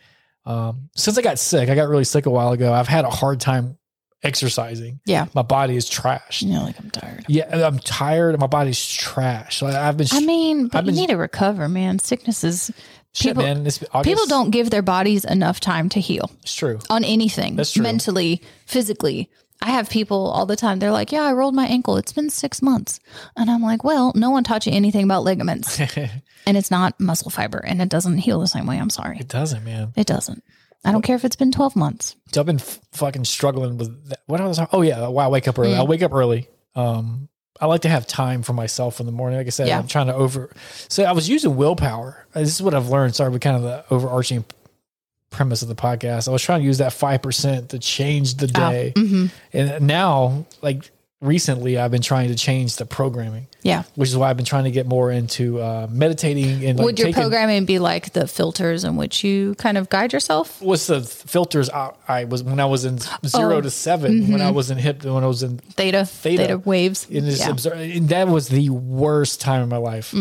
[SPEAKER 1] Um, since I got sick, I got really sick a while ago. I've had a hard time exercising.
[SPEAKER 2] Yeah.
[SPEAKER 1] My body is trash.
[SPEAKER 2] You know, like I'm tired.
[SPEAKER 1] Yeah, and I'm tired. and My body's trash. Like, I've been.
[SPEAKER 2] I mean, but
[SPEAKER 1] I've been-
[SPEAKER 2] you need to recover, man. Sickness is
[SPEAKER 1] Shit,
[SPEAKER 2] People-
[SPEAKER 1] man. It's August.
[SPEAKER 2] People don't give their bodies enough time to heal
[SPEAKER 1] It's true.
[SPEAKER 2] on anything.
[SPEAKER 1] That's true.
[SPEAKER 2] Mentally, physically. I have people all the time. They're like, "Yeah, I rolled my ankle. It's been six months," and I'm like, "Well, no one taught you anything about ligaments,
[SPEAKER 1] it
[SPEAKER 2] and it's not muscle fiber, and it doesn't heal the same way." I'm sorry,
[SPEAKER 1] doesn't, man.
[SPEAKER 2] it doesn't. I don't care if it's been twelve months.
[SPEAKER 1] So I've been f- fucking struggling with that. What I was, oh yeah, why I wake up early.
[SPEAKER 2] Mm.
[SPEAKER 1] I wake up early. Um, I like to have time for myself in the morning. Like I said,
[SPEAKER 2] Yeah.
[SPEAKER 1] I'm trying to over. So I was using willpower. Uh, This is what I've learned. Sorry, but kind of the overarching premise of the podcast. I was trying to use that five percent to change the
[SPEAKER 2] Oh,
[SPEAKER 1] day,
[SPEAKER 2] mhm.
[SPEAKER 1] and now, like recently, I've been trying to change the programming,
[SPEAKER 2] Yeah.
[SPEAKER 1] which is why I've been trying to get more into uh, meditating and like,
[SPEAKER 2] Would your
[SPEAKER 1] taking-
[SPEAKER 2] programming be like the filters in which you kind of guide yourself?
[SPEAKER 1] was the filters I, I was when I was in zero
[SPEAKER 2] Oh.
[SPEAKER 1] to 7 when I was in hip when I was in
[SPEAKER 2] Theta,
[SPEAKER 1] Theta.
[SPEAKER 2] theta, waves.
[SPEAKER 1] in this
[SPEAKER 2] Yeah. Mm.
[SPEAKER 1] absur- and that was the worst time in my life.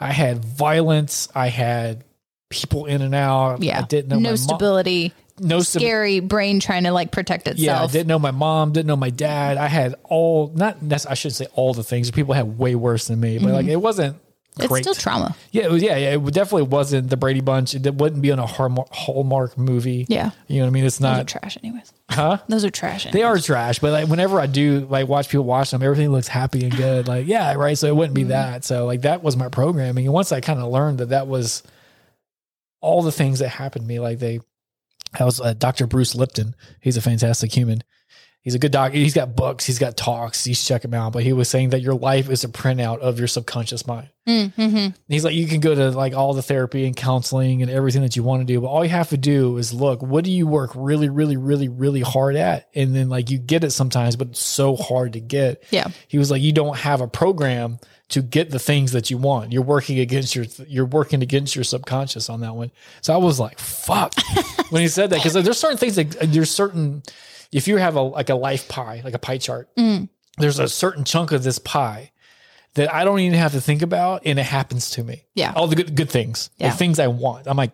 [SPEAKER 1] I had violence. I had people in and out.
[SPEAKER 2] yeah.
[SPEAKER 1] I didn't know my
[SPEAKER 2] no
[SPEAKER 1] mo-
[SPEAKER 2] stability.
[SPEAKER 1] no stabi-
[SPEAKER 2] scary brain trying to like protect
[SPEAKER 1] Yeah, I
[SPEAKER 2] itself.
[SPEAKER 1] didn't know my mom. Didn't know my dad. I had all not. nec- I shouldn't say all the things. People had way worse than me. But like it wasn't.
[SPEAKER 2] Mm-hmm. it's
[SPEAKER 1] Great.
[SPEAKER 2] still trauma.
[SPEAKER 1] Yeah, it was, yeah, yeah. It definitely wasn't the Brady Bunch. It wouldn't be on a Hallmark, Hallmark movie.
[SPEAKER 2] Yeah.
[SPEAKER 1] you know what I mean. It's
[SPEAKER 2] Those are
[SPEAKER 1] not.
[SPEAKER 2] trash, anyways.
[SPEAKER 1] Huh?
[SPEAKER 2] Those are trash.
[SPEAKER 1] They
[SPEAKER 2] anyways.
[SPEAKER 1] are trash, but like whenever I do like watch people watch them, everything looks happy and good. Like yeah, right. So it wouldn't be that. So like that was my programming, and once I kind of learned that that was all the things that happened to me, like they, I was uh, Dr. Bruce Lipton. He's a fantastic human. He's a good doc. He's got books. He's got talks. You should check him out. But he was saying that your life is a printout of your subconscious mind.
[SPEAKER 2] Mm, mhm.
[SPEAKER 1] And He's like, you can go to like all the therapy and counseling and everything that you want to do, but all you have to do is look, what do you work really, really, really, really hard at? And then like you get it sometimes, but it's so hard to get.
[SPEAKER 2] Yeah.
[SPEAKER 1] He was like, you don't have a program to get the things that you want. You're working against your, you're working against your subconscious on that one. So I was like, fuck when he said that, because there's certain things that there's certain, if you have a, like a life pie, like a pie chart, there's a certain chunk of this pie that I don't even have to think about, and it happens to me.
[SPEAKER 2] Yeah.
[SPEAKER 1] all the good good things,
[SPEAKER 2] Yeah.
[SPEAKER 1] the things I want. I'm like,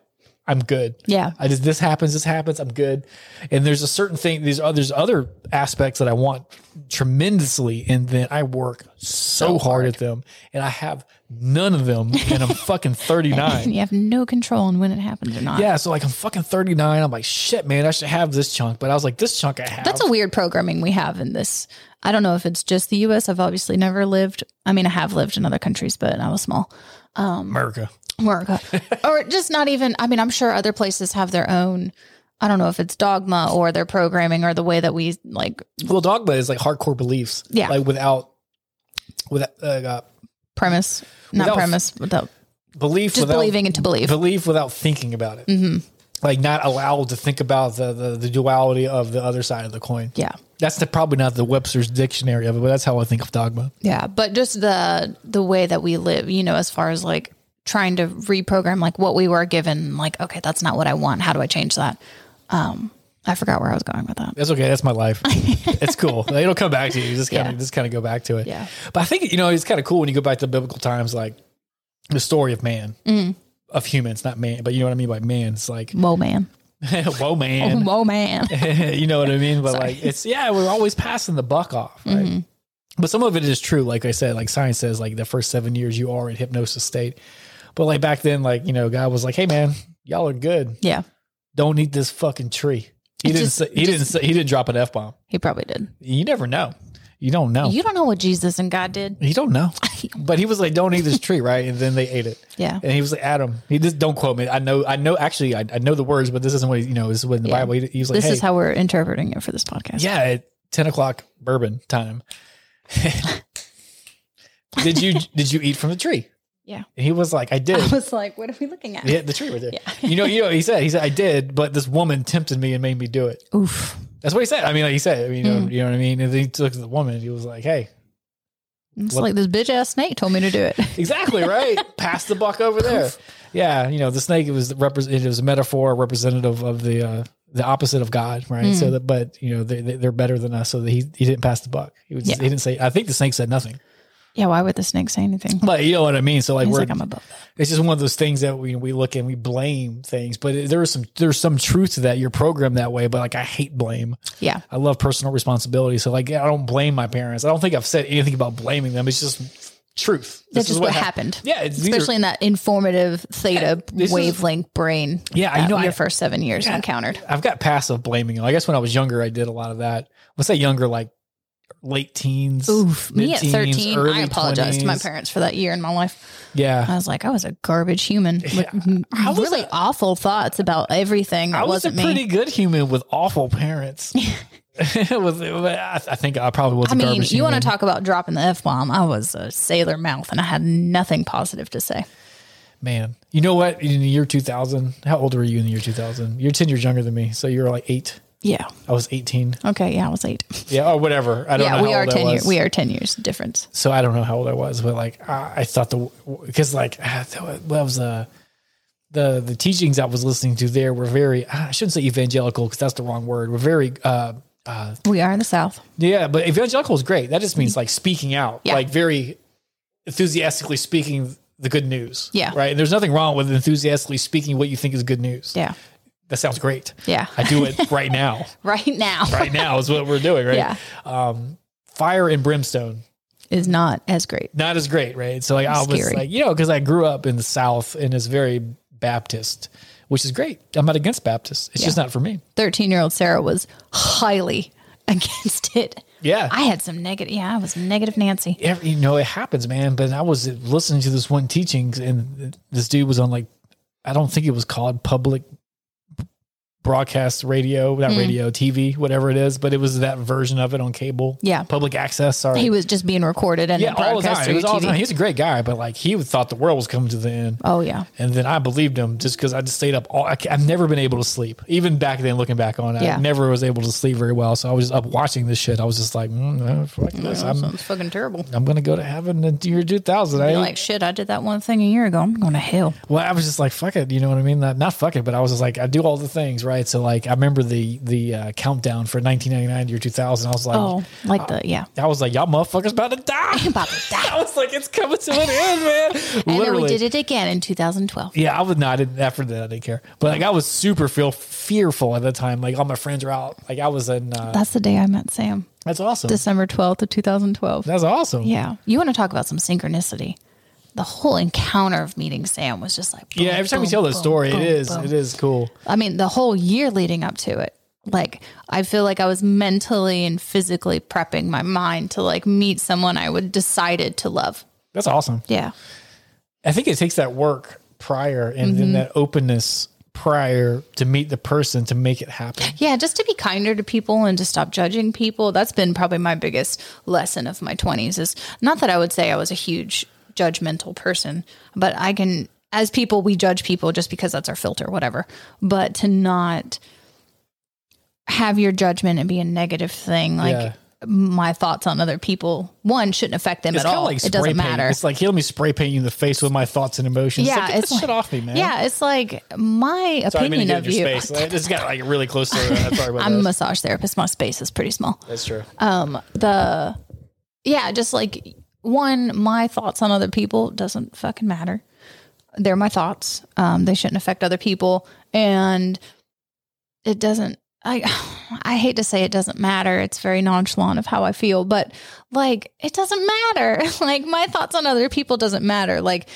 [SPEAKER 1] I'm good.
[SPEAKER 2] Yeah.
[SPEAKER 1] I just this happens, this happens, I'm good. And there's a certain thing. These are there's other aspects that I want tremendously, and then I work so, hard, at them, and I have none of them, and I'm fucking 39.
[SPEAKER 2] And you have no control on when it happens or not.
[SPEAKER 1] Yeah, so like I'm fucking 39. I'm like, shit, man, I should have this chunk. But I was like, this chunk I have.
[SPEAKER 2] That's a weird programming we have in this. I don't know if it's just the US. I've obviously never lived. I mean, I have lived in other countries, but I was small.
[SPEAKER 1] America.
[SPEAKER 2] America. or just not even, I mean, I'm sure other places have their own, I don't know if it's dogma or their programming or the way that we like
[SPEAKER 1] Well, dogma is like hardcore beliefs.
[SPEAKER 2] Yeah.
[SPEAKER 1] Like without, without uh, uh,
[SPEAKER 2] premise, not
[SPEAKER 1] Without-
[SPEAKER 2] premise, without
[SPEAKER 1] belief.
[SPEAKER 2] just
[SPEAKER 1] without,
[SPEAKER 2] believing Mm-hmm. and to believe.
[SPEAKER 1] Belief without thinking about it. Like not allowed to think about the, the the duality of the other side of the coin.
[SPEAKER 2] yeah.
[SPEAKER 1] That's the, probably not the Webster's dictionary of it, but that's how I think of dogma.
[SPEAKER 2] Yeah. But just the, the way that we live, you know, as far as like trying to reprogram like what we were given, like, okay, that's not what I want. How do I change that? Um, I forgot where I was going with that.
[SPEAKER 1] That's okay. That's my life. it's cool. Like, It'll come back to you. You just kind of
[SPEAKER 2] Yeah.
[SPEAKER 1] just kind of go back to it.
[SPEAKER 2] Yeah.
[SPEAKER 1] But I think you know it's kind of cool when you go back to biblical times, like the story of man, of humans, not man, but you know what I mean by man. It's like
[SPEAKER 2] Mm-hmm.
[SPEAKER 1] whoa,
[SPEAKER 2] Whoa, man.
[SPEAKER 1] man.
[SPEAKER 2] Oh, Whoa, man.
[SPEAKER 1] you know what I mean? But
[SPEAKER 2] Sorry.
[SPEAKER 1] like, it's yeah, we're always passing the buck off, right?
[SPEAKER 2] Mm-hmm.
[SPEAKER 1] But some of it is true. Like I said, like science says, like the first seven years you are in hypnosis state. But like back then, like you know, God was like, "Hey man, y'all are good.
[SPEAKER 2] yeah.
[SPEAKER 1] Don't eat this fucking tree." He
[SPEAKER 2] It
[SPEAKER 1] didn't.
[SPEAKER 2] just-
[SPEAKER 1] say, he didn't. Say, he didn't drop an f bomb.
[SPEAKER 2] He probably did.
[SPEAKER 1] You never know. You don't know. You,
[SPEAKER 2] You don't know what Jesus and God did.
[SPEAKER 1] don't know. but he was like, "Don't eat this tree," right? And then they ate it.
[SPEAKER 2] Yeah.
[SPEAKER 1] And he was like, "Adam, he just don't quote me. I know. I know. Actually, I, I know the words, but this isn't what he, you know. This is what in the
[SPEAKER 2] Yeah.
[SPEAKER 1] Bible. He, he was like,
[SPEAKER 2] This
[SPEAKER 1] hey,
[SPEAKER 2] is how we're interpreting it for this podcast.
[SPEAKER 1] Yeah, at ten o'clock bourbon time. did you did you eat from the tree?
[SPEAKER 2] Yeah.
[SPEAKER 1] And he was like, I did.
[SPEAKER 2] I was like, what are we looking at?
[SPEAKER 1] He hit the tree right there. you know, you know, he said, he said, I did, but this woman tempted me and made me do it.
[SPEAKER 2] Oof.
[SPEAKER 1] That's what he said. I mean, like he said, I mean, you
[SPEAKER 2] Hmm.
[SPEAKER 1] know, you know what I mean? And then he took the woman and he was like, Hey,
[SPEAKER 2] It's
[SPEAKER 1] What-
[SPEAKER 2] like this bitch ass snake told me to do it.
[SPEAKER 1] exactly right. Pass the buck over there. Yeah, you know, the snake it was repre- it was a metaphor representative of the uh the opposite of God, right?
[SPEAKER 2] Hmm.
[SPEAKER 1] So that, but you know, they, they- they're better than us. So that he, he didn't pass the buck. He was
[SPEAKER 2] Yeah.
[SPEAKER 1] he didn't say. I think the snake said nothing.
[SPEAKER 2] yeah, why would the snake say anything?
[SPEAKER 1] But you know what I mean. So like
[SPEAKER 2] He's
[SPEAKER 1] we're
[SPEAKER 2] like, I'm above that.
[SPEAKER 1] it's just one of those things that we we look and we blame things, but there's some there's some truth to that. You're programmed that way, but like I hate blame.
[SPEAKER 2] Yeah.
[SPEAKER 1] I love personal responsibility. So like yeah, I don't blame my parents. I don't think I've said anything about blaming them. It's just truth. This
[SPEAKER 2] That's
[SPEAKER 1] is
[SPEAKER 2] just what
[SPEAKER 1] hap-
[SPEAKER 2] happened.
[SPEAKER 1] Yeah, it's these are-
[SPEAKER 2] Especially in that informative theta
[SPEAKER 1] Yeah, this is-
[SPEAKER 2] wavelength brain.
[SPEAKER 1] Yeah, I
[SPEAKER 2] that
[SPEAKER 1] know,
[SPEAKER 2] Your
[SPEAKER 1] I-
[SPEAKER 2] first seven years
[SPEAKER 1] Yeah.
[SPEAKER 2] encountered.
[SPEAKER 1] I've got passive blaming. I guess when I was younger, I did a lot of that. Let's say younger, like late teens.
[SPEAKER 2] Oof. Me at
[SPEAKER 1] mid-teens,
[SPEAKER 2] 13, I
[SPEAKER 1] early
[SPEAKER 2] apologized to my
[SPEAKER 1] 20s.
[SPEAKER 2] parents for that year in my life.
[SPEAKER 1] Yeah.
[SPEAKER 2] I was like, I was a garbage human with
[SPEAKER 1] Yeah, I was
[SPEAKER 2] really
[SPEAKER 1] a-
[SPEAKER 2] awful thoughts about everything that
[SPEAKER 1] I was a
[SPEAKER 2] wasn't me.
[SPEAKER 1] pretty good human with awful parents. It was- it was- I I think I probably was.
[SPEAKER 2] I
[SPEAKER 1] a
[SPEAKER 2] mean,
[SPEAKER 1] garbage
[SPEAKER 2] you want to
[SPEAKER 1] human.
[SPEAKER 2] talk about dropping the F bomb? I was a sailor mouth and I had nothing positive to say.
[SPEAKER 1] man? You know what? In the year two thousand, how old were you in the year two thousand? You're ten years younger than me, so you were like eight.
[SPEAKER 2] Yeah.
[SPEAKER 1] I was eighteen.
[SPEAKER 2] Okay. Yeah. I was eight.
[SPEAKER 1] Yeah, or whatever. I don't know.
[SPEAKER 2] Yeah. We
[SPEAKER 1] how
[SPEAKER 2] are
[SPEAKER 1] old I
[SPEAKER 2] 10 years.
[SPEAKER 1] was.
[SPEAKER 2] We are 10 years difference.
[SPEAKER 1] so I don't know how old I was, but like I, I thought the because like ah, that was- that was uh, the the teachings I was listening to there were very ah, I shouldn't say evangelical because that's the wrong word. We're very uh,
[SPEAKER 2] We are in the South.
[SPEAKER 1] yeah, but evangelical is great. That just means like speaking out,
[SPEAKER 2] Yeah.
[SPEAKER 1] like very enthusiastically speaking the good news.
[SPEAKER 2] Yeah.
[SPEAKER 1] right. there's nothing wrong with enthusiastically speaking what you think is good news.
[SPEAKER 2] Yeah.
[SPEAKER 1] that sounds great.
[SPEAKER 2] Yeah.
[SPEAKER 1] I do it right now.
[SPEAKER 2] right now
[SPEAKER 1] Right now is what we're doing. Right.
[SPEAKER 2] Yeah.
[SPEAKER 1] Um, fire and brimstone.
[SPEAKER 2] is not as great.
[SPEAKER 1] not as great, right? So like I was
[SPEAKER 2] Scary.
[SPEAKER 1] like, you know, because I grew up in the South and it's very Baptist, which is great. I'm not against Baptists. It's just not for me.
[SPEAKER 2] 13 year old Sarah was highly against it.
[SPEAKER 1] Yeah.
[SPEAKER 2] I had some negative. Yeah. I was negative Nancy.
[SPEAKER 1] Every, you know, it happens, man. But I was listening to this one teaching and this dude was on like, I don't think it was called public broadcast radio, not
[SPEAKER 2] Hmm.
[SPEAKER 1] radio, TV, whatever it is, but it was that version of it on cable.
[SPEAKER 2] Yeah.
[SPEAKER 1] Public access. Sorry.
[SPEAKER 2] He was just being recorded and
[SPEAKER 1] yeah, all the
[SPEAKER 2] broadcast
[SPEAKER 1] time. He
[SPEAKER 2] through
[SPEAKER 1] was all the
[SPEAKER 2] TV.
[SPEAKER 1] time. He's a great guy, but like he thought the world was coming to the end.
[SPEAKER 2] Oh, yeah.
[SPEAKER 1] And then I believed him just because I just stayed up all. I, ca- I've never been able to sleep. Even back then, looking back on it,
[SPEAKER 2] Yeah.
[SPEAKER 1] I never was able to sleep very well. So I was just up watching this shit. I was just like, mm, no, fuck this. I'm,
[SPEAKER 2] Sounds fucking terrible.
[SPEAKER 1] I'm going to go to heaven in the year 2000. I,
[SPEAKER 2] You're like, shit, I did that one thing a year ago. I'm going to hell.
[SPEAKER 1] well, I was just like, fuck it. You know what I mean? Not, not fuck it, but I was just like, I do all the things, right? So like, I remember the the uh, countdown for 1999 to year 2000. I was like, uh,
[SPEAKER 2] Oh, like the, yeah.
[SPEAKER 1] I was like, y'all motherfuckers about to die.
[SPEAKER 2] About to die.
[SPEAKER 1] I was like, it's coming to an end, man.
[SPEAKER 2] And then we
[SPEAKER 1] Literally.
[SPEAKER 2] did it again in 2012.
[SPEAKER 1] Yeah, I was not in after that. I didn't care, but like I was super feel fearful at the time. Like all my friends were out. Like I was in. Uh,
[SPEAKER 2] That's the day I met Sam,
[SPEAKER 1] that's awesome.
[SPEAKER 2] December 12th of 2012.
[SPEAKER 1] that's awesome.
[SPEAKER 2] Yeah. You want to talk about some synchronicity? The whole encounter of meeting Sam was just like,
[SPEAKER 1] Yeah,
[SPEAKER 2] boom,
[SPEAKER 1] every time
[SPEAKER 2] boom,
[SPEAKER 1] you tell that
[SPEAKER 2] boom,
[SPEAKER 1] story,
[SPEAKER 2] boom,
[SPEAKER 1] it is
[SPEAKER 2] boom.
[SPEAKER 1] it is cool.
[SPEAKER 2] I mean, the whole year leading up to it, like I feel like I was mentally and physically prepping my mind to like meet someone I would decided to love.
[SPEAKER 1] That's awesome.
[SPEAKER 2] Yeah.
[SPEAKER 1] I think it takes that work prior and
[SPEAKER 2] Mm-hmm.
[SPEAKER 1] then that openness prior to meet the person to make it happen.
[SPEAKER 2] Yeah, just to be kinder to people and to stop judging people. That's been probably my biggest lesson of my 20s is not that I would say I was a huge judgmental person, but I can as people we judge people just because that's our filter whatever. But to not have your judgment and be a negative thing like
[SPEAKER 1] Yeah.
[SPEAKER 2] my thoughts on other people one shouldn't affect them
[SPEAKER 1] It's
[SPEAKER 2] at
[SPEAKER 1] kind of
[SPEAKER 2] all.
[SPEAKER 1] like spray
[SPEAKER 2] it doesn't
[SPEAKER 1] paint.
[SPEAKER 2] matter.
[SPEAKER 1] It's like here, let me spray paint you in the face with my thoughts and emotions. Yeah, it's like,
[SPEAKER 2] Yeah,
[SPEAKER 1] get
[SPEAKER 2] it's
[SPEAKER 1] this
[SPEAKER 2] like-
[SPEAKER 1] shit off me, man.
[SPEAKER 2] yeah, it's like my
[SPEAKER 1] Sorry, I
[SPEAKER 2] opinion
[SPEAKER 1] didn't mean to
[SPEAKER 2] of
[SPEAKER 1] get in
[SPEAKER 2] you.
[SPEAKER 1] your space. I just got like really close to. Uh, sorry about
[SPEAKER 2] I'm uh, a
[SPEAKER 1] that.
[SPEAKER 2] massage therapist. My space is pretty small.
[SPEAKER 1] That's true.
[SPEAKER 2] Um, the yeah just like one my thoughts on other people doesn't fucking matter they're my thoughts um they shouldn't affect other people and it doesn't i i hate to say it doesn't matter it's very nonchalant of how i feel but like it doesn't matter like my thoughts on other people doesn't matter like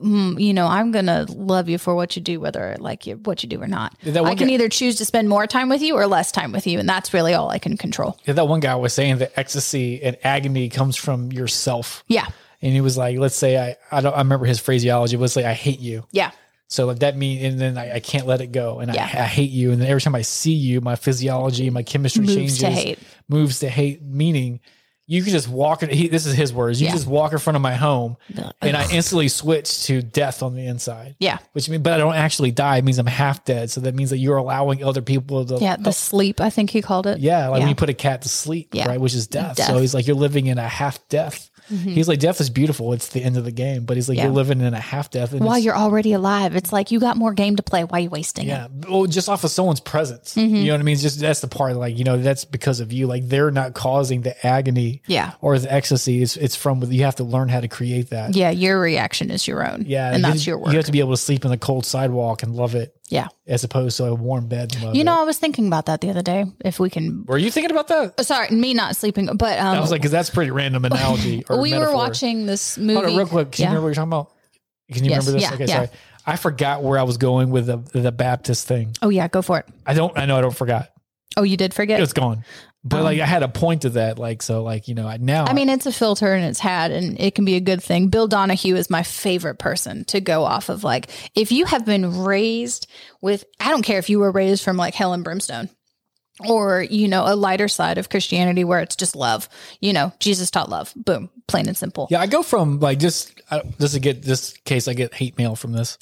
[SPEAKER 2] mm, you know i'm gonna love you for what you do whether i like you what you do or not
[SPEAKER 1] That one
[SPEAKER 2] i can
[SPEAKER 1] guy-
[SPEAKER 2] either choose to spend more time with you or less time with you and that's really all i can control
[SPEAKER 1] Yeah, that one guy was saying that ecstasy and agony comes from yourself.
[SPEAKER 2] yeah
[SPEAKER 1] And he was like, let's say I, I don't, I remember his phraseology was like, I hate you.
[SPEAKER 2] yeah
[SPEAKER 1] So like that mean, and then I, I can't let it go. And
[SPEAKER 2] Yeah.
[SPEAKER 1] I, I hate you. And then every time I see you, my physiology, my chemistry
[SPEAKER 2] Moves
[SPEAKER 1] changes,
[SPEAKER 2] to hate.
[SPEAKER 1] moves to hate, meaning you can just walk. in- He, this is his words. You
[SPEAKER 2] Yeah.
[SPEAKER 1] just walk in front of my home
[SPEAKER 2] Ugh.
[SPEAKER 1] and I instantly switch to death on the inside.
[SPEAKER 2] yeah
[SPEAKER 1] Which means, but I don't actually die. It means I'm half dead. So that means that you're allowing other people to
[SPEAKER 2] Yeah, the sleep, I think he called it.
[SPEAKER 1] Oh. Yeah, like
[SPEAKER 2] yeah.
[SPEAKER 1] when you put a cat to sleep,
[SPEAKER 2] Yeah.
[SPEAKER 1] right, which is death.
[SPEAKER 2] Death. Mm-hmm.
[SPEAKER 1] So he's like, you're living in a half death. He's like, death is beautiful. It's the end of the game, but he's like,
[SPEAKER 2] Yeah.
[SPEAKER 1] you're living in a half death. And
[SPEAKER 2] While
[SPEAKER 1] it's-
[SPEAKER 2] you're already alive, it's like you got more game to play. Why are you wasting it?
[SPEAKER 1] yeah, well, just off of someone's presence.
[SPEAKER 2] Mm-hmm.
[SPEAKER 1] You know what I mean? It's just that's the part. Like you know, that's because of you. Like they're not causing the agony,
[SPEAKER 2] Yeah.
[SPEAKER 1] or the ecstasy. It's it's from you have to learn how to create that.
[SPEAKER 2] Yeah, your reaction is your own.
[SPEAKER 1] Yeah,
[SPEAKER 2] and
[SPEAKER 1] you-
[SPEAKER 2] that's your work.
[SPEAKER 1] You have to be able to sleep in the cold sidewalk and love it.
[SPEAKER 2] Yeah.
[SPEAKER 1] as opposed to a warm bed. love
[SPEAKER 2] You
[SPEAKER 1] it.
[SPEAKER 2] know, I was thinking about that the other day. If we can,
[SPEAKER 1] were you thinking about that?
[SPEAKER 2] oh, sorry, me not sleeping, but um,
[SPEAKER 1] I was like, because that's pretty random analogy. Or
[SPEAKER 2] we were
[SPEAKER 1] metaphor.
[SPEAKER 2] watching this movie.
[SPEAKER 1] Hold on, real quick. Can
[SPEAKER 2] Yeah.
[SPEAKER 1] you remember what you're talking about? Can you
[SPEAKER 2] Yes,
[SPEAKER 1] remember this?
[SPEAKER 2] yeah,
[SPEAKER 1] okay,
[SPEAKER 2] yeah.
[SPEAKER 1] sorry. I forgot where I was going with the the Baptist thing.
[SPEAKER 2] Oh yeah, go for it.
[SPEAKER 1] I don't. I know. I don't forgot.
[SPEAKER 2] Oh, you did forget.
[SPEAKER 1] It's gone. But
[SPEAKER 2] Um,
[SPEAKER 1] like, I had a point to that. Like, so, like, you know, I now.
[SPEAKER 2] I mean, it's a filter and it's had, and it can be a good thing. Bill Donahue is my favorite person to go off of. Like, if you have been raised with, I don't care if you were raised from like hell and brimstone or, you know, a lighter side of Christianity where it's just love, you know, Jesus taught love. Boom, plain and simple.
[SPEAKER 1] yeah, I go from like just I, just to get just in case I get hate mail from this,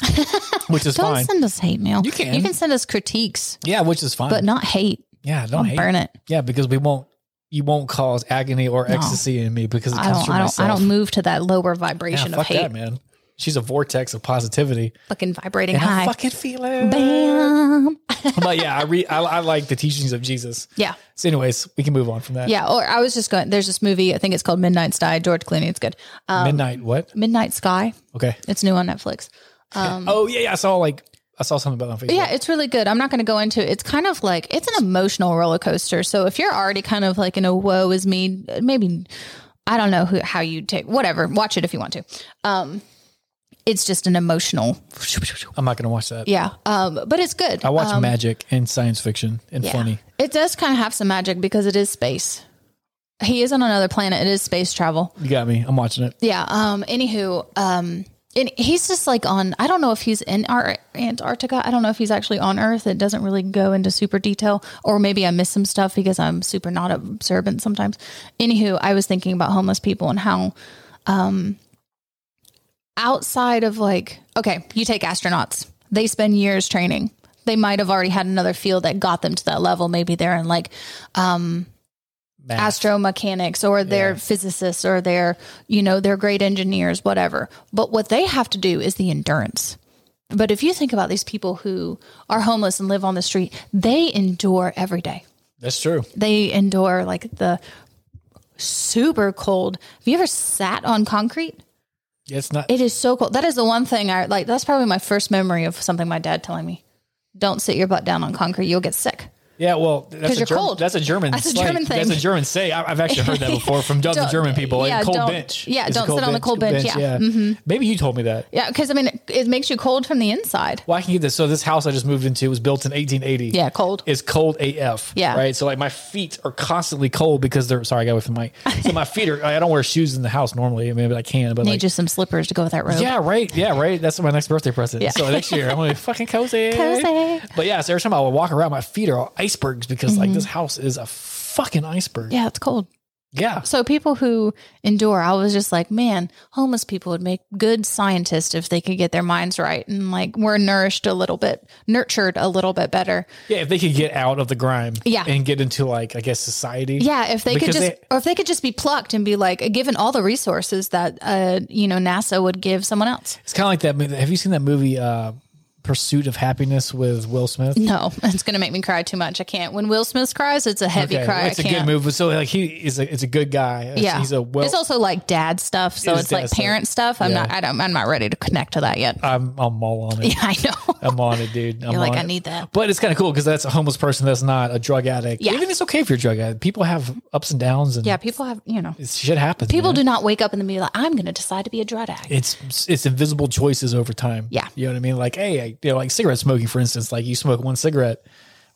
[SPEAKER 1] which is
[SPEAKER 2] Don't
[SPEAKER 1] fine.
[SPEAKER 2] send us hate mail.
[SPEAKER 1] You can.
[SPEAKER 2] You can send us critiques,
[SPEAKER 1] yeah, which is fine.
[SPEAKER 2] but not hate.
[SPEAKER 1] yeah,
[SPEAKER 2] I'll
[SPEAKER 1] don't hate.
[SPEAKER 2] burn it.
[SPEAKER 1] Yeah, because we won't. You won't cause agony or ecstasy in me because it
[SPEAKER 2] I
[SPEAKER 1] comes
[SPEAKER 2] don't,
[SPEAKER 1] from
[SPEAKER 2] I don't, I
[SPEAKER 1] myself.
[SPEAKER 2] don't move to that lower
[SPEAKER 1] Yeah,
[SPEAKER 2] vibration of
[SPEAKER 1] fuck
[SPEAKER 2] hate.
[SPEAKER 1] that, man. She's a vortex of positivity,
[SPEAKER 2] Fucking vibrating
[SPEAKER 1] and I
[SPEAKER 2] high.
[SPEAKER 1] fucking feel it.
[SPEAKER 2] Bam.
[SPEAKER 1] but yeah, I re I, I like the teachings of Jesus.
[SPEAKER 2] Yeah.
[SPEAKER 1] So, anyways, we can move on from that.
[SPEAKER 2] Yeah, or I was just going. There's this movie. I think it's called Midnight Sky. George Clooney. It's good. Um,
[SPEAKER 1] Midnight. What?
[SPEAKER 2] Midnight Sky.
[SPEAKER 1] Okay.
[SPEAKER 2] It's new on Netflix. Um,
[SPEAKER 1] oh yeah, yeah. I saw like I saw something about it on
[SPEAKER 2] but
[SPEAKER 1] Facebook.
[SPEAKER 2] yeah, it's really good. I'm not going to go into. it. It's kind of like it's an emotional roller coaster. So if you're already kind of like in a woe is me, maybe I don't know who, how you take whatever. Watch it if you want to. Um, it's just an emotional.
[SPEAKER 1] I'm not gonna watch that.
[SPEAKER 2] Yeah, um, but it's good.
[SPEAKER 1] I watch
[SPEAKER 2] um,
[SPEAKER 1] magic and science fiction and
[SPEAKER 2] yeah.
[SPEAKER 1] funny.
[SPEAKER 2] It does kind of have some magic because it is space. He is on another planet. It is space travel.
[SPEAKER 1] You got me. I'm watching it.
[SPEAKER 2] Yeah. Um. Anywho. Um. And he's just like on. I don't know if he's in Ar- Antarctica. I don't know if he's actually on Earth. It doesn't really go into super detail, or maybe I miss some stuff because I'm super not observant sometimes. Anywho, I was thinking about homeless people and how, um, outside of like, okay, you take astronauts. They spend years training. They might have already had another field that got them to that level. Maybe they're in like
[SPEAKER 1] Math.
[SPEAKER 2] astromechanics or they're
[SPEAKER 1] Yeah.
[SPEAKER 2] physicists or they're you know they're great engineers whatever but what they have to do is the endurance but if you think about these people who are homeless and live on the street they endure every day
[SPEAKER 1] That's true.
[SPEAKER 2] they endure like the super cold have you ever sat on concrete
[SPEAKER 1] Yeah, It's not.
[SPEAKER 2] it is so cold that is the one thing i like that's probably my first memory of something my dad telling me don't sit your butt down on concrete you'll get sick
[SPEAKER 1] yeah, well, that's a
[SPEAKER 2] you're
[SPEAKER 1] Germ-
[SPEAKER 2] cold.
[SPEAKER 1] That's a German.
[SPEAKER 2] That's a
[SPEAKER 1] slang.
[SPEAKER 2] German thing.
[SPEAKER 1] That's a German say. I, I've actually heard that before from other
[SPEAKER 2] Don't-
[SPEAKER 1] German people.
[SPEAKER 2] yeah,
[SPEAKER 1] a cold
[SPEAKER 2] don't-
[SPEAKER 1] bench.
[SPEAKER 2] yeah,
[SPEAKER 1] is a
[SPEAKER 2] don't sit on the cold bench, yeah. Mm-hmm.
[SPEAKER 1] Maybe you told me that.
[SPEAKER 2] yeah because i mean it, it makes you cold from the inside
[SPEAKER 1] Well, I can get this. So this house I just moved into was built in 1880.
[SPEAKER 2] Yeah, cold.
[SPEAKER 1] It's cold AF.
[SPEAKER 2] Yeah.
[SPEAKER 1] Right. So like my feet are constantly cold because they're sorry, I got away from the mic. So my feet are. I don't wear shoes in the house normally. I mean, but I can. But
[SPEAKER 2] need
[SPEAKER 1] like,
[SPEAKER 2] you some slippers to go with that robe
[SPEAKER 1] yeah, right. Yeah, right. That's my next birthday present.
[SPEAKER 2] Yeah.
[SPEAKER 1] So next year I'm gonna be fucking cozy.
[SPEAKER 2] Cozy. Mm-hmm.
[SPEAKER 1] But yeah, so every time I walk around, my feet are all icebergs because like this house is a fucking iceberg.
[SPEAKER 2] Yeah, it's cold.
[SPEAKER 1] Yeah.
[SPEAKER 2] So people who endure, I was just like, man, homeless people would make good scientists if they could get their minds right and like were nourished a little bit, nurtured a little bit better.
[SPEAKER 1] Yeah. If they could get out of the grime.
[SPEAKER 2] Yeah.
[SPEAKER 1] And get into like I guess society.
[SPEAKER 2] Yeah, if they
[SPEAKER 1] Because
[SPEAKER 2] could just, or if they could just be plucked and be like given all the resources that uh, you know NASA would give someone else.
[SPEAKER 1] It's kind of like that. movie- Have you seen that movie? uh Pursuit of Happiness with Will Smith.
[SPEAKER 2] No, it's going to make me cry too much. I can't. When Will Smith cries, it's a heavy cry.
[SPEAKER 1] It's
[SPEAKER 2] I
[SPEAKER 1] a
[SPEAKER 2] can't.
[SPEAKER 1] good move. But so like he is a, it's a good guy. It's-
[SPEAKER 2] Yeah,
[SPEAKER 1] he's a well.
[SPEAKER 2] it's also like dad stuff, so
[SPEAKER 1] It is
[SPEAKER 2] it's like
[SPEAKER 1] dad stuff.
[SPEAKER 2] parent stuff. I'm
[SPEAKER 1] Yeah. Uh,
[SPEAKER 2] not. I don't, I'm not ready to connect to that yet.
[SPEAKER 1] I'm I'm all on it.
[SPEAKER 2] yeah, I know.
[SPEAKER 1] I'm on it, dude. I'm
[SPEAKER 2] You're like,
[SPEAKER 1] on
[SPEAKER 2] I
[SPEAKER 1] it.
[SPEAKER 2] need that.
[SPEAKER 1] But it's kind of cool because that's a homeless person that's not a drug addict.
[SPEAKER 2] Yeah.
[SPEAKER 1] Even it's okay if you're a drug addict. People have ups and downs and
[SPEAKER 2] Yeah, people have, you know,
[SPEAKER 1] it's, shit happens.
[SPEAKER 2] people
[SPEAKER 1] man.
[SPEAKER 2] do not wake up and then be like, I'm going to decide to be a drug addict.
[SPEAKER 1] It's it's invisible choices over time.
[SPEAKER 2] Yeah.
[SPEAKER 1] You know what I mean? Like, hey, I, you know, like cigarette smoking, for instance. Like you smoke one cigarette,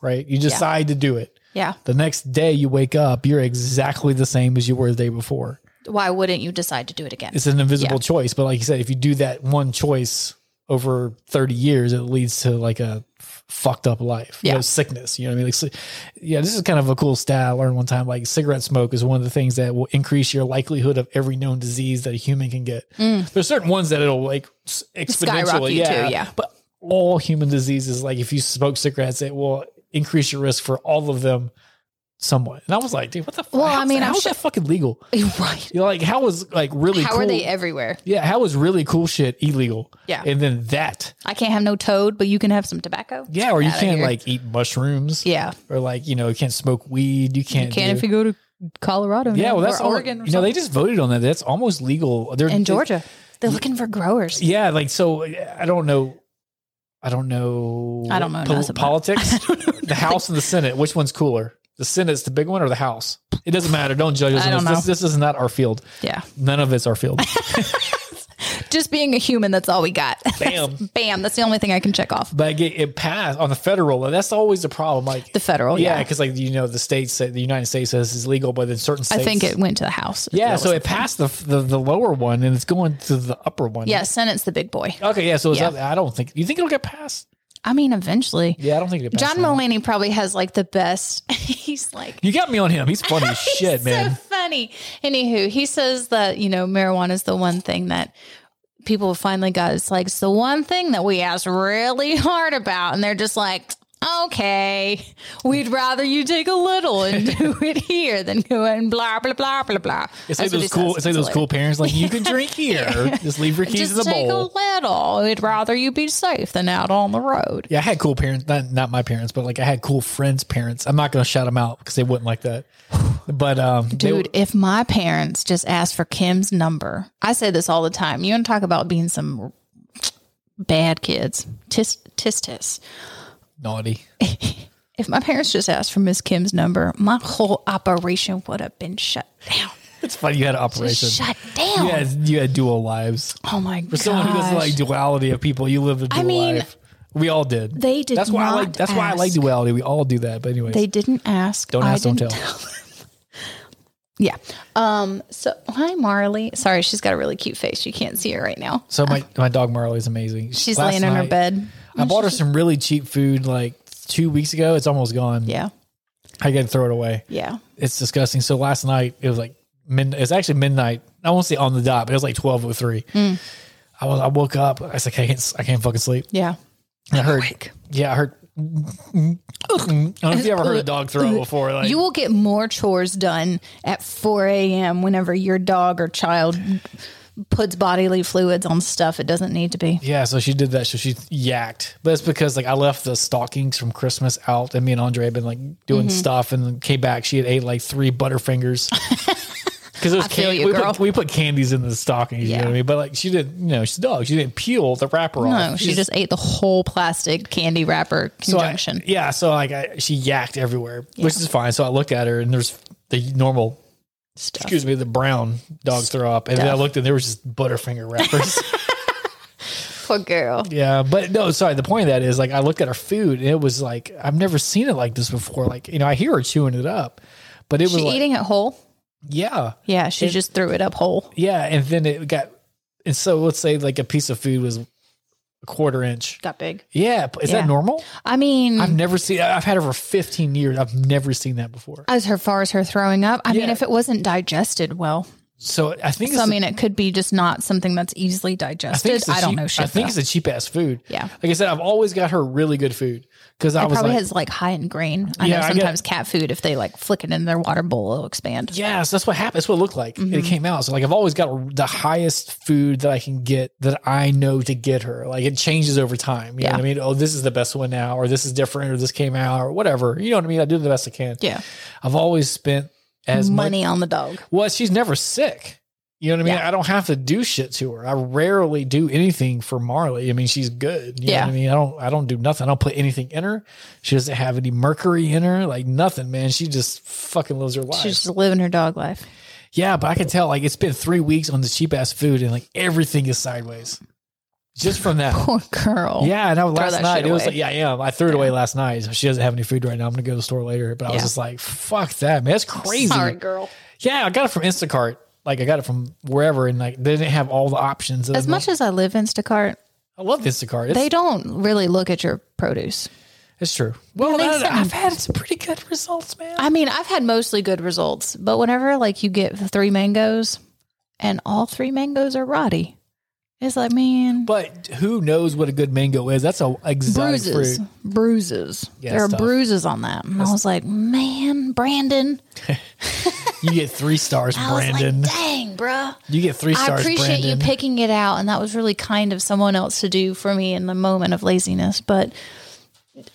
[SPEAKER 1] right? You decide to do it.
[SPEAKER 2] yeah.
[SPEAKER 1] The next day you wake up, you're exactly the same as you were the day before.
[SPEAKER 2] Why wouldn't you decide to do it again?
[SPEAKER 1] it's an invisible
[SPEAKER 2] Yeah.
[SPEAKER 1] choice. But like you said, if you do that one choice over 30 years, it leads to like a f- fucked up life, you
[SPEAKER 2] Yeah.
[SPEAKER 1] know, sickness. You know what I mean? Like, si- yeah, this is kind of a cool stat I learned one time. Like cigarette smoke is one of the things that will increase your likelihood of every known disease that a human can get. There's certain ones that it'll like s-
[SPEAKER 2] Mm. Skyrocket
[SPEAKER 1] exponentially.
[SPEAKER 2] you
[SPEAKER 1] Yeah,
[SPEAKER 2] too, yeah.
[SPEAKER 1] But all human diseases, like if you smoke cigarettes, it will increase your risk for all of them somewhat. And I was like, dude, what the fuck?
[SPEAKER 2] Well, I mean, I'm
[SPEAKER 1] how's
[SPEAKER 2] sure-
[SPEAKER 1] that fucking legal?
[SPEAKER 2] right.
[SPEAKER 1] You know, like how is like really
[SPEAKER 2] How
[SPEAKER 1] cool?
[SPEAKER 2] are they everywhere?
[SPEAKER 1] Yeah, how is really cool shit illegal?
[SPEAKER 2] Yeah.
[SPEAKER 1] And then that.
[SPEAKER 2] I can't have no toad, but you can have some tobacco.
[SPEAKER 1] Yeah, or you
[SPEAKER 2] Outta
[SPEAKER 1] can't
[SPEAKER 2] here.
[SPEAKER 1] like eat mushrooms.
[SPEAKER 2] Yeah.
[SPEAKER 1] Or like, you know, you can't smoke weed. You
[SPEAKER 2] You
[SPEAKER 1] can't
[SPEAKER 2] can
[SPEAKER 1] do-
[SPEAKER 2] if you go to Colorado.
[SPEAKER 1] Yeah,
[SPEAKER 2] now,
[SPEAKER 1] well that's
[SPEAKER 2] or Oregon.
[SPEAKER 1] Oregon.
[SPEAKER 2] Or
[SPEAKER 1] you know, they
[SPEAKER 2] something.
[SPEAKER 1] just voted on that. That's almost legal. They're
[SPEAKER 2] in
[SPEAKER 1] they-
[SPEAKER 2] Georgia. They're looking for growers.
[SPEAKER 1] yeah, like so I don't know. I don't know.
[SPEAKER 2] I don't know
[SPEAKER 1] pol-
[SPEAKER 2] nothing about-
[SPEAKER 1] politics.
[SPEAKER 2] I don't know
[SPEAKER 1] the House and the Senate. Which one's cooler? The Senate's the big one or the House? It doesn't matter. Don't judge us.
[SPEAKER 2] I
[SPEAKER 1] on
[SPEAKER 2] don't
[SPEAKER 1] this. This, this is not our field.
[SPEAKER 2] Yeah.
[SPEAKER 1] None of it's our field.
[SPEAKER 2] Just being a human, that's all we got.
[SPEAKER 1] Bam.
[SPEAKER 2] Bam. That's the only thing I can check off.
[SPEAKER 1] but it, it passed on the federal. And that's always the problem. Like
[SPEAKER 2] The federal.
[SPEAKER 1] Oh, yeah,
[SPEAKER 2] Yeah.
[SPEAKER 1] because like you know the states, say, the United States says it's legal, but in certain
[SPEAKER 2] I
[SPEAKER 1] states,
[SPEAKER 2] think it went to the House.
[SPEAKER 1] Yeah,
[SPEAKER 2] That
[SPEAKER 1] so
[SPEAKER 2] was-
[SPEAKER 1] it passed the, the the lower one and it's going to the upper one.
[SPEAKER 2] yeah, Senate's the big boy.
[SPEAKER 1] Okay. Yeah. So it's
[SPEAKER 2] Yeah.
[SPEAKER 1] up- I don't think you think it'll get passed.
[SPEAKER 2] I mean, eventually.
[SPEAKER 1] Yeah, I don't think it.
[SPEAKER 2] John
[SPEAKER 1] Mulaney.
[SPEAKER 2] Mulaney probably has like the best. He's like,
[SPEAKER 1] You got me on him. He's funny as shit,
[SPEAKER 2] He's
[SPEAKER 1] man.
[SPEAKER 2] So funny. Anywho, he says that you know marijuana is the one thing that people finally got. It's like it's the one thing that we asked really hard about, and they're just like, okay, we'd rather you take a little and do it here than go and blah blah blah blah blah.
[SPEAKER 1] It's like
[SPEAKER 2] That's what he
[SPEAKER 1] those cool. It's
[SPEAKER 2] says.
[SPEAKER 1] like those cool parents. Like you can drink here. Just leave your keys
[SPEAKER 2] Just
[SPEAKER 1] in the
[SPEAKER 2] take
[SPEAKER 1] bowl.
[SPEAKER 2] a little. We'd rather you be safe than out on the road.
[SPEAKER 1] yeah, I had cool parents. Not not my parents, but like I had cool friends' parents. I'm not gonna shout them out because they wouldn't like that. But um, they were-
[SPEAKER 2] Dude, if my parents just asked for Kim's number, I say this all the time. You want to talk about being some bad kids? Tis tis tis.
[SPEAKER 1] naughty.
[SPEAKER 2] If my parents just asked for Miss Kim's number, my whole operation would have been shut down.
[SPEAKER 1] It's funny you had an operation.
[SPEAKER 2] Shut down.
[SPEAKER 1] You had you had dual lives.
[SPEAKER 2] Oh my
[SPEAKER 1] For someone who doesn't like duality of people, you live a dual
[SPEAKER 2] I mean,
[SPEAKER 1] life. We all did.
[SPEAKER 2] they did
[SPEAKER 1] That's why I
[SPEAKER 2] not
[SPEAKER 1] like. That's why I like
[SPEAKER 2] ask.
[SPEAKER 1] duality. We all do that. But anyways,
[SPEAKER 2] They didn't ask.
[SPEAKER 1] Don't
[SPEAKER 2] I
[SPEAKER 1] ask, don't
[SPEAKER 2] didn't
[SPEAKER 1] tell.
[SPEAKER 2] them. yeah. Um. So hi, Marley. Sorry, she's got a really cute face. You can't see her right now.
[SPEAKER 1] so my my dog Marley is amazing.
[SPEAKER 2] She's
[SPEAKER 1] Last
[SPEAKER 2] laying in her
[SPEAKER 1] night,
[SPEAKER 2] bed. Mm,
[SPEAKER 1] I bought her some really cheap food like two weeks ago. It's almost gone.
[SPEAKER 2] Yeah.
[SPEAKER 1] I gotta throw it away.
[SPEAKER 2] Yeah.
[SPEAKER 1] It's disgusting. So last night it was like mid. It's actually midnight. I won't say on the dot, but it was like twelve oh three.
[SPEAKER 2] Mm.
[SPEAKER 1] I was. I woke up. I was like, I can't. I can't fucking sleep.
[SPEAKER 2] Yeah.
[SPEAKER 1] And I heard. Yeah, I heard. I don't know if you ever heard a dog throw before. Like
[SPEAKER 2] you will get more chores done at 4 a.m. whenever your dog or child puts bodily fluids on stuff it doesn't need to be.
[SPEAKER 1] Yeah, so she did that. So she yacked, but it's because like I left the stockings from Christmas out, and me and Andre had been like doing
[SPEAKER 2] Mm-hmm.
[SPEAKER 1] stuff, and then came back. She had ate like three Butterfingers because it was
[SPEAKER 2] feel
[SPEAKER 1] candy.
[SPEAKER 2] you,
[SPEAKER 1] We
[SPEAKER 2] girl.
[SPEAKER 1] put, we put candies in the stockings, you know what I
[SPEAKER 2] Yeah.
[SPEAKER 1] mean? But like she didn't, you know, she's a dog. She didn't peel the wrapper off.
[SPEAKER 2] No, she just ate the whole plastic candy wrapper
[SPEAKER 1] so I-
[SPEAKER 2] conjunction.
[SPEAKER 1] yeah, so like I, she yacked everywhere, which is fine. So I looked at her, and there's the normal.
[SPEAKER 2] Stuff.
[SPEAKER 1] Excuse me, the brown dog throw up, and then I
[SPEAKER 2] Stuff.
[SPEAKER 1] looked, and there was just Butterfinger wrappers.
[SPEAKER 2] Poor girl.
[SPEAKER 1] Yeah, but no, sorry. The point of that is like I looked at her food and it was like I've never seen it like this before. Like you know, I hear her chewing it up, but it was
[SPEAKER 2] She
[SPEAKER 1] like
[SPEAKER 2] eating it whole?
[SPEAKER 1] yeah,
[SPEAKER 2] Yeah, she just threw it up whole.
[SPEAKER 1] yeah. And then it got and so let's say like a piece of food was a quarter inch.
[SPEAKER 2] Got big.
[SPEAKER 1] Yeah, is
[SPEAKER 2] Yeah.
[SPEAKER 1] that
[SPEAKER 2] Mm-hmm.
[SPEAKER 1] normal?
[SPEAKER 2] I mean,
[SPEAKER 1] I've never seen. I've had her for fifteen years. I've never seen that before.
[SPEAKER 2] as her far as her throwing up, I mean,
[SPEAKER 1] Yeah.
[SPEAKER 2] if it wasn't digested well,
[SPEAKER 1] So I think.
[SPEAKER 2] so I
[SPEAKER 1] it's-
[SPEAKER 2] mean, it could be just not something that's easily digested.
[SPEAKER 1] it's the
[SPEAKER 2] I, don't
[SPEAKER 1] cheap-
[SPEAKER 2] know shit.
[SPEAKER 1] I think
[SPEAKER 2] though.
[SPEAKER 1] it's a cheap ass food.
[SPEAKER 2] Yeah.
[SPEAKER 1] Like I said, I've always got her really good food because I
[SPEAKER 2] It
[SPEAKER 1] was
[SPEAKER 2] probably
[SPEAKER 1] like,
[SPEAKER 2] has like high in grain. I
[SPEAKER 1] Yeah,
[SPEAKER 2] know
[SPEAKER 1] I get-
[SPEAKER 2] sometimes cat food, if they like flick it in their water bowl, it'll expand.
[SPEAKER 1] Yeah, so that's what happened. That's what it looked like.
[SPEAKER 2] Mm-hmm.
[SPEAKER 1] It came out. So like I've always got the highest food that I can get that I know to get her. Like it changes over time. You
[SPEAKER 2] Yeah.
[SPEAKER 1] know what I mean? Oh, this is the best one now, or this is different, or this came out, or whatever. You know what I mean? I do the best I can.
[SPEAKER 2] Yeah.
[SPEAKER 1] I've always spent as
[SPEAKER 2] Money
[SPEAKER 1] much
[SPEAKER 2] on the dog.
[SPEAKER 1] well, she's never sick. You know what I mean?
[SPEAKER 2] Yeah.
[SPEAKER 1] I don't have to do shit to her. I rarely do anything for Marley. I mean, she's good. You know
[SPEAKER 2] Yeah.
[SPEAKER 1] what I mean? I don't I don't do nothing. I don't put anything in her. She doesn't have any mercury in her. Like nothing, man. She just fucking lives her life.
[SPEAKER 2] She's just living her dog life.
[SPEAKER 1] Yeah, but I can tell like it's been three weeks on the cheap ass food and like everything is sideways. Just from that.
[SPEAKER 2] Poor girl.
[SPEAKER 1] Yeah, and I, last
[SPEAKER 2] that
[SPEAKER 1] night
[SPEAKER 2] shit
[SPEAKER 1] it was
[SPEAKER 2] away.
[SPEAKER 1] like, yeah, I am. I threw it away last night. So she doesn't have any food right now. I'm gonna go to the store later. But I was
[SPEAKER 2] Yeah.
[SPEAKER 1] just like, fuck that, man. That's crazy.
[SPEAKER 2] Sorry, girl.
[SPEAKER 1] Yeah, I got it from Instacart. Like I got it from wherever, and like they didn't have all the options.
[SPEAKER 2] As much as I live Instacart,
[SPEAKER 1] I love Instacart. It's,
[SPEAKER 2] they don't really look at your produce.
[SPEAKER 1] it's true. Well,
[SPEAKER 2] they
[SPEAKER 1] I-
[SPEAKER 2] send-
[SPEAKER 1] Oh, I've had some pretty good results, man.
[SPEAKER 2] I mean, I've had mostly good results, but whenever like you get three mangoes and all three mangoes are rotty, it's like, man,
[SPEAKER 1] but who knows what a good mango is? That's a exotic
[SPEAKER 2] bruises,
[SPEAKER 1] fruit.
[SPEAKER 2] bruises.
[SPEAKER 1] Yeah,
[SPEAKER 2] there
[SPEAKER 1] it's
[SPEAKER 2] are
[SPEAKER 1] tough.
[SPEAKER 2] bruises on that. And I was like, man, Brandon.
[SPEAKER 1] You get three stars,
[SPEAKER 2] I was
[SPEAKER 1] Brandon.
[SPEAKER 2] like, dang, bruh.
[SPEAKER 1] you get three stars,
[SPEAKER 2] I appreciate
[SPEAKER 1] Brandon.
[SPEAKER 2] you picking it out, and that was really kind of someone else to do for me in the moment of laziness. But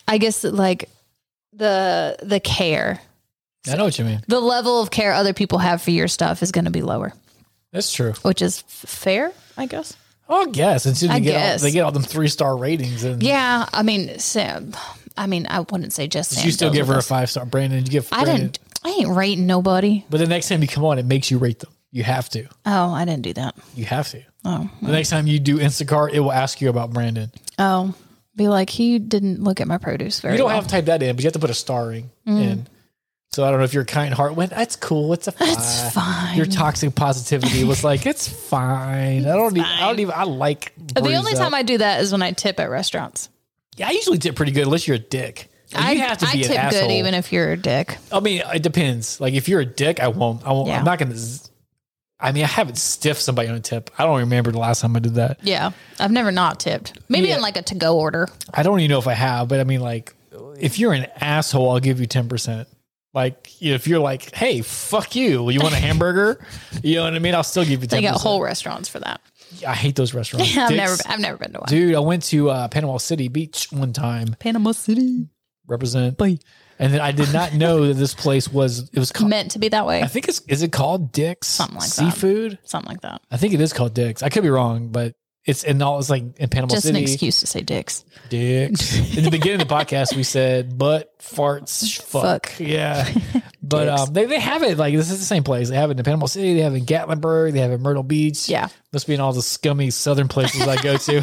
[SPEAKER 2] I guess that, like the the care,
[SPEAKER 1] I know what you mean.
[SPEAKER 2] the level of care other people have for your stuff is going to be lower,
[SPEAKER 1] That's true.
[SPEAKER 2] which is f- fair, I guess.
[SPEAKER 1] Oh, I guess. It's
[SPEAKER 2] I
[SPEAKER 1] they, get
[SPEAKER 2] guess.
[SPEAKER 1] All, they get all them three star ratings. And
[SPEAKER 2] Yeah, I mean, Sam. I mean, I wouldn't say just.
[SPEAKER 1] Did
[SPEAKER 2] Sam
[SPEAKER 1] you still
[SPEAKER 2] goes
[SPEAKER 1] give her
[SPEAKER 2] with
[SPEAKER 1] a
[SPEAKER 2] us.
[SPEAKER 1] five star? Brandon, did you give
[SPEAKER 2] I
[SPEAKER 1] Brandon-
[SPEAKER 2] didn't. I ain't rating nobody.
[SPEAKER 1] But the next time you come on, it makes you rate them. You have to.
[SPEAKER 2] Oh, I didn't do that.
[SPEAKER 1] You have to.
[SPEAKER 2] Oh,
[SPEAKER 1] The next time you do Instacart, it will ask you about Brandon.
[SPEAKER 2] oh, be like he didn't look at my produce very.
[SPEAKER 1] You don't
[SPEAKER 2] well.
[SPEAKER 1] have
[SPEAKER 2] Mm-hmm.
[SPEAKER 1] to type that in, but you have to put a starring in. So I don't know if your kind heart went, that's cool. It's a fine.
[SPEAKER 2] It's fine.
[SPEAKER 1] Uh, Your toxic positivity was like, it's fine. I don't even, I don't even, I like.
[SPEAKER 2] the only
[SPEAKER 1] Breeze
[SPEAKER 2] time
[SPEAKER 1] up.
[SPEAKER 2] I do that is when I tip at restaurants.
[SPEAKER 1] yeah, I usually tip pretty good unless you're a dick. Like,
[SPEAKER 2] I
[SPEAKER 1] you have to
[SPEAKER 2] I
[SPEAKER 1] be an
[SPEAKER 2] tip
[SPEAKER 1] asshole.
[SPEAKER 2] good even if you're a dick.
[SPEAKER 1] I mean, it depends. Like if you're a dick, I won't. I won't.
[SPEAKER 2] Yeah.
[SPEAKER 1] I'm not gonna. z- I mean, I haven't stiffed somebody on a tip. I don't remember the last time I did that.
[SPEAKER 2] Yeah, I've never not tipped. Maybe
[SPEAKER 1] Yeah.
[SPEAKER 2] in like a to go order.
[SPEAKER 1] I don't even know if I have, but I mean, like, if you're an asshole, I'll give you ten percent. Like, if you're like, hey, fuck you, you want a hamburger? you know what I mean? I'll still give you
[SPEAKER 2] They
[SPEAKER 1] ten
[SPEAKER 2] got
[SPEAKER 1] percent.
[SPEAKER 2] whole restaurants for that.
[SPEAKER 1] I hate those restaurants.
[SPEAKER 2] I've
[SPEAKER 1] Dicks.
[SPEAKER 2] never, I've never been to one.
[SPEAKER 1] Dude, I went to uh, Panama City Beach one time.
[SPEAKER 2] Panama City
[SPEAKER 1] Represent. And then I did not know that this place was. It was called.
[SPEAKER 2] meant to be that way.
[SPEAKER 1] I think it's. Is it called Dick's
[SPEAKER 2] Something like that.
[SPEAKER 1] Seafood?
[SPEAKER 2] Something like that.
[SPEAKER 1] I think it is called Dick's. I could be wrong, but it's in all. It's like in Panama
[SPEAKER 2] Just
[SPEAKER 1] City.
[SPEAKER 2] an excuse to say dicks.
[SPEAKER 1] dicks. In the beginning of the podcast, we said butt farts fuck.
[SPEAKER 2] Fuck.
[SPEAKER 1] Yeah, but
[SPEAKER 2] Dicks.
[SPEAKER 1] um, they they have it like this is the same place. They have it in Panama City. They have it in Gatlinburg. They have it in Myrtle Beach.
[SPEAKER 2] Yeah.
[SPEAKER 1] must be in all the scummy southern places I go to.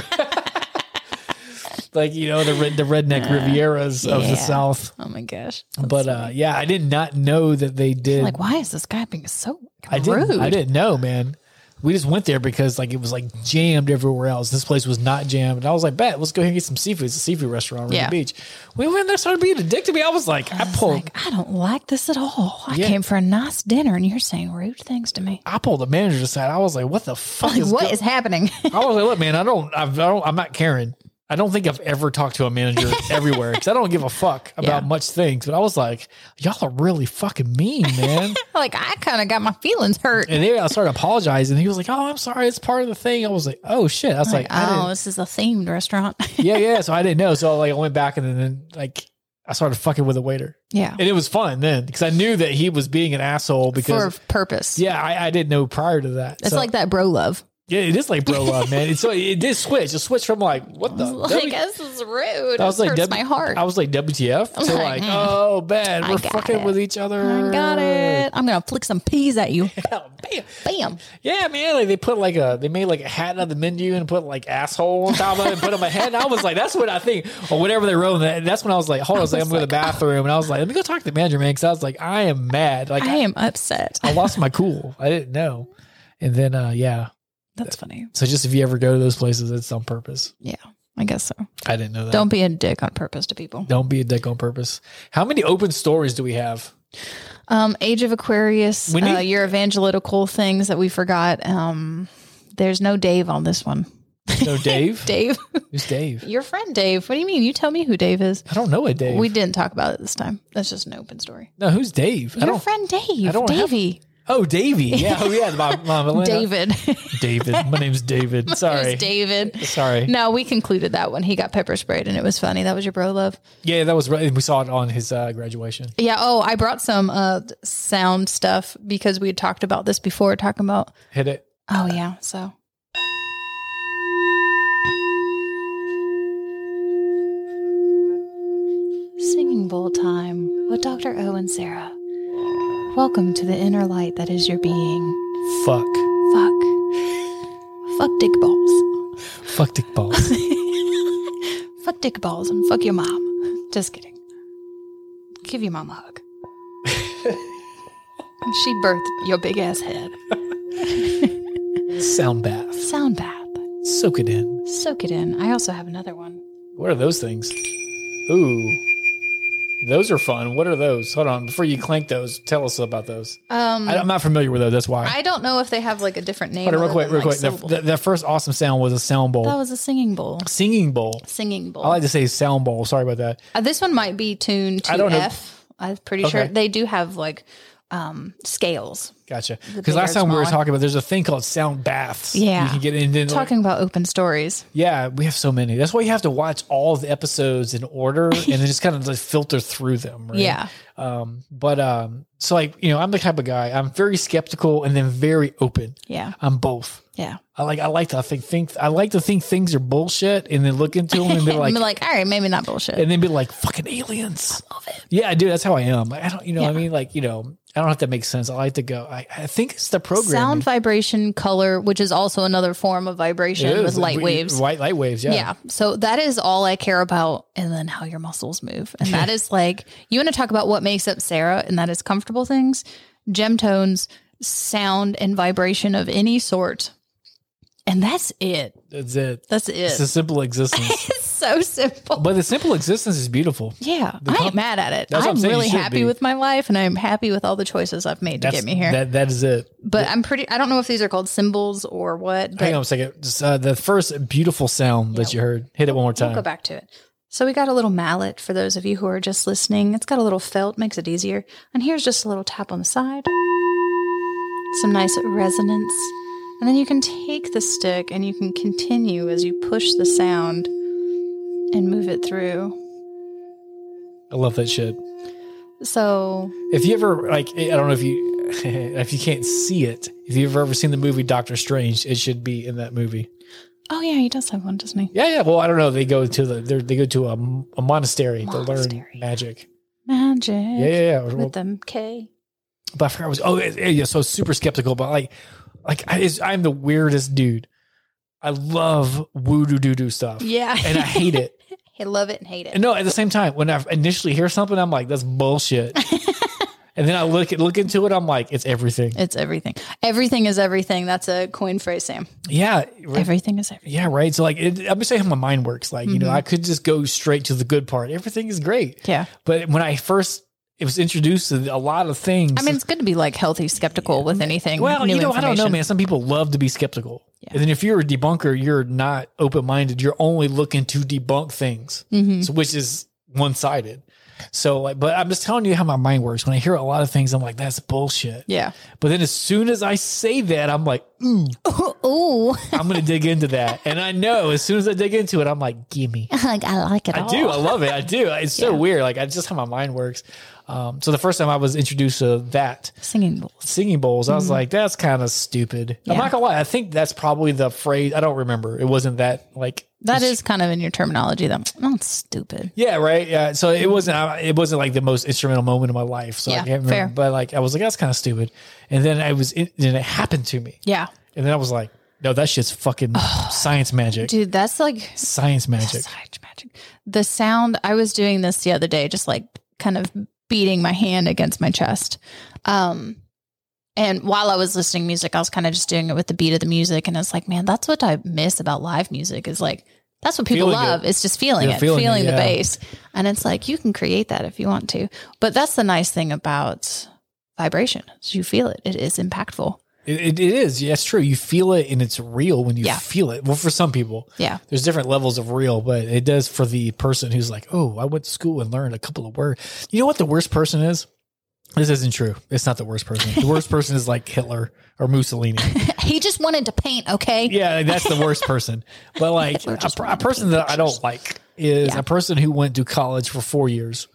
[SPEAKER 1] like you know the red, the redneck Rivieras of
[SPEAKER 2] yeah.
[SPEAKER 1] the South.
[SPEAKER 2] Oh my gosh.
[SPEAKER 1] But uh, yeah, I did not know that they did.
[SPEAKER 2] Like, why is this guy being so
[SPEAKER 1] I
[SPEAKER 2] rude?
[SPEAKER 1] didn't. I didn't know, man. We just went there because like it was like jammed everywhere else. This place was not jammed, and I was like, "Bet, let's go here and get some seafood." It's a seafood restaurant on
[SPEAKER 2] Yeah.
[SPEAKER 1] the beach. We went there, started being a dick to me. I was like, I,
[SPEAKER 2] I was
[SPEAKER 1] pulled,
[SPEAKER 2] like, I don't like this at all. I
[SPEAKER 1] Yeah.
[SPEAKER 2] came for a nice dinner and you're saying rude things to me.
[SPEAKER 1] I pulled the manager aside. I was like, "What the fuck
[SPEAKER 2] Like,
[SPEAKER 1] is?"
[SPEAKER 2] what
[SPEAKER 1] go-"
[SPEAKER 2] is happening?
[SPEAKER 1] I was like, "Look, man, I don't, I've, I don't, I'm not Karen. I don't think I've ever talked to a manager everywhere because I don't give a fuck about
[SPEAKER 2] Yeah.
[SPEAKER 1] much things." But I was like, "Y'all are really fucking mean, man."
[SPEAKER 2] like, I kind of got my feelings hurt.
[SPEAKER 1] and then I started apologizing. He was like, "Oh, I'm sorry. It's part of the thing." I was like, "Oh shit!" I was like, I didn't-
[SPEAKER 2] oh, this is a themed restaurant.
[SPEAKER 1] yeah, yeah. So I didn't know. So like I went back and then like I started fucking with a waiter,
[SPEAKER 2] yeah.
[SPEAKER 1] and it was fun then because I knew that he was being an asshole
[SPEAKER 2] For
[SPEAKER 1] because.
[SPEAKER 2] a purpose.
[SPEAKER 1] yeah, I, I didn't know prior to that.
[SPEAKER 2] It's
[SPEAKER 1] So-
[SPEAKER 2] like that bro love.
[SPEAKER 1] yeah, it is like bro love, man. And so it did switch. It switched from like what the
[SPEAKER 2] Like,
[SPEAKER 1] W-
[SPEAKER 2] this is rude.
[SPEAKER 1] I was like
[SPEAKER 2] hurts
[SPEAKER 1] W-
[SPEAKER 2] my heart.
[SPEAKER 1] I was like WTF to
[SPEAKER 2] like,
[SPEAKER 1] like
[SPEAKER 2] mm,
[SPEAKER 1] oh bad,
[SPEAKER 2] I
[SPEAKER 1] we're
[SPEAKER 2] got
[SPEAKER 1] fucking
[SPEAKER 2] it.
[SPEAKER 1] with each other. Oh,
[SPEAKER 2] I got it. I'm going to flick some peas at you.
[SPEAKER 1] Bam.
[SPEAKER 2] Bam.
[SPEAKER 1] Yeah, man. Like they put like a they made like a hat out of the menu and put like asshole on top of it and put it on my head. And I was like, that's what I think or whatever they wrote. on that. And that's when I was like, hold on, I was like, I'm going to the bathroom and I was like, let me go talk to the manager, man, because I was like, I am mad. Like
[SPEAKER 2] I
[SPEAKER 1] I,
[SPEAKER 2] am upset.
[SPEAKER 1] I lost my cool. I didn't know. And then uh yeah.
[SPEAKER 2] That's funny.
[SPEAKER 1] So just if you ever go to those places, it's on purpose.
[SPEAKER 2] Yeah, I guess so.
[SPEAKER 1] I didn't know that.
[SPEAKER 2] Don't be a dick on purpose to people.
[SPEAKER 1] Don't be a dick on purpose. How many open stories do we have?
[SPEAKER 2] Um, Age of Aquarius,
[SPEAKER 1] We
[SPEAKER 2] uh,
[SPEAKER 1] need-
[SPEAKER 2] your evangelical things that we forgot. Um, there's no Dave on this one.
[SPEAKER 1] No Dave.
[SPEAKER 2] Dave,
[SPEAKER 1] Who's Dave?
[SPEAKER 2] your friend Dave. What do you mean? You tell me who Dave is.
[SPEAKER 1] I don't know a Dave.
[SPEAKER 2] We didn't talk about it this time. That's just an open story.
[SPEAKER 1] no, who's Dave? I
[SPEAKER 2] Your
[SPEAKER 1] don't.
[SPEAKER 2] friend Dave,
[SPEAKER 1] I don't have-
[SPEAKER 2] Davey,
[SPEAKER 1] Oh, Davey. Yeah. Oh, yeah. My, my Elena-
[SPEAKER 2] David.
[SPEAKER 1] David. My name's David. Sorry.
[SPEAKER 2] There's David.
[SPEAKER 1] Sorry.
[SPEAKER 2] No, we concluded that when he got pepper sprayed and it was funny. That was your bro love.
[SPEAKER 1] Yeah, that was right. We saw it on his uh, graduation.
[SPEAKER 2] Yeah. Oh, I brought some uh, sound stuff because we had talked about this before, talking about
[SPEAKER 1] Hit it.
[SPEAKER 2] Oh yeah, so. Singing Bowl Time with Dr. O and Sarah. Welcome to the inner light that is your being.
[SPEAKER 1] Fuck.
[SPEAKER 2] Fuck. Fuck dick balls.
[SPEAKER 1] Fuck dick balls.
[SPEAKER 2] Fuck dick balls and fuck your mom. Just kidding. Give your mom a hug. she birthed your big ass head.
[SPEAKER 1] Sound bath.
[SPEAKER 2] Sound bath.
[SPEAKER 1] Soak it in.
[SPEAKER 2] Soak it in. I also have another one.
[SPEAKER 1] What are those things? Ooh. Those are fun. What are those? Hold on. Before you clank those, tell us about those.
[SPEAKER 2] Um,
[SPEAKER 1] I, I'm not familiar with those. That's why.
[SPEAKER 2] I don't know if they have like a different name.
[SPEAKER 1] Hold on, real
[SPEAKER 2] other
[SPEAKER 1] quick,
[SPEAKER 2] than,
[SPEAKER 1] real
[SPEAKER 2] like, Oh.
[SPEAKER 1] quick. That,
[SPEAKER 2] syllable.
[SPEAKER 1] that- that first awesome sound was a sound bowl.
[SPEAKER 2] that was a singing bowl.
[SPEAKER 1] Singing bowl.
[SPEAKER 2] Singing bowl.
[SPEAKER 1] I like to say sound bowl. Sorry about that.
[SPEAKER 2] Uh, this one might be tuned to
[SPEAKER 1] I don't know.
[SPEAKER 2] F. I'm pretty sure
[SPEAKER 1] Okay.
[SPEAKER 2] they do have like um scales.
[SPEAKER 1] Gotcha. Because
[SPEAKER 2] bigger
[SPEAKER 1] last time we were
[SPEAKER 2] smaller.
[SPEAKER 1] talking about there's a thing called sound baths.
[SPEAKER 2] Yeah.
[SPEAKER 1] You can get in. Talking
[SPEAKER 2] Talking about open stories.
[SPEAKER 1] Yeah, we have so many. That's why you have to watch all the episodes in order and then just kind of like filter through them. Right?
[SPEAKER 2] Yeah.
[SPEAKER 1] Um, but um, so like you know, I'm the type of guy. I'm very skeptical and then very open.
[SPEAKER 2] Yeah.
[SPEAKER 1] I'm both.
[SPEAKER 2] Yeah.
[SPEAKER 1] I like I like to I think think I like to think things are bullshit and then look into them and be like
[SPEAKER 2] I'm like, all right, maybe not bullshit.
[SPEAKER 1] and then be like fucking aliens.
[SPEAKER 2] Love it.
[SPEAKER 1] Yeah, dude, that's how I am. Like, I don't you know what I
[SPEAKER 2] Yeah.
[SPEAKER 1] mean like you know I don't have to make sense. I like to go. I, I think it's the program.
[SPEAKER 2] Sound vibration, color, which is also another form of vibration with light waves.
[SPEAKER 1] White light waves.
[SPEAKER 2] yeah.
[SPEAKER 1] Yeah.
[SPEAKER 2] So that is all I care about. And then how your muscles move. And that is like, you want to talk about what makes up Sarah, and that is comfortable things, gem tones, sound, and vibration of any sort. And that's it.
[SPEAKER 1] That's it.
[SPEAKER 2] That's it.
[SPEAKER 1] It's a simple existence.
[SPEAKER 2] it's so simple.
[SPEAKER 1] but the simple existence is beautiful.
[SPEAKER 2] yeah.
[SPEAKER 1] the
[SPEAKER 2] I ain't
[SPEAKER 1] com-
[SPEAKER 2] mad at it.
[SPEAKER 1] That's what I'm
[SPEAKER 2] I'm
[SPEAKER 1] saying, you
[SPEAKER 2] really
[SPEAKER 1] should
[SPEAKER 2] happy
[SPEAKER 1] be.
[SPEAKER 2] with my life, and I'm happy with all the choices I've made to
[SPEAKER 1] That's,
[SPEAKER 2] get me here.
[SPEAKER 1] That, that is it.
[SPEAKER 2] but I'm pretty, I don't know if these are called symbols or what. But
[SPEAKER 1] Hang on a second. Just, uh, the first beautiful sound that
[SPEAKER 2] Yeah.
[SPEAKER 1] you heard. Hit it one more time.
[SPEAKER 2] We'll go back to it. So we got a little mallet for those of you who are just listening. It's got a little felt, makes it easier. And here's just a little tap on the side. Some nice resonance. And then you can take the stick and you can continue as you push the sound and move it through.
[SPEAKER 1] I love that shit.
[SPEAKER 2] So
[SPEAKER 1] If you ever like, I don't know if you if you can't see it. If you've ever seen the movie Doctor Strange, it should be in that movie.
[SPEAKER 2] oh yeah, he does have one, doesn't he?
[SPEAKER 1] Yeah, yeah. Well, I don't know. They go to the they're- they go to a, a monastery, to
[SPEAKER 2] Monastery.
[SPEAKER 1] learn magic.
[SPEAKER 2] Magic.
[SPEAKER 1] Yeah, yeah, yeah. Well,
[SPEAKER 2] With them K.
[SPEAKER 1] but I forgot what was oh yeah, yeah so I was super skeptical but like like I, it's- I'm the weirdest dude. I love woo doo doo doo stuff.
[SPEAKER 2] Yeah.
[SPEAKER 1] and I hate it.
[SPEAKER 2] I love it and hate it.
[SPEAKER 1] And no, at the same time, when I initially hear something, I'm like, that's bullshit. and then I look at look into it, I'm like, it's everything.
[SPEAKER 2] It's everything. Everything is everything. That's a coin phrase, Sam.
[SPEAKER 1] Yeah. right-
[SPEAKER 2] Everything is everything.
[SPEAKER 1] Yeah, right. So like it, I'm just saying how my mind works. Like, you
[SPEAKER 2] Mm-hmm.
[SPEAKER 1] know, I could just go straight to the good part. Everything is great.
[SPEAKER 2] Yeah.
[SPEAKER 1] But when I first it was introduced to a lot of things.
[SPEAKER 2] I mean, it's good to be like healthy skeptical with anything.
[SPEAKER 1] Well,
[SPEAKER 2] new
[SPEAKER 1] you know, I don't know,
[SPEAKER 2] information.
[SPEAKER 1] man. Some people love to be skeptical.
[SPEAKER 2] Yeah.
[SPEAKER 1] And then if you're a debunker, you're not open minded. You're only looking to debunk things,
[SPEAKER 2] Mhm.
[SPEAKER 1] so, which is one sided. So, like, but I'm just telling you how my mind works. When I hear a lot of things, I'm like, that's bullshit.
[SPEAKER 2] Yeah.
[SPEAKER 1] But then as soon as I say that, I'm like, ooh,
[SPEAKER 2] Ooh,
[SPEAKER 1] I'm going to dig into that. And I know as soon as I dig into it, I'm like, gimme.
[SPEAKER 2] like I like it.
[SPEAKER 1] I
[SPEAKER 2] all.
[SPEAKER 1] do. I love it. I do. It's so
[SPEAKER 2] Yeah.
[SPEAKER 1] weird. Like, it's just how my mind works. Um, so the first time I was introduced to that,
[SPEAKER 2] singing bowls.
[SPEAKER 1] singing bowls. I was like, that's kind of stupid. I'm
[SPEAKER 2] Mm-hmm. Yeah.
[SPEAKER 1] not gonna lie. I think that's probably the phrase. I don't remember. It wasn't that like
[SPEAKER 2] That is kind of in your terminology. though. That's stupid.
[SPEAKER 1] yeah right yeah. So it wasn't uh, it wasn't like the most instrumental moment of my life. So I
[SPEAKER 2] Mm-hmm. Yeah,
[SPEAKER 1] can't remember.
[SPEAKER 2] fair.
[SPEAKER 1] But like I was like that's kind of stupid. And then I was in, and it happened to me.
[SPEAKER 2] Yeah,
[SPEAKER 1] And then I was like, no, that shit's fucking science magic.
[SPEAKER 2] dude, that's like
[SPEAKER 1] Science magic.
[SPEAKER 2] Side magic. The sound I was doing this the other day, just like kind of beating my hand against my chest. Um, and while I was listening to music, I was kind of just doing it with the beat of the music, and I was like, man, that's what I miss about live music is like that's what people
[SPEAKER 1] Feeling
[SPEAKER 2] love.
[SPEAKER 1] it.
[SPEAKER 2] It's just feeling
[SPEAKER 1] Yeah,
[SPEAKER 2] it,
[SPEAKER 1] feeling
[SPEAKER 2] feeling,
[SPEAKER 1] it,
[SPEAKER 2] the
[SPEAKER 1] yeah.
[SPEAKER 2] bass, and it's like you can create that if you want to. But that's the nice thing about vibration is you feel it. It is impactful.
[SPEAKER 1] It, it, it is. Yeah, it's true. You feel it and it's real when you
[SPEAKER 2] Yeah.
[SPEAKER 1] feel it. Well, for some people.
[SPEAKER 2] Yeah.
[SPEAKER 1] There's different levels of real, but it does for the person who's like, oh, I went to school and learned a couple of words. You know what the worst person is? This isn't true. It's not the worst person. The worst person is like Hitler or Mussolini.
[SPEAKER 2] He just wanted to paint, okay?
[SPEAKER 1] Yeah, like, that's the worst person. But like
[SPEAKER 2] Hitler
[SPEAKER 1] a,
[SPEAKER 2] just
[SPEAKER 1] per- a
[SPEAKER 2] wanted to
[SPEAKER 1] person
[SPEAKER 2] paint
[SPEAKER 1] that I don't
[SPEAKER 2] pictures.
[SPEAKER 1] like is
[SPEAKER 2] Yeah.
[SPEAKER 1] a person who went to college for four years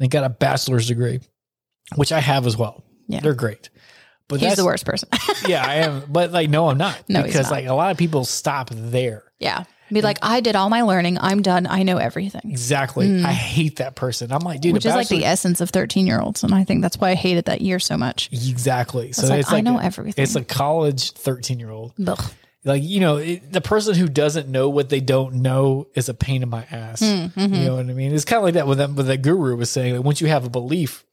[SPEAKER 1] and got a bachelor's degree, which I have as well.
[SPEAKER 2] Yeah.
[SPEAKER 1] They're great. But
[SPEAKER 2] He's
[SPEAKER 1] that's
[SPEAKER 2] the worst person.
[SPEAKER 1] yeah, I am. But like, no, I'm not.
[SPEAKER 2] No, he's
[SPEAKER 1] because
[SPEAKER 2] not.
[SPEAKER 1] like a lot of people stop there.
[SPEAKER 2] Yeah. Be like, I did all my learning. I'm done. I know everything.
[SPEAKER 1] Exactly. I hate that person. I'm like, dude,
[SPEAKER 2] Mm. Which
[SPEAKER 1] a
[SPEAKER 2] is like the
[SPEAKER 1] bachelor-
[SPEAKER 2] essence of 13 year olds. And I think that's why I hated that year so much.
[SPEAKER 1] exactly. So
[SPEAKER 2] It's like,
[SPEAKER 1] it's
[SPEAKER 2] I
[SPEAKER 1] like
[SPEAKER 2] know
[SPEAKER 1] a-
[SPEAKER 2] everything.
[SPEAKER 1] It's a college 13 year old.
[SPEAKER 2] Ugh.
[SPEAKER 1] Like you know, it, the person who doesn't know what they don't know is a pain in my ass.
[SPEAKER 2] Hmm.
[SPEAKER 1] You know what I mean? It's kind of like that. With that, with that guru was saying, like, once you have a belief,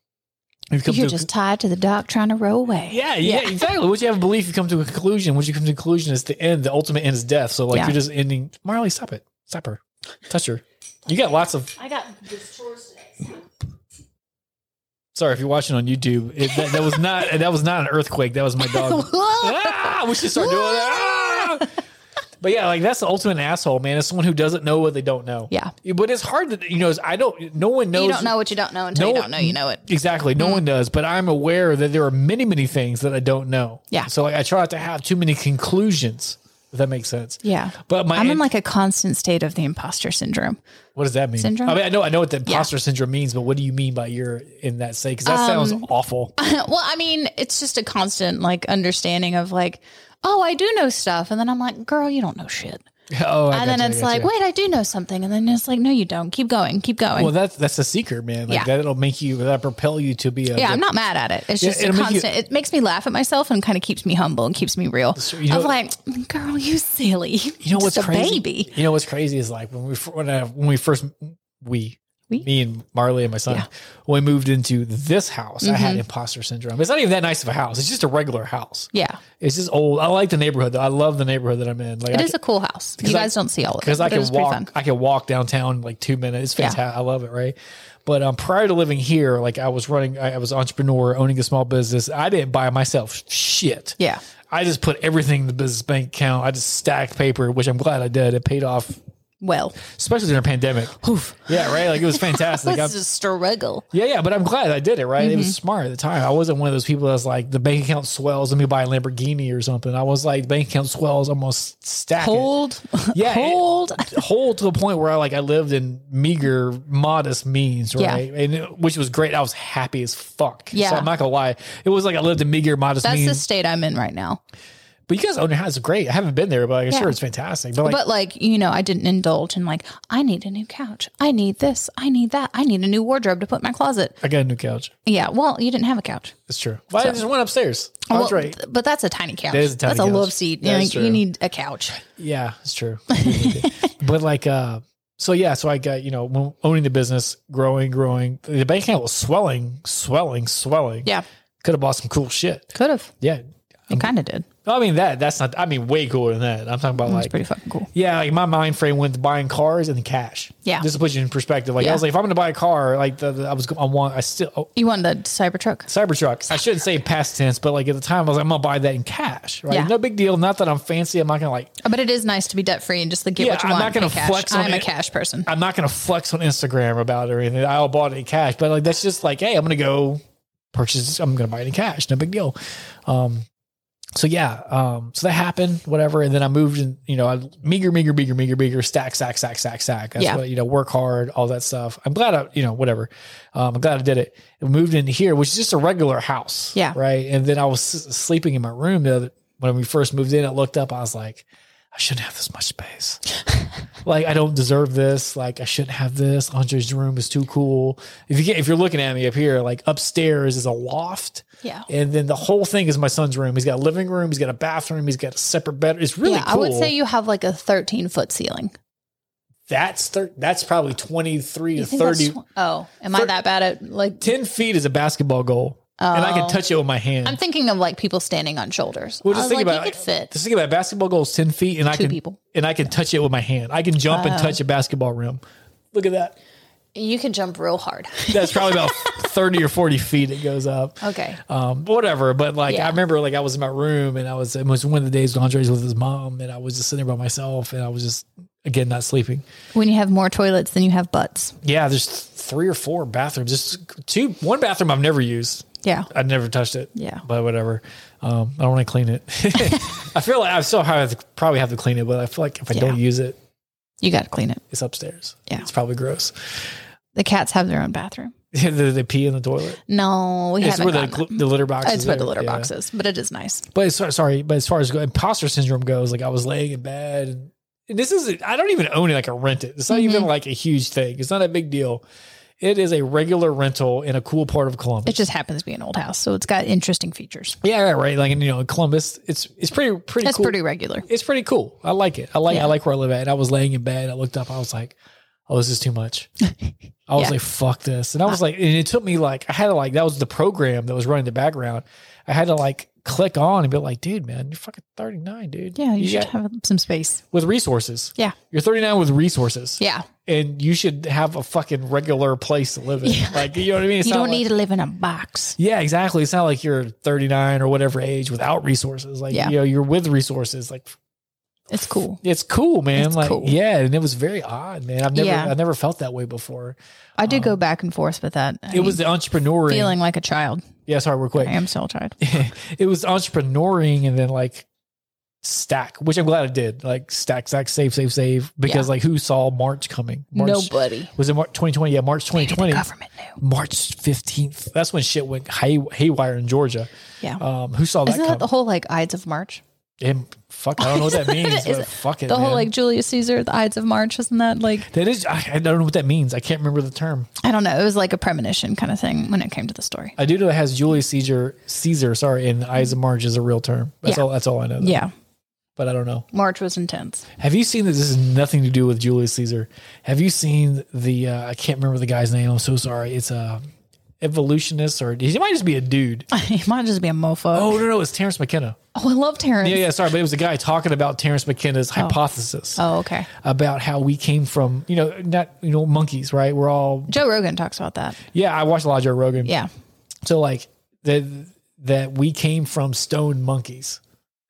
[SPEAKER 1] you come
[SPEAKER 2] You're
[SPEAKER 1] to a-
[SPEAKER 2] just tied to the dock trying to row away.
[SPEAKER 1] yeah, yeah, exactly. Once you have a belief, you come to a conclusion. Once you come to a conclusion, it's the end. The ultimate end is death. So like
[SPEAKER 2] Yeah.
[SPEAKER 1] you're just ending. Marley, stop it. Stop her. Touch her. You got lots of
[SPEAKER 2] I got
[SPEAKER 1] Sorry if you're watching on YouTube. It, that, that was not that was not an earthquake. That was my dog. ah, we should start doing that. Ah! But yeah, like that's the ultimate asshole, man. It's someone who doesn't know what they don't know.
[SPEAKER 2] Yeah.
[SPEAKER 1] But it's hard to you know. I don't. No one knows.
[SPEAKER 2] You don't know what you don't know until
[SPEAKER 1] No
[SPEAKER 2] you
[SPEAKER 1] one-
[SPEAKER 2] don't know you know it. Hmm.
[SPEAKER 1] Exactly. No one does. But I'm aware that there are many, many things that I don't know.
[SPEAKER 2] Yeah.
[SPEAKER 1] So like, I try not to have too many conclusions. If that makes sense.
[SPEAKER 2] Yeah.
[SPEAKER 1] But my
[SPEAKER 2] I'm in like a constant state of the imposter syndrome.
[SPEAKER 1] what does that mean?
[SPEAKER 2] syndrome?
[SPEAKER 1] I mean, I know I know what the imposter syndrome means, but what do you mean by you're in that
[SPEAKER 2] Um,
[SPEAKER 1] state? Because that sounds awful. Oh,
[SPEAKER 2] well, I mean, it's just a constant like understanding of like, oh, I do know stuff. And then I'm like, girl, you don't know shit.
[SPEAKER 1] Oh, I
[SPEAKER 2] and then
[SPEAKER 1] gotcha, I
[SPEAKER 2] it's like,
[SPEAKER 1] gotcha.
[SPEAKER 2] wait, I do know something. And then it's like, no, you don't. Keep going. Keep going.
[SPEAKER 1] Well, that's that's a secret, man. Like
[SPEAKER 2] Yeah.
[SPEAKER 1] that'll make you that propel you to be a
[SPEAKER 2] yeah, I'm not mad at it. It's
[SPEAKER 1] Yeah,
[SPEAKER 2] just a
[SPEAKER 1] it'll make you-
[SPEAKER 2] constant. it makes me laugh at myself and kind of keeps me humble and keeps me real.
[SPEAKER 1] you know-
[SPEAKER 2] I'm like, girl, you silly.
[SPEAKER 1] You know what's
[SPEAKER 2] just a
[SPEAKER 1] crazy?
[SPEAKER 2] baby.
[SPEAKER 1] You know what's crazy is like when we fir- when I, when we first we,
[SPEAKER 2] We?
[SPEAKER 1] me and Marley and my son
[SPEAKER 2] Yeah. Mm-hmm.
[SPEAKER 1] when we moved into this house, I had imposter syndrome. It's not even that nice of a house. It's just a regular house.
[SPEAKER 2] Yeah,
[SPEAKER 1] It's just old. I like the neighborhood. though. I love the neighborhood that I'm in. Like
[SPEAKER 2] it
[SPEAKER 1] I
[SPEAKER 2] is a cool house. You
[SPEAKER 1] 'cause I-
[SPEAKER 2] guys don't see all of it
[SPEAKER 1] because I
[SPEAKER 2] but it
[SPEAKER 1] can
[SPEAKER 2] was pretty fun.
[SPEAKER 1] walk. I can walk downtown in like two minutes. It's
[SPEAKER 2] Yeah.
[SPEAKER 1] fantastic. I love it. Right. But um, prior to living here, like I was running, I, I was an entrepreneur, owning a small business. I didn't buy myself shit.
[SPEAKER 2] Yeah.
[SPEAKER 1] I just put everything in the business bank account. I just stacked paper, which I'm glad I did. It paid off,
[SPEAKER 2] Well,
[SPEAKER 1] especially during a pandemic. Yeah, right. Like it was fantastic. I'm-
[SPEAKER 2] this is Mm-hmm. a struggle.
[SPEAKER 1] yeah, yeah, but I'm glad I did it, right? It was smart at the time. I wasn't one of those people that's like the bank account swells, let me buy a Lamborghini or something. I was like, the bank account swells, almost stack it
[SPEAKER 2] Hold,
[SPEAKER 1] yeah, it-
[SPEAKER 2] hold.
[SPEAKER 1] whole to the point where I like I lived in meager, modest means,
[SPEAKER 2] Yeah.
[SPEAKER 1] right? And it- which was great. I was happy as fuck.
[SPEAKER 2] Yeah.
[SPEAKER 1] so I'm not gonna lie. It was like I lived in meager, modest
[SPEAKER 2] That's the
[SPEAKER 1] means.
[SPEAKER 2] state I'm in right now.
[SPEAKER 1] but you guys own your house, it's great. I haven't been there, but I'm
[SPEAKER 2] Yeah.
[SPEAKER 1] sure it's fantastic. But like,
[SPEAKER 2] but like you know, I didn't indulge in like I need a new couch. I need this. I need that. I need a new wardrobe to put in my closet.
[SPEAKER 1] I got a new couch.
[SPEAKER 2] Yeah. Well, you didn't have a couch.
[SPEAKER 1] That's true. Well, I just went upstairs. I
[SPEAKER 2] Well,
[SPEAKER 1] was right.
[SPEAKER 2] th- But that's a tiny couch.
[SPEAKER 1] That is a tiny
[SPEAKER 2] that's
[SPEAKER 1] couch.
[SPEAKER 2] a love seat.
[SPEAKER 1] That
[SPEAKER 2] You,
[SPEAKER 1] is
[SPEAKER 2] know,
[SPEAKER 1] true.
[SPEAKER 2] you need a couch.
[SPEAKER 1] Yeah, it's true. but like, uh, so yeah, so I got you know when- owning the business, growing, growing. The bank account was swelling, swelling, swelling.
[SPEAKER 2] Yeah.
[SPEAKER 1] could have bought some cool shit.
[SPEAKER 2] Could have.
[SPEAKER 1] Yeah,
[SPEAKER 2] It kind of did.
[SPEAKER 1] I mean that. That's not. I mean, way cooler than that. I'm talking about
[SPEAKER 2] It's
[SPEAKER 1] like
[SPEAKER 2] pretty fucking cool.
[SPEAKER 1] Yeah, like my mind frame went to buying cars and cash.
[SPEAKER 2] Yeah.
[SPEAKER 1] just to put you in perspective. Like I
[SPEAKER 2] Yeah.
[SPEAKER 1] was like, if I'm going to buy a car, like the, the- I was, I want, I still oh,
[SPEAKER 2] You wanted a Cybertruck.
[SPEAKER 1] Cybertruck. I shouldn't say past tense, but like at the time, I was like, I'm going to buy that in cash. Right,
[SPEAKER 2] Yeah.
[SPEAKER 1] no big deal. Not that I'm fancy. I'm not going to like.
[SPEAKER 2] But it is nice to be debt free and just like get
[SPEAKER 1] Yeah,
[SPEAKER 2] what you
[SPEAKER 1] I'm
[SPEAKER 2] want.
[SPEAKER 1] not gonna
[SPEAKER 2] pay cash.
[SPEAKER 1] flex on
[SPEAKER 2] I'm a
[SPEAKER 1] it.
[SPEAKER 2] cash person.
[SPEAKER 1] I'm not going to flex on Instagram about it or anything. I bought it in cash, but like that's just like, hey, I'm going to go purchase. I'm going to buy it in cash. No big deal. Um, so yeah, um, so that happened, whatever, and then I moved and you know, I meager, meager, meager, meager, meager, stack, stack, stack, stack, stack. That's
[SPEAKER 2] Yeah.
[SPEAKER 1] what you know, work hard, all that stuff. I'm glad I, you know, whatever. Um, I'm glad I did it. I moved into here, which is just a regular house,
[SPEAKER 2] Yeah.
[SPEAKER 1] right. And then I was s- sleeping in my room the other when we first moved in. I looked up, I was like, I shouldn't have this much space. like I don't deserve this. Like I shouldn't have this. Andre's room is too cool. If you get, if you're looking at me up here, like upstairs is a loft.
[SPEAKER 2] Yeah.
[SPEAKER 1] And then the whole thing is my son's room. He's got a living room. He's got a bathroom. He's got a separate bed. It's really
[SPEAKER 2] yeah,
[SPEAKER 1] cool.
[SPEAKER 2] I would say you have like a 13 foot ceiling.
[SPEAKER 1] that's thir- that's probably 23
[SPEAKER 2] You
[SPEAKER 1] to
[SPEAKER 2] think that's
[SPEAKER 1] 30.
[SPEAKER 2] tw- oh, am I
[SPEAKER 1] thir-
[SPEAKER 2] that bad at like?
[SPEAKER 1] 10 feet is a basketball goal. And I can
[SPEAKER 2] Oh.
[SPEAKER 1] touch it with my hand.
[SPEAKER 2] I'm thinking of like people standing on shoulders.
[SPEAKER 1] well,
[SPEAKER 2] I
[SPEAKER 1] just
[SPEAKER 2] was
[SPEAKER 1] think
[SPEAKER 2] like,
[SPEAKER 1] about
[SPEAKER 2] you
[SPEAKER 1] it.
[SPEAKER 2] could fit.
[SPEAKER 1] Just think about it. basketball goals, ten feet, and I
[SPEAKER 2] Two
[SPEAKER 1] can
[SPEAKER 2] people.
[SPEAKER 1] and I can touch it with my hand. I can jump and touch a basketball rim. Look at that.
[SPEAKER 2] You can jump real hard.
[SPEAKER 1] That's probably about thirty or forty feet. It goes up.
[SPEAKER 2] okay.
[SPEAKER 1] um, but whatever. But like,
[SPEAKER 2] Yeah.
[SPEAKER 1] I remember like I was in my room and I was, it was one of the days Andre's with his mom and I was just sitting there by myself and I was just, again, not sleeping.
[SPEAKER 2] When you have more toilets than you have butts.
[SPEAKER 1] Yeah. There's three or four bathrooms, just two, one bathroom I've never used.
[SPEAKER 2] Yeah.
[SPEAKER 1] I've never touched it.
[SPEAKER 2] Yeah.
[SPEAKER 1] But whatever. Um, I don't want to clean it. I feel like I still have to, probably have to clean it, but I feel like if I don't
[SPEAKER 2] Yeah.
[SPEAKER 1] use it,
[SPEAKER 2] You got to clean it.
[SPEAKER 1] it's upstairs.
[SPEAKER 2] Yeah.
[SPEAKER 1] It's probably gross.
[SPEAKER 2] The cats have their own bathroom.
[SPEAKER 1] they, they pee in the toilet.
[SPEAKER 2] No, we
[SPEAKER 1] It's
[SPEAKER 2] haven't.
[SPEAKER 1] where
[SPEAKER 2] Where
[SPEAKER 1] the, gl- the litter box
[SPEAKER 2] it's
[SPEAKER 1] is.
[SPEAKER 2] where the
[SPEAKER 1] there.
[SPEAKER 2] litter
[SPEAKER 1] Yeah.
[SPEAKER 2] box is, but it is nice.
[SPEAKER 1] But as, far- sorry, but as far as go- imposter syndrome goes, like I was laying in bed, and, and this is I don't even own it. Like I rent it. It's not
[SPEAKER 2] Mm-hmm.
[SPEAKER 1] even like a huge thing. It's not a big deal. It is a regular rental in a cool part of Columbus.
[SPEAKER 2] It just happens to be an old house, so it's got interesting features.
[SPEAKER 1] yeah, right, right. Like and, you know, Columbus. It's it's pretty pretty.
[SPEAKER 2] It's
[SPEAKER 1] cool.
[SPEAKER 2] pretty regular.
[SPEAKER 1] It's pretty cool. I like it. I like
[SPEAKER 2] Yeah.
[SPEAKER 1] I like where I live at. And I was laying in bed. I looked up. I was like, oh, this is too much. I was
[SPEAKER 2] Yeah.
[SPEAKER 1] like, fuck this. And I was like, and it took me like I had to like that was the program that was running the background. I had to like click on and be like, dude, man, you're fucking 39, dude.
[SPEAKER 2] Yeah, you, should
[SPEAKER 1] got-
[SPEAKER 2] have some space.
[SPEAKER 1] with resources.
[SPEAKER 2] Yeah.
[SPEAKER 1] You're 39 with resources.
[SPEAKER 2] Yeah.
[SPEAKER 1] And you should have a fucking regular place to live in. Like, you know what I mean? It's
[SPEAKER 2] you
[SPEAKER 1] not
[SPEAKER 2] don't
[SPEAKER 1] like-
[SPEAKER 2] need to live in a box.
[SPEAKER 1] Yeah, exactly. It's not like you're 39 or whatever age without resources. Like,
[SPEAKER 2] Yeah.
[SPEAKER 1] you know, you're with resources. Like,
[SPEAKER 2] It's cool.
[SPEAKER 1] it's cool, man.
[SPEAKER 2] It's
[SPEAKER 1] like,
[SPEAKER 2] cool.
[SPEAKER 1] yeah. And it was very odd, man. I've never,
[SPEAKER 2] Yeah.
[SPEAKER 1] I never felt that way before.
[SPEAKER 2] I do go back and forth with that. I
[SPEAKER 1] Oh. It was
[SPEAKER 2] mean,
[SPEAKER 1] the entrepreneuring.
[SPEAKER 2] feeling like a child.
[SPEAKER 1] yeah, sorry, we're quick.
[SPEAKER 2] I am still a child.
[SPEAKER 1] it was entrepreneuring and then like stack, which I'm glad I did. Like, stack, stack, save, save, save. Because, like, who saw March coming? March.
[SPEAKER 2] Nobody.
[SPEAKER 1] Was it March 2020? Yeah, March 2020.
[SPEAKER 2] The government knew.
[SPEAKER 1] March 15th. That's when shit went hay- haywire in Georgia.
[SPEAKER 2] Yeah.
[SPEAKER 1] Um, who saw that
[SPEAKER 2] Isn't that
[SPEAKER 1] coming?
[SPEAKER 2] the whole like Ides of March?
[SPEAKER 1] And fuck, I don't know what that means,
[SPEAKER 2] Is
[SPEAKER 1] but
[SPEAKER 2] it-
[SPEAKER 1] fuck it.
[SPEAKER 2] the whole
[SPEAKER 1] man.
[SPEAKER 2] like Julius Caesar, the Ides of March, wasn't that like
[SPEAKER 1] that is, I, I don't know what that means. I can't remember the term.
[SPEAKER 2] I don't know, it was like a premonition kind of thing when it came to the story.
[SPEAKER 1] I do know it has Julius Caesar, Caesar, sorry, and Eyes of March is a real term. That's
[SPEAKER 2] Yeah.
[SPEAKER 1] all. That's all I know. though.
[SPEAKER 2] Yeah,
[SPEAKER 1] but I don't know.
[SPEAKER 2] March was intense.
[SPEAKER 1] Have you seen that? This is nothing to do with Julius Caesar. Have you seen the? Uh, I can't remember the guy's name. I'm so sorry. It's a evolutionist, or he might just be a dude.
[SPEAKER 2] it might just be a mofo.
[SPEAKER 1] Oh
[SPEAKER 2] Oh,
[SPEAKER 1] no, no, it's Terrence McKenna.
[SPEAKER 2] I love Terrence.
[SPEAKER 1] Yeah, yeah, sorry, but it was a guy talking about Terrence McKenna's hypothesis
[SPEAKER 2] Oh, okay.
[SPEAKER 1] about how we came from, you know, not you know monkeys, right? We're all
[SPEAKER 2] Joe Rogan talks about that.
[SPEAKER 1] yeah. I watch a lot of Joe Rogan.
[SPEAKER 2] Yeah.
[SPEAKER 1] So like that that we came from stone monkeys.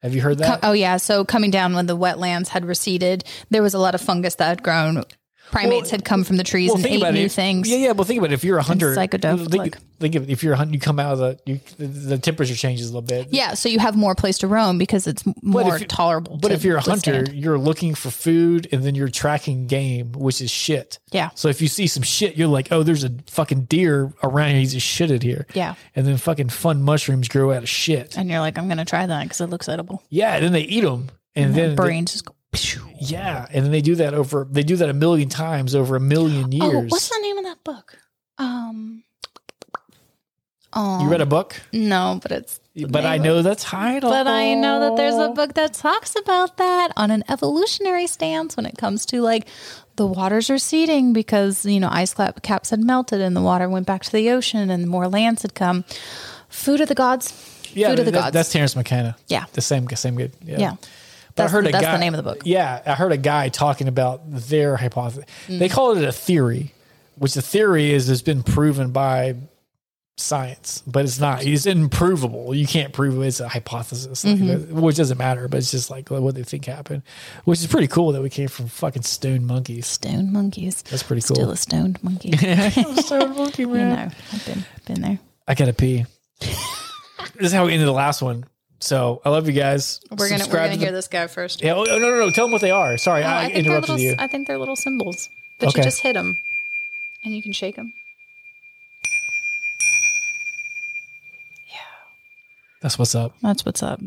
[SPEAKER 1] Have you heard
[SPEAKER 2] Co-
[SPEAKER 1] that?
[SPEAKER 2] oh yeah. So coming down when the wetlands had receded, there was a lot of fungus that had grown. Primates
[SPEAKER 1] Well,
[SPEAKER 2] had come from the trees and ate new
[SPEAKER 1] If-
[SPEAKER 2] things.
[SPEAKER 1] Yeah, yeah. Well, think about it. If you're a hunter,
[SPEAKER 2] psychedelic.
[SPEAKER 1] Think, think of it. If you're a hunter, you come out of the you, the, the temperature changes a little bit.
[SPEAKER 2] Yeah, so you have more place to roam because it's m-
[SPEAKER 1] But
[SPEAKER 2] more
[SPEAKER 1] if you-
[SPEAKER 2] tolerable.
[SPEAKER 1] But
[SPEAKER 2] to
[SPEAKER 1] if you're a hunter,
[SPEAKER 2] withstand.
[SPEAKER 1] you're looking for food, and then you're tracking game, which is shit.
[SPEAKER 2] Yeah.
[SPEAKER 1] So if you see some shit, you're like, "Oh, there's a fucking deer around here. He's just shitted here."
[SPEAKER 2] Yeah.
[SPEAKER 1] And then fucking fun mushrooms grow out of shit.
[SPEAKER 2] and you're like, I'm going to try that because it looks edible.
[SPEAKER 1] Yeah. And then they eat them, and, then
[SPEAKER 2] And then
[SPEAKER 1] they-
[SPEAKER 2] brain just go. Phew.
[SPEAKER 1] yeah, and then they do that over. They do that a million times over a million
[SPEAKER 2] Oh,
[SPEAKER 1] years.
[SPEAKER 2] what's the name of that book? Um,
[SPEAKER 1] you read a book,
[SPEAKER 2] no, but it's the
[SPEAKER 1] but I
[SPEAKER 2] name of-
[SPEAKER 1] know the title.
[SPEAKER 2] But I know that there's a book that talks about that on an evolutionary stance when it comes to like the waters receding because, you know, ice cap- caps had melted and the water went back to the ocean and more lands had come. Food of the gods. Food of the
[SPEAKER 1] that-
[SPEAKER 2] gods.
[SPEAKER 1] That's Terrence McKenna.
[SPEAKER 2] Yeah.
[SPEAKER 1] the same same good. Yeah,
[SPEAKER 2] yeah.
[SPEAKER 1] But
[SPEAKER 2] That's- that's the name of the book.
[SPEAKER 1] Yeah, I heard a guy talking about their hypothesis. They
[SPEAKER 2] Mm.
[SPEAKER 1] call it a theory, which the theory is has been proven by science, but it's not. It's improvable. You can't prove it. It's a hypothesis, like,
[SPEAKER 2] Mm-hmm.
[SPEAKER 1] which doesn't matter. But it's just like what they think happened, which is pretty cool that we came from fucking stone monkeys.
[SPEAKER 2] Stone monkeys.
[SPEAKER 1] That's pretty
[SPEAKER 2] Still
[SPEAKER 1] cool.
[SPEAKER 2] a stoned monkey. you
[SPEAKER 1] stone monkey
[SPEAKER 2] know, I've been, been there.
[SPEAKER 1] I gotta pee. this is how we ended the last one. So I love you guys.
[SPEAKER 2] We're going
[SPEAKER 1] Subscribe
[SPEAKER 2] to
[SPEAKER 1] the-
[SPEAKER 2] hear this guy first.
[SPEAKER 1] Yeah. Oh, no, no, no. Tell them what they are. Sorry, I,
[SPEAKER 2] Oh, I, think they're
[SPEAKER 1] interrupted
[SPEAKER 2] little,
[SPEAKER 1] you.
[SPEAKER 2] I think they're little symbols, but
[SPEAKER 1] Okay.
[SPEAKER 2] you just hit them and you can shake them.
[SPEAKER 1] That's what's up.
[SPEAKER 2] That's what's up.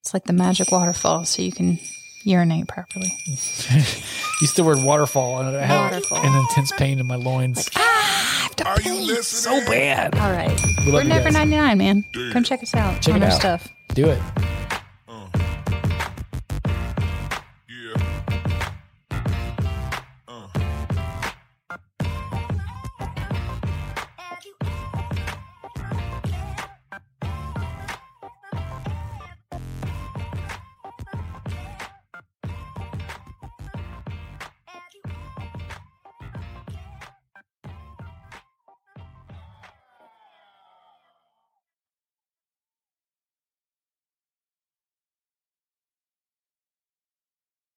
[SPEAKER 2] It's like the magic waterfall, so you can urinate properly.
[SPEAKER 1] Used the word waterfall, and I had
[SPEAKER 2] Waterfall.
[SPEAKER 1] an intense pain in my loins.
[SPEAKER 5] Are you listening?
[SPEAKER 1] bad.
[SPEAKER 2] All right.
[SPEAKER 1] We love
[SPEAKER 2] ah, We're
[SPEAKER 1] you
[SPEAKER 2] Never
[SPEAKER 1] guys.
[SPEAKER 2] 99, man. Come check us out.
[SPEAKER 1] Check
[SPEAKER 2] on
[SPEAKER 1] it
[SPEAKER 2] our
[SPEAKER 1] out.
[SPEAKER 2] stuff.
[SPEAKER 1] Do it.
[SPEAKER 5] Uh.